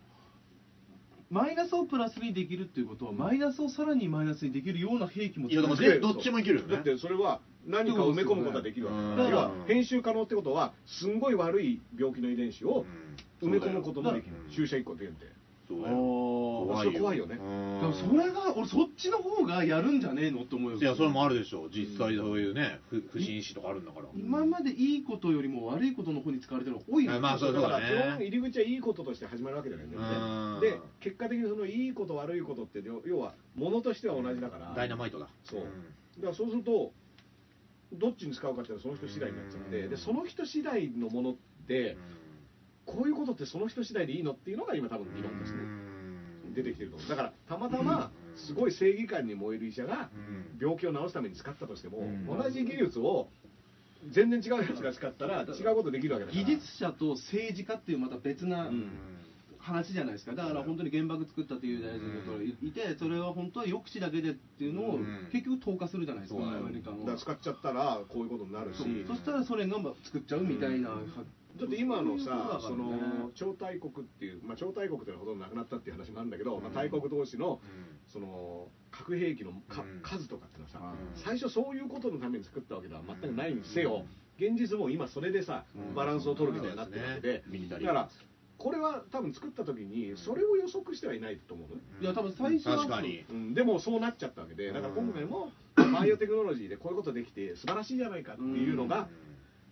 Speaker 3: マイナスをプラスにできるっていうことはマイナスをさらにマイナスにできるような兵器も
Speaker 2: いやだから
Speaker 4: で
Speaker 2: でどっちもいけるよ
Speaker 4: だっ
Speaker 2: ね
Speaker 4: てそれは何かを埋め込むことができるわけ
Speaker 2: うん
Speaker 4: だから編集可能ってことはすんごい悪い病気の遺伝子を埋め込むこともできる
Speaker 2: うん
Speaker 4: 注射1個で限定
Speaker 2: そうだよ
Speaker 3: あ
Speaker 4: それ怖いよね
Speaker 3: あでもそれが俺そっちの方がやるんじゃねえのって思うよ
Speaker 2: いやそれもあるでしょ実際そういうね不不審死とかあるんだから
Speaker 3: 今までいいことよりも悪いことの方に使われてる方が多いよね
Speaker 2: あまあそう
Speaker 4: だ
Speaker 2: だ
Speaker 4: か
Speaker 2: ね
Speaker 4: ら基本入り口はいいこととして始まるわけじゃないんだよね
Speaker 2: うん
Speaker 4: で結果的にそのいいこと悪いことって要要はものとしては同じだから
Speaker 2: ダイナマイトだ
Speaker 4: そうだからそうするとどっちに使うかっていうのはその人次第になっちゃって
Speaker 2: うん
Speaker 4: でその人次第のものっ
Speaker 2: う
Speaker 4: て
Speaker 2: ん
Speaker 4: こういうことってその人次第でいいのっていうのが今多分議論ですね出てきてると思うだからたまたま
Speaker 2: うん
Speaker 4: すごい正義感に燃える医者が
Speaker 2: うん
Speaker 4: 病気を治すために使ったとしても、
Speaker 2: うん
Speaker 4: 同じ技術を全然違うやつが使ったら違うことできるわけだから
Speaker 3: 技術者と政治家っていうまた別な
Speaker 4: うん
Speaker 3: 話じゃないですかだから本当に原爆作ったっていう大臣がいてそれは本当は抑止だけでっていうのを
Speaker 2: うん
Speaker 3: 結局投下するじゃないですか
Speaker 2: そうだ
Speaker 3: ア
Speaker 2: よ
Speaker 3: メリカ
Speaker 4: だ
Speaker 3: の
Speaker 4: から使っちゃったらこういうことになるし
Speaker 3: そうそしたらソ連がまあ作っちゃうみたいな
Speaker 4: だって今のさ、
Speaker 3: そ
Speaker 4: そう
Speaker 3: いうことだからね
Speaker 4: の超大国っていう、まあ、超大国っていうのはほとんどなくなったっていう話もあるんだけど、まあ、大国同士のその核兵器のか
Speaker 2: うん
Speaker 4: 数とかってのはさ、
Speaker 2: うん
Speaker 4: 最初そういうことのために作ったわけでは全くないにせよ、現実もう今それでさ
Speaker 2: うん
Speaker 4: バランスを取るみたいになってるわ
Speaker 2: そ
Speaker 4: けで
Speaker 2: うですねミリタ、リー
Speaker 4: だからこれは多分作った時にそれを予測してはいないと思うのね、
Speaker 3: いや多分最初は
Speaker 2: 確かに
Speaker 4: うんでもそうなっちゃったわけでだから今回もバイオテクノロジーでこういうことできて素晴らしいじゃないかっていうのが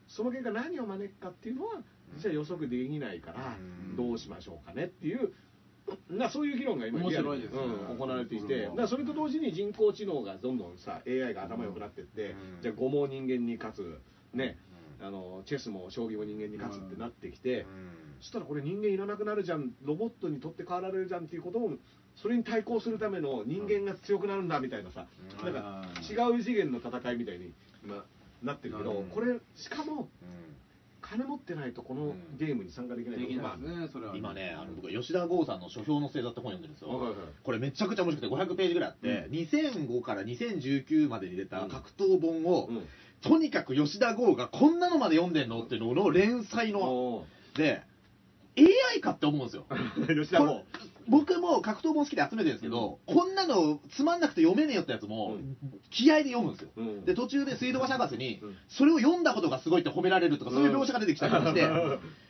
Speaker 4: その結果何を招くかっていうのは実は予測できないから
Speaker 2: うん
Speaker 4: どうしましょうかねっていうなそういう議論が今
Speaker 3: 面
Speaker 4: リア
Speaker 3: 白
Speaker 4: ル
Speaker 3: い
Speaker 4: に
Speaker 3: ですね
Speaker 4: うん行われてい
Speaker 3: それ
Speaker 4: て
Speaker 3: は
Speaker 4: だからそれと同時に人工知能がどんどんさ AI が頭良くなってって
Speaker 2: うん
Speaker 4: じゃあ碁も人間に勝つねあのチェスも将棋も人間に勝つってなってきて、そしたらこれ人間いらなくなるじゃんロボットにとって変わられるじゃんっていうこともそれに対抗するための人間が強くなるんだみたいなさ、
Speaker 2: うん
Speaker 4: なんか違う次元の戦いみたいに今なってるけど、
Speaker 2: うん
Speaker 4: これしかも金持ってないとこのゲームに参加できない
Speaker 3: でき
Speaker 4: と
Speaker 3: な
Speaker 4: か
Speaker 3: いですねそれは
Speaker 2: 今ね、あの僕、吉田剛さんの書評の星座って本読んでるんですよ。
Speaker 4: はいはいはい
Speaker 2: これめちゃくちゃ面白くて、500ページぐらいあって、2005から2019までに出た格闘本を、
Speaker 4: うん
Speaker 2: とにかく吉田剛がこんなのまで読んでんのっていうのの連載の、
Speaker 4: お
Speaker 2: で、AI かって思うんですよ。
Speaker 4: ー 吉田も
Speaker 2: 僕も格闘本好きで集めてるんですけど、こんなのつまんなくて読めねえよってやつも、
Speaker 4: うん
Speaker 2: 気合で読むんですよ、
Speaker 4: うん
Speaker 2: で途中で水道橋博士に、
Speaker 4: うん
Speaker 2: それを読んだことがすごいって褒められるとか、そういう描写が出てきたりとか して、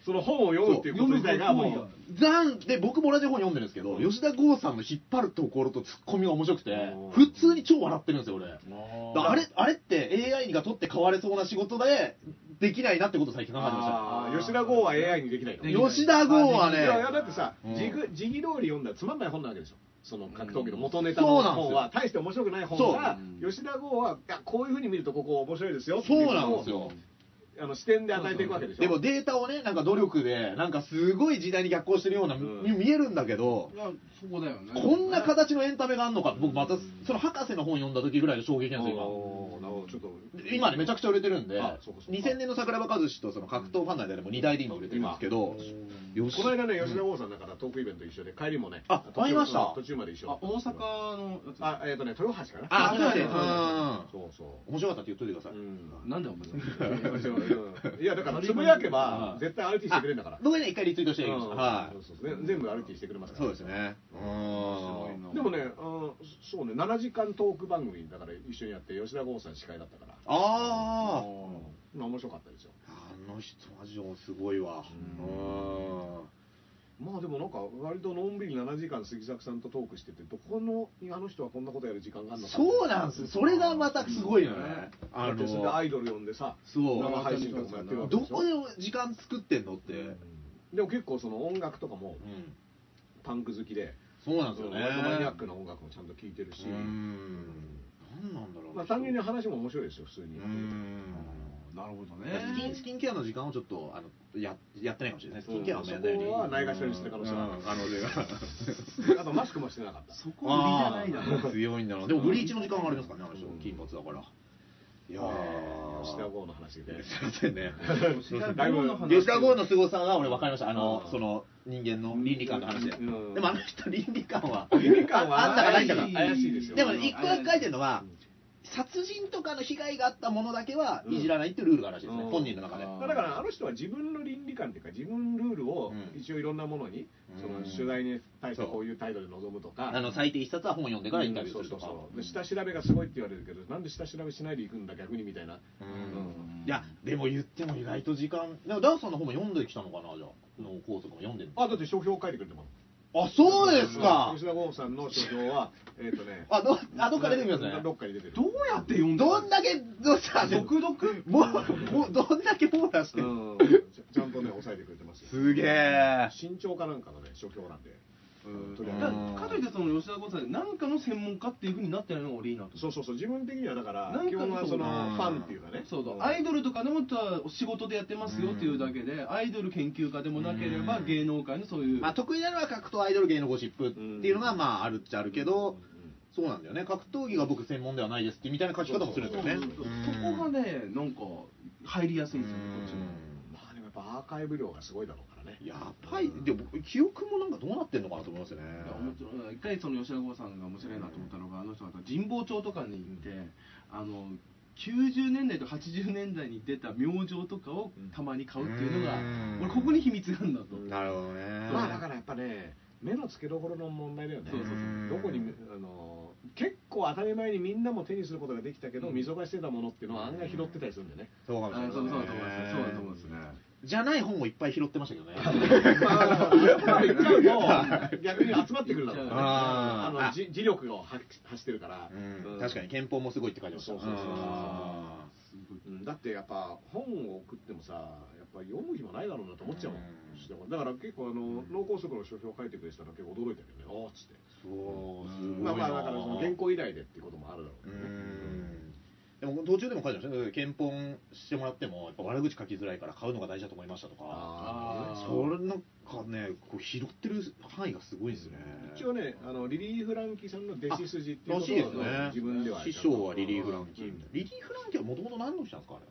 Speaker 4: その本を読むっていうこと自体が
Speaker 3: そう
Speaker 4: も
Speaker 2: ザンで僕も同じ本読んでるんですけど、吉田剛さんの引っ張るところとツッコミが面白くて
Speaker 4: うん、
Speaker 2: 普通に超笑ってるんですよ、俺。
Speaker 4: う
Speaker 2: だあれあれって AI が取って代われそうな仕事でできないなってことを最近考えてま
Speaker 4: あー吉田剛は AI にできないと
Speaker 2: した。吉田剛はね
Speaker 4: い、やいやだってさ、
Speaker 2: うん
Speaker 4: ジグジギ通り読んだらつまんない本なわけでしょその格闘技の元ネタ
Speaker 2: そ
Speaker 4: の
Speaker 2: うなんですよ
Speaker 4: 本は大して面白くない本が
Speaker 3: そう
Speaker 4: 吉田剛はいやこういうふうに見るとここ面白いですよってい
Speaker 2: そう
Speaker 4: のを
Speaker 2: なんですよ。
Speaker 4: あの視点で与えていくわけでしょ
Speaker 2: でもデータをね、なんか努力で、なんかすごい時代に逆行してるような、
Speaker 4: ん
Speaker 2: に見えるんだけど、
Speaker 3: いやそこだよね
Speaker 2: こんな形のエンタメがあるのかって、僕また、その博士の本読んだ時ぐらいの衝撃なんですよ、
Speaker 4: おーなるほどちょっと
Speaker 2: 今。で今ね、めちゃくちゃ売れてるんで、
Speaker 4: あそうかそうか
Speaker 2: 2000年の桜庭和志とその格闘ファンの間でも2台で今売れてるんですけど、よし
Speaker 4: この間ね吉田剛さんだからトークイベント一緒で帰りもね
Speaker 2: あ
Speaker 4: 途中
Speaker 2: 会いました
Speaker 4: うん途中まで一緒
Speaker 3: あ大阪のやつ
Speaker 4: あえっとね豊橋かな
Speaker 2: あ、そうだね、
Speaker 3: うん
Speaker 2: う
Speaker 4: そうそ
Speaker 2: ん。面白かったって言っといてくだ
Speaker 4: う
Speaker 2: さい。
Speaker 4: うん
Speaker 3: なんだよお前
Speaker 4: いやだからつぶやけば絶対 RT してくれるんだから
Speaker 2: 僕ね、一回リツイートして
Speaker 4: う
Speaker 2: いい
Speaker 4: ん
Speaker 2: ですはい
Speaker 4: そうそうね全部 RT してくれます。か
Speaker 2: そう
Speaker 4: ら
Speaker 2: ですね。う
Speaker 3: 面白い
Speaker 2: ん。
Speaker 3: な
Speaker 4: でもね、うんそうね、7時間トーク番組だから一緒にやって、吉田剛さん司会だったから、
Speaker 2: あー
Speaker 4: うんまあ面白かったですよ。
Speaker 2: あの人マジもすごいわ。
Speaker 4: う
Speaker 2: うん。
Speaker 4: まあでもなんか、割とのんびり7時間杉作さんとトークしてて、どこのあの人はこんなことやる時間があるのか
Speaker 2: そうなんですよそれがまたすごいよね。あ
Speaker 4: だってそれでア
Speaker 2: の、
Speaker 4: イドル呼んでさ、
Speaker 2: そ
Speaker 4: 生
Speaker 3: あ
Speaker 4: 配信とかもやってるわ
Speaker 2: う。
Speaker 4: け
Speaker 2: ど
Speaker 4: でしょ
Speaker 2: こで時間作ってんのって。
Speaker 4: う
Speaker 2: うん
Speaker 4: んでも結構その音楽とかもパンク好きで、
Speaker 2: そうなんですよね。
Speaker 4: 割とマニアックな音楽もちゃんと聴いてるし
Speaker 2: う、ん。なんなんだろう。
Speaker 4: まあ単純に話も面白いですよ、普通
Speaker 2: う
Speaker 4: に。
Speaker 2: ん。
Speaker 3: なるほどね
Speaker 2: スキンスキンケアの時間をちょっとあのややってないかもしれないです。スキンケアは
Speaker 4: うん
Speaker 2: やんないよね
Speaker 4: そこはないがしろにしてる可能性がある
Speaker 2: うん可能性が。
Speaker 4: あとマスクもしてなかった。
Speaker 3: そこ
Speaker 2: あ
Speaker 3: 売りじゃないだろ
Speaker 2: ー強いんだなでもブリーチの時間がありますからねあの人
Speaker 4: うん
Speaker 2: 金髪だからいやー
Speaker 4: 吉田剛の話で。
Speaker 2: すい ませんね
Speaker 3: 吉田剛の話
Speaker 2: 吉田剛の凄さが俺分かりましたあの
Speaker 4: うん
Speaker 2: その人間の倫理観の話で
Speaker 4: うん
Speaker 2: でもあの人倫理観は
Speaker 4: 倫理観は
Speaker 2: ああんだかないんだか
Speaker 4: 怪しいですよ
Speaker 2: でも一個だけ書いてるのは
Speaker 4: うん
Speaker 2: 殺人とかの被害があったものだけは
Speaker 4: うん
Speaker 2: いじらないっていうルールがあるらしいですね
Speaker 4: うん
Speaker 2: 本人の中で
Speaker 3: あ
Speaker 4: まあだからあの人は自分の倫理観っていうか自分のルールを
Speaker 2: うん
Speaker 4: 一応いろんなものに、
Speaker 2: うん
Speaker 4: その取材に対してこういう態度で臨むとか、
Speaker 2: あの最低一冊は本読んでからインタビューすると
Speaker 4: う
Speaker 2: か
Speaker 4: んそうそうそうで下調べがすごいって言われるけどなんで下調べしないで行くんだ逆にみたいな、
Speaker 2: うんいやでも言っても意外と時間でもダウさんの方も読んできたのかなじゃあ脳梗塞も読んでる
Speaker 4: あだって書評書いてくれても
Speaker 2: あ、そうですか。
Speaker 4: 吉田剛さんの書評はえっ、とね
Speaker 2: あ、ど、後から出てきますね。
Speaker 4: どっかに出てる
Speaker 3: どうやって読んだ
Speaker 2: どんだけ、どうしたも
Speaker 3: 独読
Speaker 2: う、もう、どんだけ網羅して
Speaker 4: う
Speaker 2: る。
Speaker 4: んちゃんとね抑えてくれてますよ
Speaker 2: すげえ。
Speaker 4: 身長かなんかのね書評なんで
Speaker 3: だからかといってその吉田剛さんなんかの専門家っていうふうになってないのが俺いいなと
Speaker 4: そうそうそう自分的にはだから
Speaker 3: なんか
Speaker 4: 基本はそのフ
Speaker 2: そう
Speaker 4: ァンっていうかね
Speaker 3: そうだ
Speaker 4: ん
Speaker 3: アイドルとかでもた仕事でやってますよっていうだけでアイドル研究家でもなければ
Speaker 2: うん
Speaker 3: 芸能界のそういう
Speaker 2: まあ、得意なのは格闘アイドル芸のゴシップっていうのが、まあ、あるっちゃあるけど、そうなんだよね。格闘技が僕専門ではないですってみたいな書き方もするんですよね。
Speaker 3: そうそうそうそこがねなんか入りやすいんですよこっちも
Speaker 4: まあでもやっぱアーカイブ量がすごいだろうからね
Speaker 2: やばい。でも、記憶もなんかどうなってんのかなと思いますよね。
Speaker 3: いや面白い一回その吉田剛さんが面白いなと思ったのがあの人が神保町とかに行ってあの90年代と80年代に出た明星とかをたまに買うっていうのが
Speaker 2: うん
Speaker 3: 俺ここに秘密があるんだと
Speaker 2: なるほどね。
Speaker 4: まあだからやっぱね目の付けどころの問題だよね
Speaker 3: そうそうそう
Speaker 4: どこにあの結構当たり前にみんなも手にすることができたけど、溝がしてたものっていうのは案外拾ってたりするんでね
Speaker 2: そうかもしれ
Speaker 3: あ
Speaker 2: ない。
Speaker 3: そうそうだと思いますそうだと思いますね
Speaker 2: じゃない本をいっぱい拾ってましたけどね。
Speaker 4: まあ、うまくいっちゃうと、逆に集まってくるだろうね。
Speaker 2: あ
Speaker 4: あ
Speaker 2: ー
Speaker 4: の、じ磁力の発走してるから。
Speaker 2: うん確かに憲法もすごいって書いてました。
Speaker 4: そうそうそうそう
Speaker 2: あ
Speaker 4: うんだってやっぱ本を送ってもさやっぱ読む暇ないだろうなと思っちゃうもん
Speaker 2: うん
Speaker 4: してもだから結構あの脳梗塞の書評を書いてくれてたの結構驚いたけどねおーっつって
Speaker 2: ーそう、すごいな。
Speaker 4: まあまあだからその原稿依頼でっていうこともあるだろう
Speaker 2: う
Speaker 4: けど
Speaker 2: んでも途中でも書いてましたね。憲法してもらっても、やっぱ悪口書きづらいから買うのが大事だと思いましたとか。
Speaker 4: あー
Speaker 3: ー
Speaker 2: それなんかね、こう拾ってる範囲がすごいですね。
Speaker 4: 一応ねあのリリー・フランキーさんの弟子筋っていう
Speaker 2: ら
Speaker 4: こ
Speaker 2: し
Speaker 4: と
Speaker 2: いです
Speaker 4: を
Speaker 2: ね。
Speaker 4: 自分では
Speaker 2: 師匠はリリー・フランキ
Speaker 4: う
Speaker 2: ー
Speaker 4: ん。
Speaker 2: リリー・フランキーはもともと何の人なんですかあれ。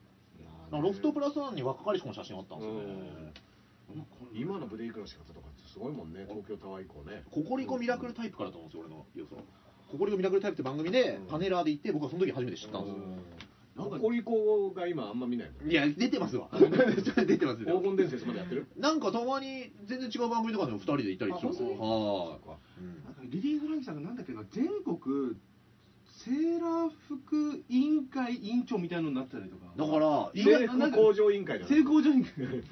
Speaker 4: あ
Speaker 2: なん
Speaker 4: の
Speaker 2: かロフトプラスワンに若かりしこの写真あったんですよね。
Speaker 4: うん今のブレイクの仕方とかってすごいもんね東京タワー以降ね
Speaker 2: ココリコミラクルタイプからだと思うんですよ、俺の予想。ココリコミラクルタイプって番組でパネラーで行って、僕はその時初めて知ったんですよ。
Speaker 4: なんかココリコが今あんま見ないもん
Speaker 2: いや、出て ますわ。出てます
Speaker 4: 黄金伝説までやってる
Speaker 2: なんかたまに全然違う番組とかでも2人でいたりし
Speaker 4: あ
Speaker 2: ます
Speaker 4: 本当に
Speaker 2: は
Speaker 4: そっか
Speaker 2: いうん
Speaker 3: なんかリリー・フランキーさんがなんだっけな全国セーラー服委員会委員長みたいなのになってたりとか
Speaker 2: だから、
Speaker 4: 制服向上委員会だ
Speaker 3: 成功上に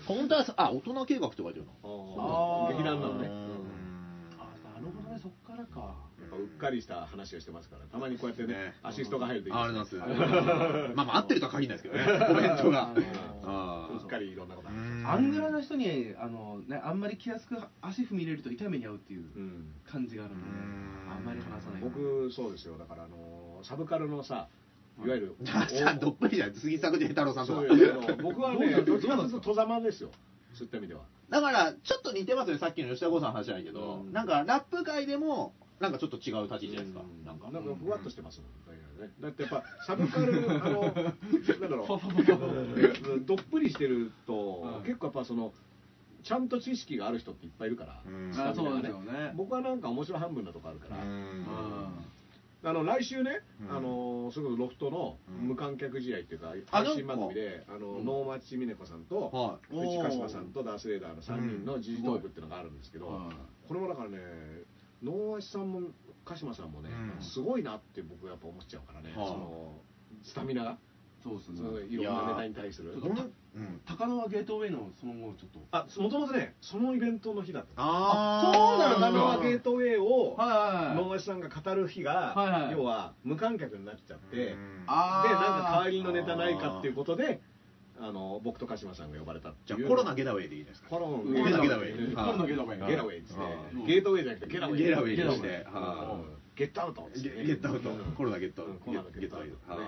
Speaker 2: 本当はさ、あ、大人計画って書いてるな。
Speaker 4: あ
Speaker 3: あー
Speaker 4: 劇団なのね
Speaker 2: う
Speaker 4: うん
Speaker 2: ん
Speaker 3: あなるほどねそっからか
Speaker 4: やっぱうっかりした話をしてますからたまにこうやってねアシストが入るといい
Speaker 2: ああ
Speaker 4: で
Speaker 2: りがと
Speaker 4: す
Speaker 2: うございます。まあまあ、合ってるとは限らないですけどね、コメントが。
Speaker 4: う
Speaker 2: あ
Speaker 4: っかりいろんなこと話しちゃ
Speaker 2: ー
Speaker 3: アングラな人にあの、ね、あんまり気安く足踏み入れると痛い目に遭うっていう
Speaker 4: ううん
Speaker 3: 感じがあるので
Speaker 2: うん
Speaker 3: あんまり話さない
Speaker 4: 僕そうですよだからあのーサブカルのさいわゆる
Speaker 2: じゃあさ、どっぷりじゃん。杉作慈太郎さんと
Speaker 4: そ
Speaker 2: か
Speaker 4: う。よあの僕はね
Speaker 3: ど
Speaker 4: ど
Speaker 3: う
Speaker 4: っち
Speaker 3: ぞ
Speaker 4: かというと戸ざまですよそういった意味では
Speaker 2: だから、ちょっと似てますよね、さっきの吉田剛さんの話じゃないけど
Speaker 4: う、ん
Speaker 2: なんか、ラップ界でも、なんかちょっと違う立ち位置じゃないですか
Speaker 4: う。ん
Speaker 2: なんか。
Speaker 4: なんかふわっとしてますもんだからねだってやっぱサブカルあ のなんだろうどっぷりしてる
Speaker 3: う
Speaker 4: と
Speaker 3: ん
Speaker 4: 結構やっぱそのちゃんと知識がある人っていっぱいいるから
Speaker 2: うん
Speaker 4: スタ
Speaker 3: あ
Speaker 4: ミ
Speaker 3: そう
Speaker 4: ナ
Speaker 3: な
Speaker 4: が
Speaker 3: んですよね
Speaker 4: 僕はなんか面白半分なとこあるか
Speaker 2: う
Speaker 4: ら、
Speaker 2: ん
Speaker 4: あの来週ね、
Speaker 2: うん
Speaker 4: あのそれこそロフトの
Speaker 2: うん
Speaker 4: 無観客試合っていうか、
Speaker 2: あ
Speaker 4: 配信番組で、あの
Speaker 3: うん
Speaker 4: 能町みね子さんと、
Speaker 2: は
Speaker 4: 藤川島さんとダース・レーダーの3人の時事トークっていうのがあるんですけど、
Speaker 3: うん
Speaker 4: これもだからね、能町さんも鹿島さんもね、
Speaker 2: うん
Speaker 4: すごいなって僕はやっぱ思っちゃうからね、
Speaker 2: はあ
Speaker 4: そのスタミナが、
Speaker 3: そうです
Speaker 4: その
Speaker 3: ね
Speaker 4: いろんなネタに対する
Speaker 3: いや。
Speaker 2: い。ほんうん
Speaker 3: 高輪ゲートウェイのその後ちょっと
Speaker 4: あもともとね、そのイベントの日だった。
Speaker 2: あ
Speaker 4: そうな
Speaker 2: だ
Speaker 4: の、ナノアゲートウェイを
Speaker 3: はい
Speaker 4: 能町さんが語る日が、
Speaker 3: はいはい
Speaker 4: 要は無観客になっちゃって。
Speaker 2: あ
Speaker 4: でなんか代わ
Speaker 3: り
Speaker 4: りのネタないかっていうことであの僕と鹿島さんが呼ばれたっ
Speaker 2: じ
Speaker 4: てい
Speaker 2: ゃ
Speaker 4: う
Speaker 2: あコロナゲダウェイでいいですか
Speaker 4: コロ
Speaker 2: ゲ
Speaker 4: ナ
Speaker 2: ダウ
Speaker 4: ゲダウ
Speaker 2: ェ
Speaker 4: ェ
Speaker 2: イ
Speaker 4: イ
Speaker 3: コロナゲダウェイ
Speaker 4: ゲダウェイですね
Speaker 2: はい
Speaker 4: ゲートウェイじゃなくてゲダウェイ
Speaker 2: ゲダウェイにし
Speaker 3: ゲダウェ
Speaker 2: て
Speaker 3: イ
Speaker 2: は
Speaker 4: ゲットアウトっ
Speaker 2: い
Speaker 4: つってね
Speaker 2: ゲゲットアウト
Speaker 4: うん
Speaker 2: コロナゲット
Speaker 4: うんコロナ
Speaker 2: ゲ
Speaker 4: ゲ
Speaker 2: ッ
Speaker 4: ッ
Speaker 2: トア
Speaker 4: トア
Speaker 2: ウ
Speaker 4: ウ
Speaker 2: ト
Speaker 4: ト
Speaker 2: はい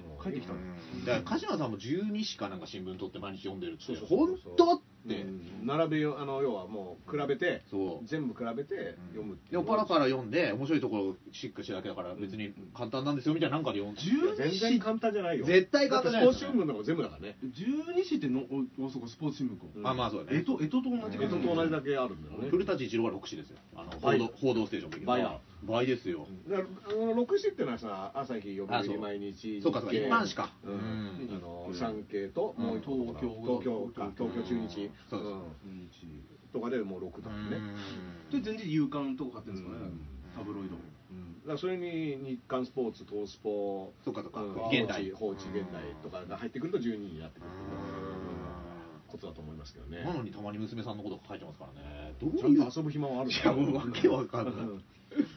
Speaker 4: もう
Speaker 3: 帰ってきた
Speaker 2: うんだから鹿島さんも12しかなんか新聞取って毎日読んでるっ
Speaker 4: そ
Speaker 2: て
Speaker 4: うそうそう
Speaker 2: 本当って
Speaker 4: うん並べようあの要はもう比べて
Speaker 2: そう
Speaker 4: 全部比べて読むってい
Speaker 2: で
Speaker 4: う
Speaker 2: もパラパラ読んで面白いところをチックしてるだけだから別に簡単なんですよみたいななんかで読んで
Speaker 4: いや全然簡単じゃないよ
Speaker 2: 絶対簡単じゃない
Speaker 4: だってスポーツ新聞とか全部だからね
Speaker 3: 12市ってのおおそうかスポーツ新聞か、
Speaker 4: うん
Speaker 2: あまあそうだ
Speaker 3: え
Speaker 2: ね
Speaker 3: とえとと同じ
Speaker 4: 江
Speaker 3: か
Speaker 4: 戸と同じだけあるんだよね
Speaker 2: 古舘一郎が6紙ですよあの報
Speaker 4: 倍
Speaker 2: 道報道ステーションの時の
Speaker 4: 倍だ
Speaker 2: 倍ですよ
Speaker 4: だからあの6時ってのはさ朝日読
Speaker 2: あそう
Speaker 4: 売毎日
Speaker 2: そうかそうか
Speaker 4: 日経
Speaker 2: 一般紙か
Speaker 4: うん
Speaker 2: うん
Speaker 4: あの産経と
Speaker 2: うん
Speaker 4: もう一個どこだ
Speaker 3: 東
Speaker 4: 東
Speaker 3: 京
Speaker 4: 京か東京中日
Speaker 2: そう
Speaker 4: う
Speaker 2: そうん
Speaker 4: とかでもう6だもんね
Speaker 2: う
Speaker 3: で
Speaker 2: ん
Speaker 3: 全然夕刊とか買ってるんですかね、
Speaker 4: うん
Speaker 3: タブロイド
Speaker 4: うんだからそれに日刊スポーツ東スポ
Speaker 2: そうかそうか
Speaker 4: うん
Speaker 2: 現代
Speaker 4: 放置放置現代とかが入ってくると12になってくる
Speaker 2: う
Speaker 4: ことだと思いますけど
Speaker 2: んな
Speaker 4: ね
Speaker 2: のにたまに娘さんのこと書いてますからねどう
Speaker 4: ちゃ
Speaker 2: い
Speaker 4: ん
Speaker 2: う
Speaker 4: と遊ぶ暇はある
Speaker 2: い
Speaker 4: か
Speaker 2: や
Speaker 4: ら
Speaker 2: もうわけわかん
Speaker 4: う
Speaker 2: ない、
Speaker 4: んだ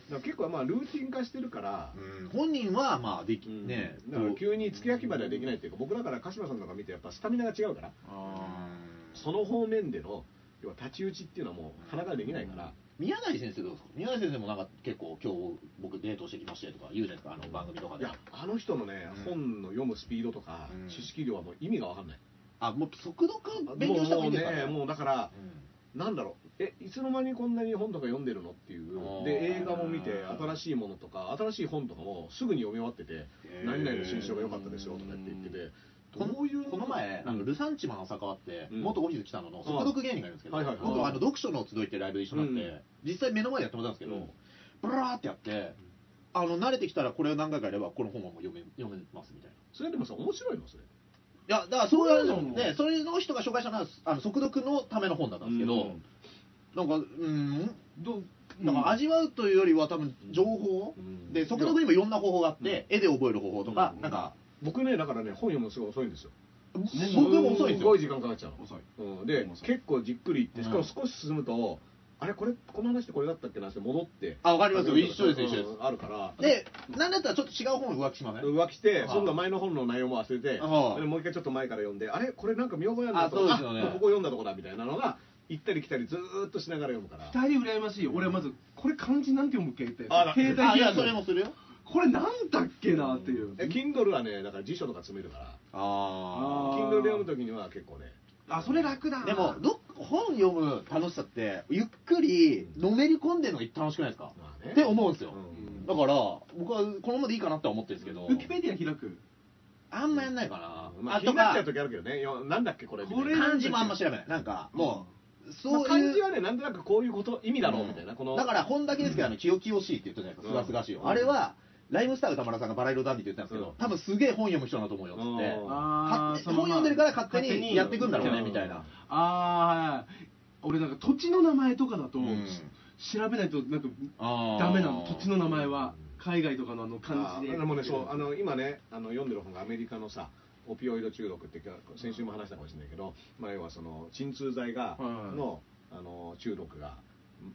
Speaker 4: から結構まあルーティン化してるから
Speaker 2: うん本人はまあでき、
Speaker 4: うん
Speaker 2: ね
Speaker 4: だから
Speaker 2: こう
Speaker 4: 急に付け焼き場ではできないっていうか僕だから鹿島さんとか見てやっぱスタミナが違うから
Speaker 2: うん
Speaker 4: その方面での要は太刀打ちっていうのはもう鼻からできないから、
Speaker 2: 宮台先生どうですか宮台先生もなんか結構今日僕デートしてきましてとか言うじゃないですかあの番組とか
Speaker 4: い
Speaker 2: で
Speaker 4: やあの人のね、
Speaker 2: うん
Speaker 4: 本の読むスピードとか、
Speaker 2: うん
Speaker 4: 知識量はもう意味が分かんない
Speaker 2: あもう速読勉強した方がいいんですか
Speaker 4: もうねもうだから
Speaker 2: う
Speaker 4: なんだろうえいつの間にこんなに本とか読んでるのっていう
Speaker 2: あー
Speaker 4: で映画も見て新しいものとか新しい本とかもすぐに読み終わってて
Speaker 2: へー
Speaker 4: 何々の新書が良かったですよとかって言ってて
Speaker 2: この
Speaker 4: どういう
Speaker 2: この前、なんかルサンチマン浅川って、
Speaker 4: うん
Speaker 2: 元オフィス来たのの速読芸人がいるんですけど、
Speaker 4: はいはいはい
Speaker 2: 僕はあの読書の集いってライブで一緒になって、
Speaker 4: うん
Speaker 2: 実際目の前でやってもらったんですけど、
Speaker 4: うん
Speaker 2: ブラーってやって、あの慣れてきたらこれを何回かやれば、この本はもう読め読めますみたいな。
Speaker 4: それでもさ面白いのそれ
Speaker 2: いや、だからそういう
Speaker 3: そうな
Speaker 2: の
Speaker 3: の
Speaker 2: で、それの人が紹介したのは、あの速読のための本だったんですけど、
Speaker 4: うん
Speaker 2: なんか、うん、
Speaker 3: どう
Speaker 2: なんか味わうというよりは、多分情報、
Speaker 4: うん
Speaker 2: で、速読にもいろんな方法があって、絵で覚える方法とか、
Speaker 4: うん
Speaker 2: なんか、
Speaker 4: 僕ねだからね本読むのすごい遅いんですよ
Speaker 2: 僕でも遅いんですす
Speaker 4: ご
Speaker 2: よ
Speaker 4: い時間かかっちゃうの
Speaker 3: 遅い
Speaker 4: うん、で
Speaker 3: 遅い
Speaker 4: 結構じっくりいってしかも
Speaker 2: うん
Speaker 4: 少し進むと、あれこれこの話ってこれだったっけなって戻って
Speaker 2: あわかりますよ一緒です
Speaker 4: うん
Speaker 2: 一緒です
Speaker 4: あるから
Speaker 2: でなんだったらちょっと違う本浮気しません
Speaker 4: 浮気して
Speaker 2: はい
Speaker 4: そんな前の本の内容も忘れてで
Speaker 2: はい
Speaker 4: もう一回ちょっと前から読んであれこれなんか見覚えあるなと
Speaker 2: あ
Speaker 4: か
Speaker 2: そうですよね
Speaker 4: あここ読んだとこだみたいなのが行ったり来たりずーっとしながら読むから
Speaker 3: 二人羨ましいよ俺はまずこれ漢字なんて読むっけって
Speaker 4: あだ
Speaker 3: 携帯
Speaker 2: あい
Speaker 3: ゲ
Speaker 2: や
Speaker 3: ー
Speaker 2: それも
Speaker 3: ム
Speaker 2: するよ
Speaker 3: これなんだっけなっていう
Speaker 4: え Kindle はねだから辞書とか詰めるから
Speaker 2: あ
Speaker 3: あー
Speaker 4: Kindle で読む時には結構ね
Speaker 3: あそれ楽だな
Speaker 2: でもど本読む楽しさってゆっくりのめり込んでるのが楽しくないですか
Speaker 4: まあね
Speaker 2: って思うんですよ
Speaker 4: うん
Speaker 2: だから僕はこのままでいいかなって思ってるんですけど
Speaker 3: ウィキペディア開く
Speaker 2: あんまやんないか
Speaker 4: ま
Speaker 2: な
Speaker 4: あ
Speaker 2: あ
Speaker 4: 気
Speaker 2: と
Speaker 4: にな
Speaker 2: か
Speaker 4: っちゃう時あるけどねよなんだっけこれみたいな
Speaker 3: これ
Speaker 2: 漢字もあんま調べないなんかもう
Speaker 4: まあ
Speaker 2: そうい
Speaker 4: 漢字
Speaker 2: う
Speaker 4: はねなんとなくこういうこと意味だろうみたいな、この
Speaker 2: だから本だけですけどあの清々しいって言ったじゃないですかすがすがしい
Speaker 4: うん
Speaker 2: をあれはライムスター歌丸さんがバラ色ダンディって言ったんですけ
Speaker 4: う
Speaker 2: ど
Speaker 4: ん
Speaker 2: 多分すげえ本読む人だと思うよっつって
Speaker 4: うん
Speaker 2: 勝
Speaker 3: あー
Speaker 2: 手
Speaker 3: その
Speaker 2: 本読んでるから勝手
Speaker 3: 勝手に
Speaker 2: にやっていくんだろうね
Speaker 4: うん
Speaker 2: みたいな
Speaker 3: ああ俺なんか土地の名前とかだと、
Speaker 2: うん
Speaker 3: し調べないとなんか
Speaker 2: あー
Speaker 3: ダメなの土地の名前は海外とかのあの漢字で
Speaker 4: あでもねそうあの今ねあの読んでる本がアメリカのさオピオイド中毒って先週も話したかもしれないけど、まあ、要はその鎮痛剤が
Speaker 3: はい
Speaker 4: の,、あの中毒が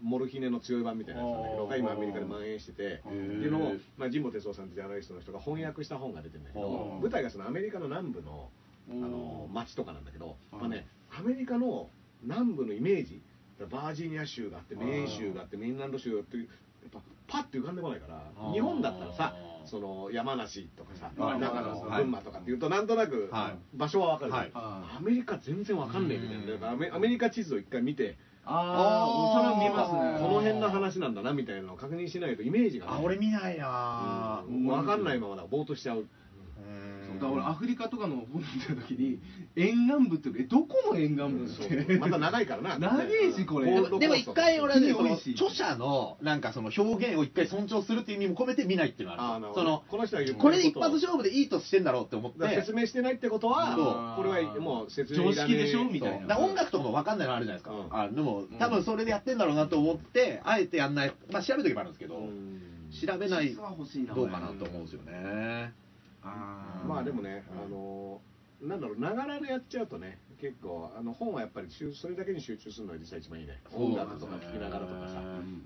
Speaker 4: モルヒネの強い版みたいなやつなんだけど
Speaker 3: あー
Speaker 4: が今アメリカで蔓延しててって
Speaker 2: ー
Speaker 4: いうのを、まあ、神保哲夫さんってジャーナリストの人が翻訳した本が出てるんだけ
Speaker 2: は
Speaker 4: ど
Speaker 2: い
Speaker 4: 舞台がそのアメリカの南部のあの町とかなんだけど、まあね、アメリカの南部のイメージバージニア州があってメーン州があってメインランド州があってやっぱパッて浮かんでこないから
Speaker 2: あー
Speaker 4: 日本だったらさその山梨とかさ
Speaker 2: あ
Speaker 4: 長
Speaker 2: ー
Speaker 4: 野とか
Speaker 2: はい
Speaker 4: 群馬とかっていうとなんとなく
Speaker 2: は
Speaker 4: 場所はわかるじゃん
Speaker 2: はい
Speaker 3: あ
Speaker 4: アメリカ全然わかんないみたいなだからアメアメリカ地図を一回見て
Speaker 3: あーそれは見ます
Speaker 2: あ
Speaker 3: ね
Speaker 2: ー
Speaker 4: この辺の話なんだなみたいなのを確認しないとイメージがね
Speaker 2: あ俺見ないな
Speaker 4: うんわかんないままだぼーっとしちゃう
Speaker 3: そうだから俺アフリカとかの本見た時に沿岸部ってえどこの沿岸部っ
Speaker 4: そ
Speaker 3: て
Speaker 4: うまた長いからな
Speaker 3: 長いしこ
Speaker 4: ゴ
Speaker 3: れ
Speaker 4: ー
Speaker 2: で
Speaker 4: ルド
Speaker 2: も
Speaker 4: コ
Speaker 2: でも
Speaker 4: ース
Speaker 2: 一
Speaker 4: ト
Speaker 2: 回俺はね、
Speaker 3: 国
Speaker 2: その
Speaker 3: 多いし
Speaker 2: 著者のなんかその表現を一回尊重するっていう意味も込めて見ないっていうの
Speaker 4: あ
Speaker 2: は
Speaker 4: ー
Speaker 2: あ
Speaker 4: な
Speaker 2: る
Speaker 4: るほ
Speaker 2: そ
Speaker 4: ど
Speaker 2: の
Speaker 4: この人は言ってる
Speaker 2: これ一
Speaker 4: ことを
Speaker 2: 発勝負でいいとしてんだろうって思って
Speaker 4: だから説明してないってことは、
Speaker 3: そ
Speaker 4: こ
Speaker 3: う
Speaker 4: れはもう説明いらねえ
Speaker 3: 常識でしょみ
Speaker 2: そ
Speaker 3: た
Speaker 2: う
Speaker 3: いな
Speaker 2: だから音楽とかも分かんないのあるじゃないですか、
Speaker 4: うん
Speaker 2: あでも多分それでやってんだろうなと思って、あえてやんないまあ調べとけばあるんですけど、
Speaker 4: うん
Speaker 2: 調べ ない
Speaker 3: 実は欲しいな
Speaker 2: どうかなと思うんですよね、
Speaker 3: あー
Speaker 4: まあでもね、
Speaker 2: うん
Speaker 4: あのなんだろうながらでやっちゃうとね結構あの本はやっぱり集それだけに集中するのが実は一番いいね音楽とか聴きながらとか
Speaker 2: う
Speaker 4: さ、うんん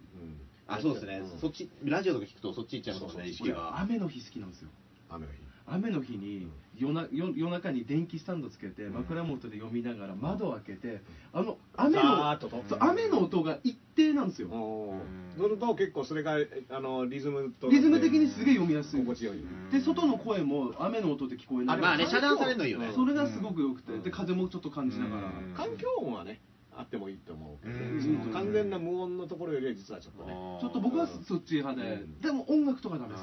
Speaker 2: あそうですね、
Speaker 4: ん
Speaker 2: そっちラジオとか聞くとそっち行っちゃいますもんね意識
Speaker 3: 俺
Speaker 2: が
Speaker 3: 雨の日好きなんですよ
Speaker 4: 雨の日
Speaker 3: 雨の日に夜な夜夜中に電気スタンドつけて枕元で読みながら窓を開けてあの雨
Speaker 4: ザーッ
Speaker 3: の
Speaker 4: とと
Speaker 3: そう雨の音が一定なんですよ
Speaker 4: おー
Speaker 2: うん
Speaker 4: そうすると結構それがあのリズムと
Speaker 3: リズム的にすげえ読みやすい
Speaker 4: 心地よいよね
Speaker 2: うん
Speaker 3: で外の声も雨の音で聞こえない
Speaker 2: まあね
Speaker 4: 環
Speaker 2: 遮
Speaker 4: 境
Speaker 2: 断されるのいいよね
Speaker 3: それがすごく良くて、
Speaker 4: うん
Speaker 3: で風もちょっと感じながら、
Speaker 2: うん
Speaker 4: 環境音はねあってもいいと思うけど、
Speaker 2: うん
Speaker 4: その完全な無音のところよりは実はちょっとね、
Speaker 3: ちょっと僕はそっち派で、
Speaker 4: うん
Speaker 3: でも音楽とかダメです、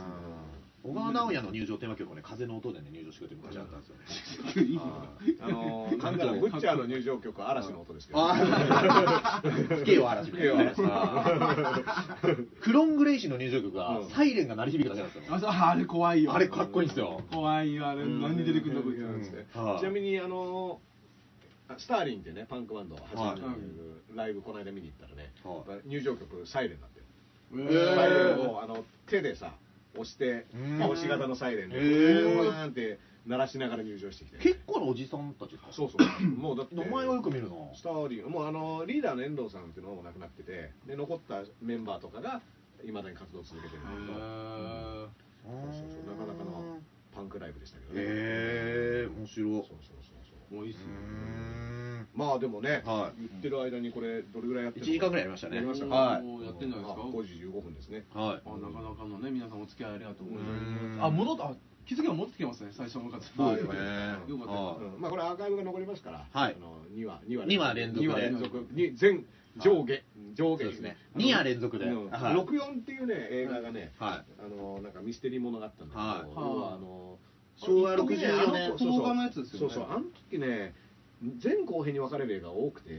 Speaker 2: 小川直也の入場テーマ曲はね、風の音でね、入場してくれて昔あったんですよね。
Speaker 3: いいのか
Speaker 4: あのなんだろう、ブッチャーの入場曲は嵐の音ですけど、
Speaker 2: ああ、不景を嵐みたいなね
Speaker 4: 不景を嵐
Speaker 2: あークロングレイシーの入場曲が
Speaker 4: うん、
Speaker 2: サイレンが鳴り響くだけなんですよ
Speaker 3: あ。そう あれ怖いよ
Speaker 2: あれかっこいいんですよ。
Speaker 3: 怖いよあれ何出てくるんだこいつ
Speaker 4: うん
Speaker 2: はい
Speaker 4: ちなみにあのあスターリンってねパンクバンド初めての
Speaker 3: はい
Speaker 4: ライブこの間見に行ったらね、
Speaker 2: はい
Speaker 4: やっぱ入場曲サイレンだって、
Speaker 3: え
Speaker 2: へー
Speaker 4: サイレンをあの手でさ押して
Speaker 2: うん
Speaker 4: 押し型のサイレンで
Speaker 2: へ
Speaker 4: ー
Speaker 2: ー
Speaker 4: ーンって鳴らしながら入場してきて
Speaker 2: 結構なおじさんたちですか
Speaker 4: そうそうもうだって
Speaker 2: 名前はよく見るな。
Speaker 4: スターリンもうあのリーダーの遠藤さんっていうのはもう亡くなっててで残ったメンバーとかがいまだに活動続けてるんだけど、そうそうそうなかなかのパンクライブでしたけどね
Speaker 2: ええ、面白
Speaker 4: そ
Speaker 2: い
Speaker 4: うそう。そうそう
Speaker 3: もういいっす
Speaker 2: う
Speaker 3: よ
Speaker 2: ーん
Speaker 4: まあでもね、
Speaker 2: はい
Speaker 4: 言ってる間にこれどれぐらいやってる
Speaker 2: 一時間ぐらいやりましたね
Speaker 4: やりました
Speaker 2: はい
Speaker 3: もうやってんじゃないですか
Speaker 4: 5時15分ですね
Speaker 2: はい。
Speaker 3: あなかなかのね皆さんお付き合いありがとうござい
Speaker 2: う
Speaker 3: ます
Speaker 2: ん
Speaker 3: あ戻ったあ気づけば戻ってきてますね最初の方
Speaker 2: そうです
Speaker 4: よ
Speaker 2: ね。
Speaker 3: よかったよ
Speaker 2: はい
Speaker 4: うんまあこれアーカイブが残りますから、
Speaker 2: はい
Speaker 4: あの2話2話
Speaker 2: 二話連続で
Speaker 4: 2話連続に全上下、上下
Speaker 2: そうですね二話連続で
Speaker 4: うん
Speaker 2: はい
Speaker 4: 六四っていうね映画がね、
Speaker 2: はい
Speaker 4: あのなんかミステリーものがあったんだけど、
Speaker 2: はい
Speaker 4: 要はあの
Speaker 2: 昭和
Speaker 4: 一時ね
Speaker 2: 64年
Speaker 4: あのそうそう
Speaker 3: 邦画のやつですよね
Speaker 4: そうそうあの時ね全後編に分かれる映画が多くて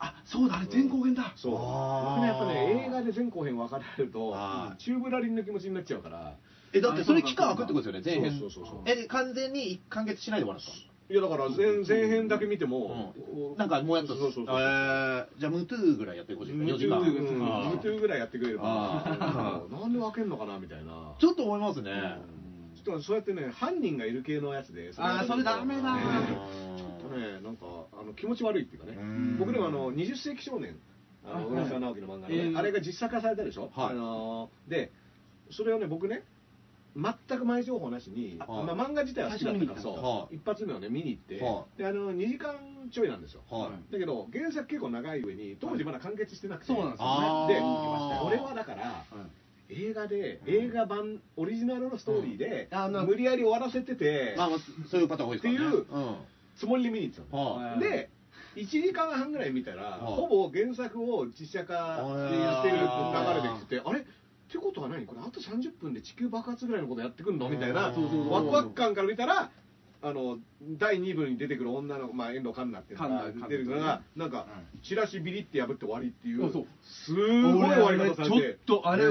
Speaker 3: あそうだあれ前後編だ
Speaker 4: そう
Speaker 2: あー
Speaker 4: 僕ねやっぱね映画で全後編分かれると
Speaker 2: は
Speaker 4: チューブラリンの気持ちになっちゃうから
Speaker 2: え、だってそれ期間空くってことですよね、前編。
Speaker 4: そうそうそうそう
Speaker 2: え、で完全に完結しないで終わるんですか
Speaker 4: いやだから前前編だけ見ても、お
Speaker 2: なんかもうやった
Speaker 4: そうそうそう
Speaker 2: えーじゃあムトゥーぐらいやってほしい4時間
Speaker 4: ム
Speaker 3: ムトゥー
Speaker 4: うん
Speaker 2: あー
Speaker 4: ムトゥーぐらいやってくれれば
Speaker 2: あ
Speaker 4: なんで分けんのかなみたいな
Speaker 2: ちょっと思いますね
Speaker 4: うんちょっでもそうやってね犯人がいる系のやつで
Speaker 3: あーそれダメだ
Speaker 4: ね
Speaker 2: ー
Speaker 4: ちょっとねなんかあの気持ち悪いっていうかね
Speaker 2: うん
Speaker 4: 僕でもあの20世紀少年あ
Speaker 3: あ
Speaker 4: の
Speaker 3: はい
Speaker 4: 浦沢直樹の漫画のね、
Speaker 3: えー
Speaker 4: あれが実写化されたでしょ、
Speaker 2: はい
Speaker 4: あのーでそれをね僕ね全く前情報なしに、
Speaker 2: はい
Speaker 4: まあ、漫画自体は好きだったから
Speaker 3: 最初に見に行ったん
Speaker 2: です
Speaker 4: そ
Speaker 2: か
Speaker 4: う一発目をね見に行って、
Speaker 2: は
Speaker 4: であの2時間ちょいなんですよ
Speaker 2: はい。
Speaker 4: だけど原作結構長い上に当時まだ完結してなくて、
Speaker 3: そうなんですよ
Speaker 2: あー
Speaker 4: で
Speaker 2: 見に行きましたよ
Speaker 4: 俺はだから映画で映画版オリジナルのストーリーで、
Speaker 3: うんあの
Speaker 4: 無理やり終わらせてて
Speaker 2: まあ、そういうパターン多いですからね。
Speaker 4: っていう
Speaker 2: うん。
Speaker 4: つもりで見に行ってたの
Speaker 2: は
Speaker 3: はい
Speaker 4: で1時間半ぐらい見たら、
Speaker 2: はい
Speaker 4: ほぼ原作を実写化してる流れできててあれってことは何これあと30分で地球爆発ぐらいのことやってくんのみたいな
Speaker 2: そうそうそう
Speaker 4: ワクワク感から見たらあの第2部に出てくる女の、まあ、遠藤環奈っていうの
Speaker 3: 環
Speaker 4: が
Speaker 3: 奈
Speaker 4: 出てくるのが、なんかチラシビリって破って終わりっていう
Speaker 3: そう
Speaker 4: すごい終わり方されて
Speaker 3: ちょっとあれ
Speaker 2: へ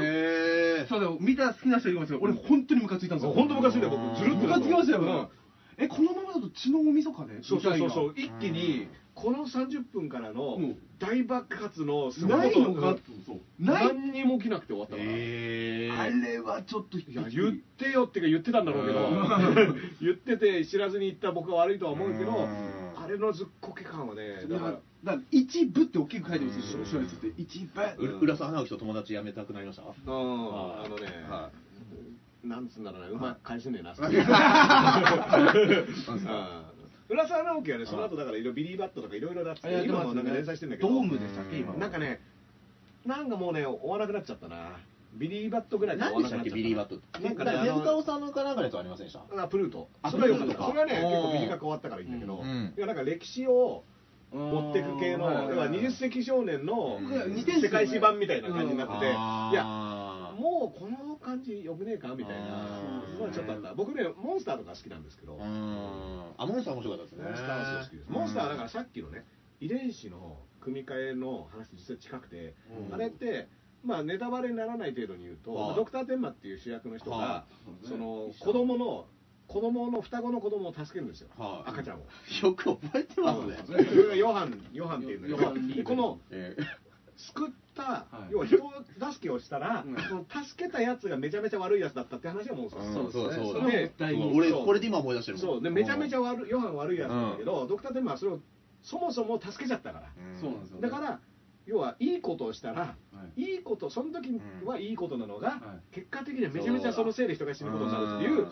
Speaker 2: ー
Speaker 3: そうだよ見た好きな人いるかもしれない俺本当にムカついたんですよ
Speaker 4: 本当ムカついたよ僕ずるっと
Speaker 3: ムカつきましたよ、
Speaker 4: うん
Speaker 3: えこのままだと血の大晦日で
Speaker 4: そうそうそうそう
Speaker 3: み
Speaker 4: 一気にこの30分からの
Speaker 3: うん
Speaker 4: 大爆発のす
Speaker 3: たいな
Speaker 4: ごい
Speaker 3: ない
Speaker 4: こと
Speaker 3: のかってそうない
Speaker 4: 何にも起きなくて終わったから、
Speaker 2: え
Speaker 3: あれはちょっと
Speaker 4: いや言ってよっていうか言ってたんだろうけど、 言ってて知らずに行った僕は悪いとは思うけど、
Speaker 2: うん
Speaker 4: あれのずっこけ感はね
Speaker 3: い
Speaker 4: だ
Speaker 3: や
Speaker 4: から
Speaker 3: だから一部って大きく書いてますよ小説って一部
Speaker 2: う浦沢直樹と友達辞めたくなりました
Speaker 4: うん
Speaker 2: はい
Speaker 4: あのね、
Speaker 2: は
Speaker 4: なんつうんだろうな、うまく返せねえな、
Speaker 2: なん ですか
Speaker 4: うん浦沢直樹はね、その後だからいろいろビリーバットとかいろいろだって、今もなんか連載してんだけど、
Speaker 3: ドームでしたっけ今
Speaker 4: なんかね、なんかもうね、終わらなくなっちゃったな、ビリーバットぐらいで終わ
Speaker 2: 何
Speaker 4: ら
Speaker 2: で
Speaker 4: な
Speaker 2: し
Speaker 4: く
Speaker 2: た
Speaker 4: な
Speaker 2: っ
Speaker 4: っ
Speaker 2: け
Speaker 4: ちゃった
Speaker 2: ビリーバットってなん
Speaker 4: な
Speaker 2: ん
Speaker 4: か
Speaker 2: か
Speaker 4: ね
Speaker 2: 手塚治虫かなんかのやつありませんでした
Speaker 4: あプルート
Speaker 2: あ
Speaker 4: それはよかっ
Speaker 2: プ
Speaker 4: た
Speaker 2: ルート
Speaker 4: そ
Speaker 2: か
Speaker 4: れはね結構
Speaker 3: あー
Speaker 4: 短く終わったからいいんだけど、
Speaker 2: うん
Speaker 4: いやなんか歴史を持ってく系の
Speaker 3: うん
Speaker 4: 要は20世紀少年の
Speaker 2: うん
Speaker 3: 似てんす
Speaker 4: 世
Speaker 3: よね
Speaker 4: 界史版みたいな感じになってて、いや
Speaker 2: あー
Speaker 4: もうこの感じよくねえかみたいな
Speaker 2: あー
Speaker 4: のはちょっとあった僕ねモンスターとか好きなんですけど、
Speaker 2: う
Speaker 4: モン
Speaker 2: んあモンスター面白かったですね
Speaker 4: スターは好きです、モンスターはだからさっきのね遺伝子の組み換えの話と実は近くて、
Speaker 2: うん
Speaker 4: あれってまあネタバレにならない程度に言うと、
Speaker 2: はい
Speaker 4: ドクター・テンマっていう主役の人が、
Speaker 2: は
Speaker 4: その子供の子供の双子の子供を助けるんですよ、
Speaker 2: はい
Speaker 4: 赤ちゃんを。
Speaker 2: よく覚えてますね
Speaker 4: それがヨハン、ヨハンっていうんだ
Speaker 3: ヨハンリー
Speaker 4: けど、
Speaker 3: ベル
Speaker 4: この
Speaker 2: えー
Speaker 4: 救った、
Speaker 3: い
Speaker 4: 要は人助けをしたら、
Speaker 3: うん
Speaker 4: その助けたやつがめちゃめちゃ悪いやつだったって話はもうさ、
Speaker 2: うんそうだそう
Speaker 4: そ
Speaker 2: だ
Speaker 4: れで
Speaker 2: そう
Speaker 3: 第二
Speaker 2: 俺
Speaker 4: そう
Speaker 2: これで今思い出してるもん
Speaker 4: そうでめちゃめち
Speaker 2: ゃ
Speaker 4: ゃ悪いヨハン悪いやつなんだけど、ドクター・テンマはそれをそもそも助けちゃったから、
Speaker 3: そうなんですよ
Speaker 4: だから、要はいいことをしたら、いいこと、その時はいいことなのが、
Speaker 3: は
Speaker 4: 結果的にはめちゃめちゃそのせいで人が死ぬことになるっていう、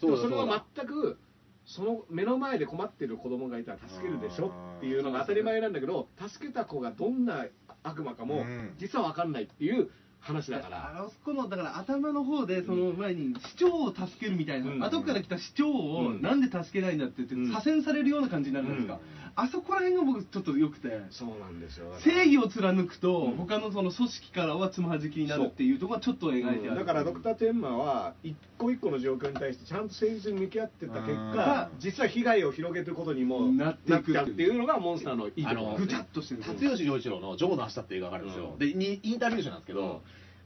Speaker 2: そ
Speaker 4: そ
Speaker 2: だ
Speaker 4: うそ
Speaker 2: そ
Speaker 4: れ
Speaker 2: うだ
Speaker 4: は全くその目の前で困ってる子供がいたら助けるでしょっていうのが当たり前なんだけど助けた子がどんな悪魔か
Speaker 2: う
Speaker 4: も
Speaker 2: ん
Speaker 4: 実は分かんないっていう話だか
Speaker 3: あ
Speaker 4: ら
Speaker 3: のそこのだから頭の方でその前に市長を助けるみたいな、
Speaker 4: うん
Speaker 3: 後から来た市長を
Speaker 4: うん
Speaker 3: なんで助けないんだって言って
Speaker 4: うん
Speaker 3: 左遷されるような感じになるじゃないですか、あそこら辺が僕ちょっと良くて
Speaker 4: そうなんですよだから
Speaker 3: 正義を貫くと、
Speaker 4: うん
Speaker 3: 他のその組織からはつまはじきになるっていうところはちょっと描いてある、
Speaker 4: だからドクター・テンマは一個一個の状況に対してちゃんと誠実に向き合ってた結果
Speaker 2: うん
Speaker 4: 実は被害を広げてることにも
Speaker 3: なっていく
Speaker 4: なっちゃうっていうのがモンスターのいいとこ
Speaker 2: あ
Speaker 4: ろ
Speaker 2: の
Speaker 3: ぐちゃっとしてる
Speaker 2: 辰吉良一郎の「ジョーの明日」っていう映画があるんですよ、
Speaker 4: うん
Speaker 2: でにインタビュー集なんですけど、
Speaker 4: うん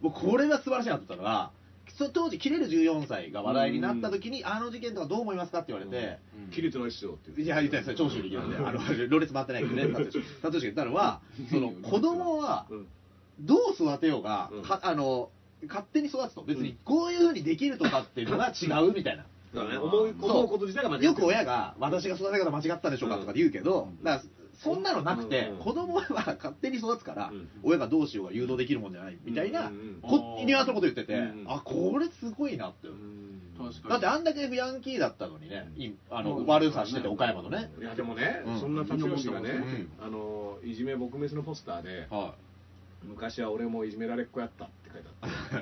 Speaker 2: 僕これが素晴らしいなと思ったのがそ当時「切れる14歳」が話題になった時に、あの事件とかどう思いますかって言われて、
Speaker 4: 規律の一生っていう
Speaker 2: いや言ったんですよ長州力なんであのろれつ回ってないけどね辰吉辰吉が言ったのはその子供は
Speaker 4: うん
Speaker 2: どう育てようが、
Speaker 4: うん
Speaker 2: かあの勝手に育つと別にこういうふうにできるとかっていうのが違うみたいな。
Speaker 4: だからね思う思うこと自体が間違って
Speaker 2: よ
Speaker 4: る
Speaker 2: く親が私が育て方間違ったでしょうかとかって言うけど、だからそんなのなくて、
Speaker 4: うん
Speaker 2: 子供は勝手に育つから、
Speaker 4: うん
Speaker 2: 親がどうしようが誘導できるもんじゃないみたいな、
Speaker 4: うんうん
Speaker 2: こ
Speaker 3: あ
Speaker 2: っ
Speaker 3: ー
Speaker 2: にわとこと言ってて、
Speaker 4: うん
Speaker 2: あこれすごいなって、
Speaker 4: うん
Speaker 3: 確かに
Speaker 2: だってあんだけヤンキーだったのにね、
Speaker 4: うん
Speaker 2: いあの
Speaker 3: うん
Speaker 2: 悪さしてて岡山のね、
Speaker 4: いやでもね、
Speaker 2: うん
Speaker 4: そんな辰吉がね、
Speaker 2: うん
Speaker 4: あのいじめ撲滅のポスターで、
Speaker 2: は
Speaker 4: 昔は俺もいじめられっ子やったって書いて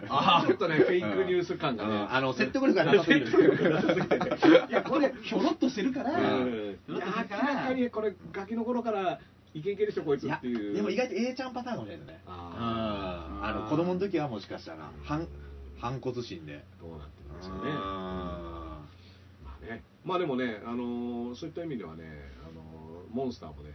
Speaker 4: あった。ちょっとね、フェイクニュース感
Speaker 2: い、
Speaker 4: がね、
Speaker 2: あの説得力がなさすぎ る
Speaker 4: いやこれ、
Speaker 3: ひょろっとしてるから、
Speaker 4: うん
Speaker 3: うん
Speaker 4: いや明らかにこれガキの頃からイケイケでしょこいつ
Speaker 2: いや
Speaker 4: っていう。
Speaker 2: でも意外と A ちゃんパターンかもしれないですね
Speaker 4: あ
Speaker 2: うんあの子供の時はもしかしたら反反骨心で
Speaker 4: どうなってるんですかね。
Speaker 2: あ
Speaker 4: まあね、まあでもね、あのーそういった意味ではね、あのーモンスターもね、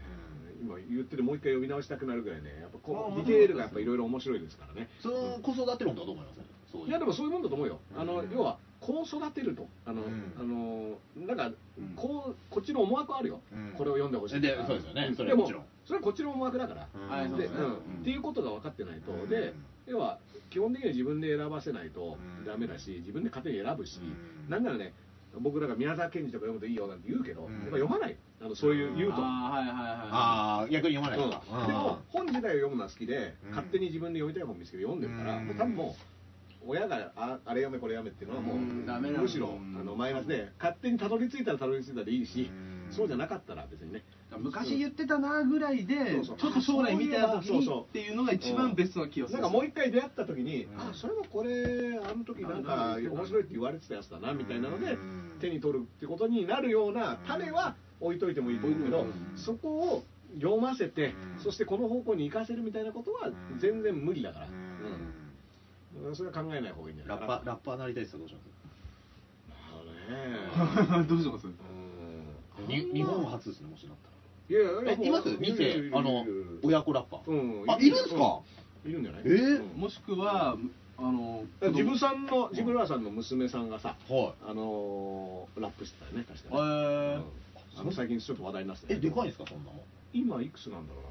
Speaker 4: 今言ってるもう一回読み直したくなるぐらいね、やっぱこ
Speaker 3: あー
Speaker 4: うディテールがやっぱいろいろ面白いですからね。
Speaker 2: その子育て論とはどう思いますそう
Speaker 4: いやでもそういうもんだと思うよ。あの、
Speaker 2: うん
Speaker 4: 要はこう育てると、あの、
Speaker 2: うん
Speaker 4: あのーなんか
Speaker 2: うん
Speaker 4: こうこっちの思惑あるよ。
Speaker 2: うん
Speaker 4: これを読んでほしいとか。
Speaker 2: でそうですよね
Speaker 4: ん
Speaker 2: それ
Speaker 4: で
Speaker 2: は
Speaker 4: も
Speaker 2: もちろん
Speaker 4: それはこっちの思惑だから。
Speaker 2: うんあそ
Speaker 4: で
Speaker 2: うですね
Speaker 4: うんっていうことが分かってないと、
Speaker 2: うん
Speaker 4: で要は基本的には自分で選ばせないとダメだし、自分で勝手に選ぶし、
Speaker 2: うん
Speaker 4: なんならね僕らが宮沢賢治とか読むといいよなんて言うけど、
Speaker 2: うん
Speaker 4: やっぱ読まないあのそういう言うと、
Speaker 3: あーはいはいはいあ
Speaker 2: ああ、逆に読まない
Speaker 4: うん
Speaker 2: と
Speaker 4: で
Speaker 2: か。
Speaker 4: も本自体を読むのは好きで、
Speaker 2: うん
Speaker 4: 勝手に自分で読みたい本見つけて読んでるから、
Speaker 2: うん
Speaker 4: もう多分もう親がああれ読めこれ読めっていうのはもう、
Speaker 2: うんダメなの
Speaker 4: むしろあのマイナスで勝手にたどり着いたらたどり着いたでいいし、
Speaker 2: うん
Speaker 4: そうじゃなかったら別にね
Speaker 3: 昔言ってたなぐらいで
Speaker 4: そうそう
Speaker 3: ちょっと将来見た時
Speaker 4: そう
Speaker 3: に
Speaker 4: そう
Speaker 3: っていうのが一番ベストな気がす
Speaker 4: な
Speaker 3: る
Speaker 4: んかもう一回出会った時に、
Speaker 2: うん
Speaker 4: あそれもこれあの時なんか面白いって言われてたやつだなみたいなので、
Speaker 2: うん
Speaker 4: 手に取るってことになるような種は置いといてもいいと思うけど、
Speaker 2: うん
Speaker 4: そこを読ませて、
Speaker 2: うん
Speaker 4: そしてこの方向に行かせるみたいなことは
Speaker 2: うん
Speaker 4: 全然無理だから、
Speaker 2: う
Speaker 4: うん
Speaker 2: ん
Speaker 4: だからそれは考えない方がいいんじゃな
Speaker 2: ラ
Speaker 4: いか
Speaker 2: ッ
Speaker 4: な
Speaker 2: パー、ラッパーなりたいですかどうします
Speaker 4: あのね
Speaker 3: どうします
Speaker 4: うん
Speaker 2: に日本初ですね、もしなったら。
Speaker 4: いやいやいや
Speaker 2: え、います
Speaker 4: るるる
Speaker 2: 店
Speaker 4: い、る
Speaker 2: あの
Speaker 4: いるいるいる、
Speaker 2: 親子ラッパー。
Speaker 4: うん
Speaker 2: あ、いるんですか
Speaker 4: いるんじゃない
Speaker 2: えー
Speaker 4: うん
Speaker 3: もしくはあの
Speaker 4: だからジブさんのジブラーさんの娘さんがさ、
Speaker 2: は
Speaker 4: あのーラップしてたよね確
Speaker 3: え
Speaker 4: かね、
Speaker 3: ー
Speaker 4: うんあの最近ちょっと話題になってた
Speaker 2: え、
Speaker 4: よね
Speaker 2: でかいんですか、そんなもん。
Speaker 4: 今いくつなんだろう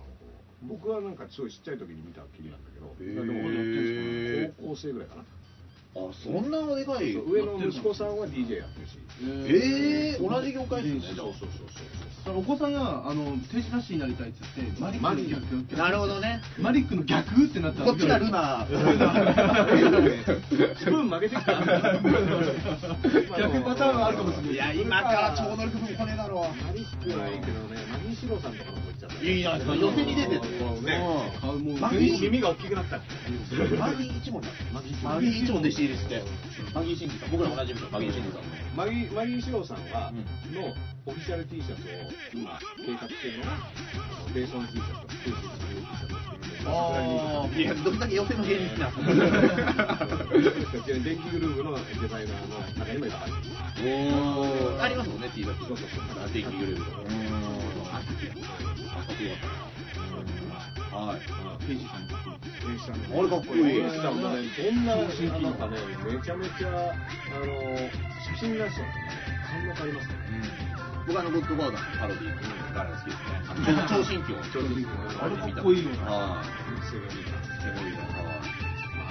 Speaker 4: な僕はなんかすごいちっちゃい時に見たきりなんだけど、
Speaker 2: へー
Speaker 4: でもほんとやってるんですかね高校生ぐらいかな、
Speaker 2: あ、そんなでかい。
Speaker 4: そう上の息子さんは DJ やってるし
Speaker 2: えー、同じ業界ですね、じゃ
Speaker 4: そうそう
Speaker 2: あ。
Speaker 4: そうそう
Speaker 3: お子さんがあの手品師になりたいって言ってマリックの逆逆
Speaker 2: なるほどね。
Speaker 3: マリックの逆ってなった
Speaker 2: こっちがルナ。
Speaker 4: スプーン曲げてき た
Speaker 3: 逆パターンあるかもしれな い
Speaker 2: いや、今から超能力も来ねえだろ。
Speaker 4: マリックはいいけどねマギーシローさんとかの方行っちゃった
Speaker 2: いいじゃないですか、寄せに出てる。
Speaker 4: ね
Speaker 3: あもう
Speaker 2: マギー
Speaker 4: 耳が大きくなった
Speaker 2: マギー一門だマギー一門弟子入りして。マギー新司さん、僕ら同じみのマギー新司さん。
Speaker 4: マギマギーシローさん
Speaker 2: う
Speaker 4: は、
Speaker 2: ん
Speaker 4: のオフィシャル T シャツを今計画してるのがレーソン T シャツとスーツの T シャツを作っ
Speaker 2: ああ、いや、ど
Speaker 4: て
Speaker 2: んだけ寄せの芸人なん
Speaker 4: 電気グループ のデザイナーの中にもいた
Speaker 2: おお、ありますもんね、T シャツ。
Speaker 4: そうそうそう
Speaker 2: あ、電気グループとか。あ、かっこよかった。はい。
Speaker 3: 刑事さん
Speaker 2: あれかっこいい。
Speaker 4: しかもね、どんな、なんかね、めちゃめちゃ、あの、写真らしいのね、感動変わりますね。
Speaker 2: 僕あのゴッドバーダーのパロディーが好きですね。超新境。
Speaker 4: 超新境
Speaker 3: あれかっこいいよな
Speaker 2: はい。
Speaker 4: すごい
Speaker 2: は
Speaker 4: まあ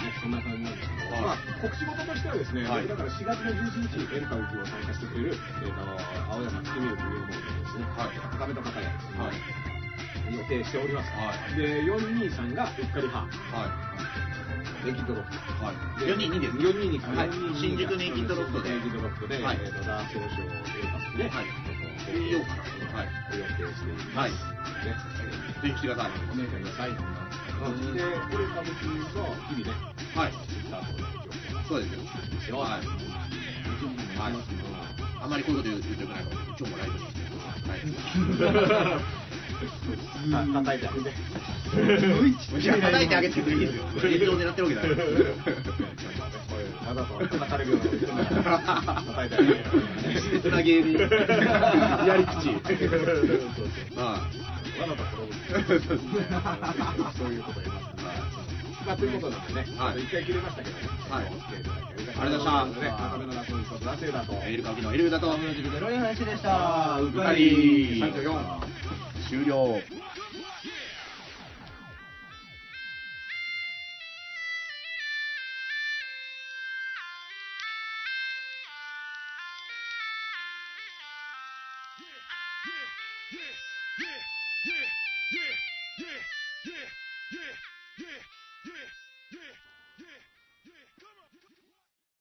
Speaker 4: ねそんな感じなんですけど、
Speaker 2: はい
Speaker 4: まあ、告知事としてはですね、
Speaker 2: はい
Speaker 4: だから4月の11日、エンタウキを参加してくれる、えー、と青山君というものですね、
Speaker 2: はい
Speaker 4: 高めた方が、
Speaker 2: はい
Speaker 4: 予定しております。
Speaker 2: はい
Speaker 4: で、4 2 3がうっかり派、エキットロット。
Speaker 2: い。はい。四人二です。
Speaker 4: 4人に
Speaker 2: はい。新宿のエキットロットで。
Speaker 4: エキットロットで、
Speaker 2: はい
Speaker 4: えー、とダースオーションを出ますね、
Speaker 2: はい
Speaker 4: えーと
Speaker 2: 水曜日はい
Speaker 4: 予定しています。
Speaker 2: はい
Speaker 4: ね
Speaker 2: ぜひ来てください。
Speaker 4: お願いください。で、これ歌舞伎の日々ね、
Speaker 2: はい。
Speaker 4: ツイッターとかで情報
Speaker 2: そうですよ。はい。はい。あんまりこういうこと言う言ってよくないから、今日もライブに来て。 はい。
Speaker 4: た叩いてあげて。
Speaker 3: すごいちっ
Speaker 2: い
Speaker 3: ち
Speaker 2: や、
Speaker 3: ゃい
Speaker 2: 叩いてあげてくれいいですよ。現状狙ってるわけじゃないです
Speaker 4: わざと叩かれるような。叩いてあげて。
Speaker 2: 稚拙な芸人。やり口。は
Speaker 4: わざと転ぶ。 そういうこと言いますね。まあ、ということなんでね、
Speaker 2: はい
Speaker 4: 一回切れましたけどね。
Speaker 2: はい
Speaker 4: お付き合いいただきあり
Speaker 2: あり
Speaker 4: がとう
Speaker 2: がとうございました
Speaker 4: ね、赤目のラストにこラセーだと。
Speaker 2: い。エルカキのエルウダとミュージックゼロ
Speaker 3: い話でした
Speaker 2: うかり34終了。
Speaker 5: 「あ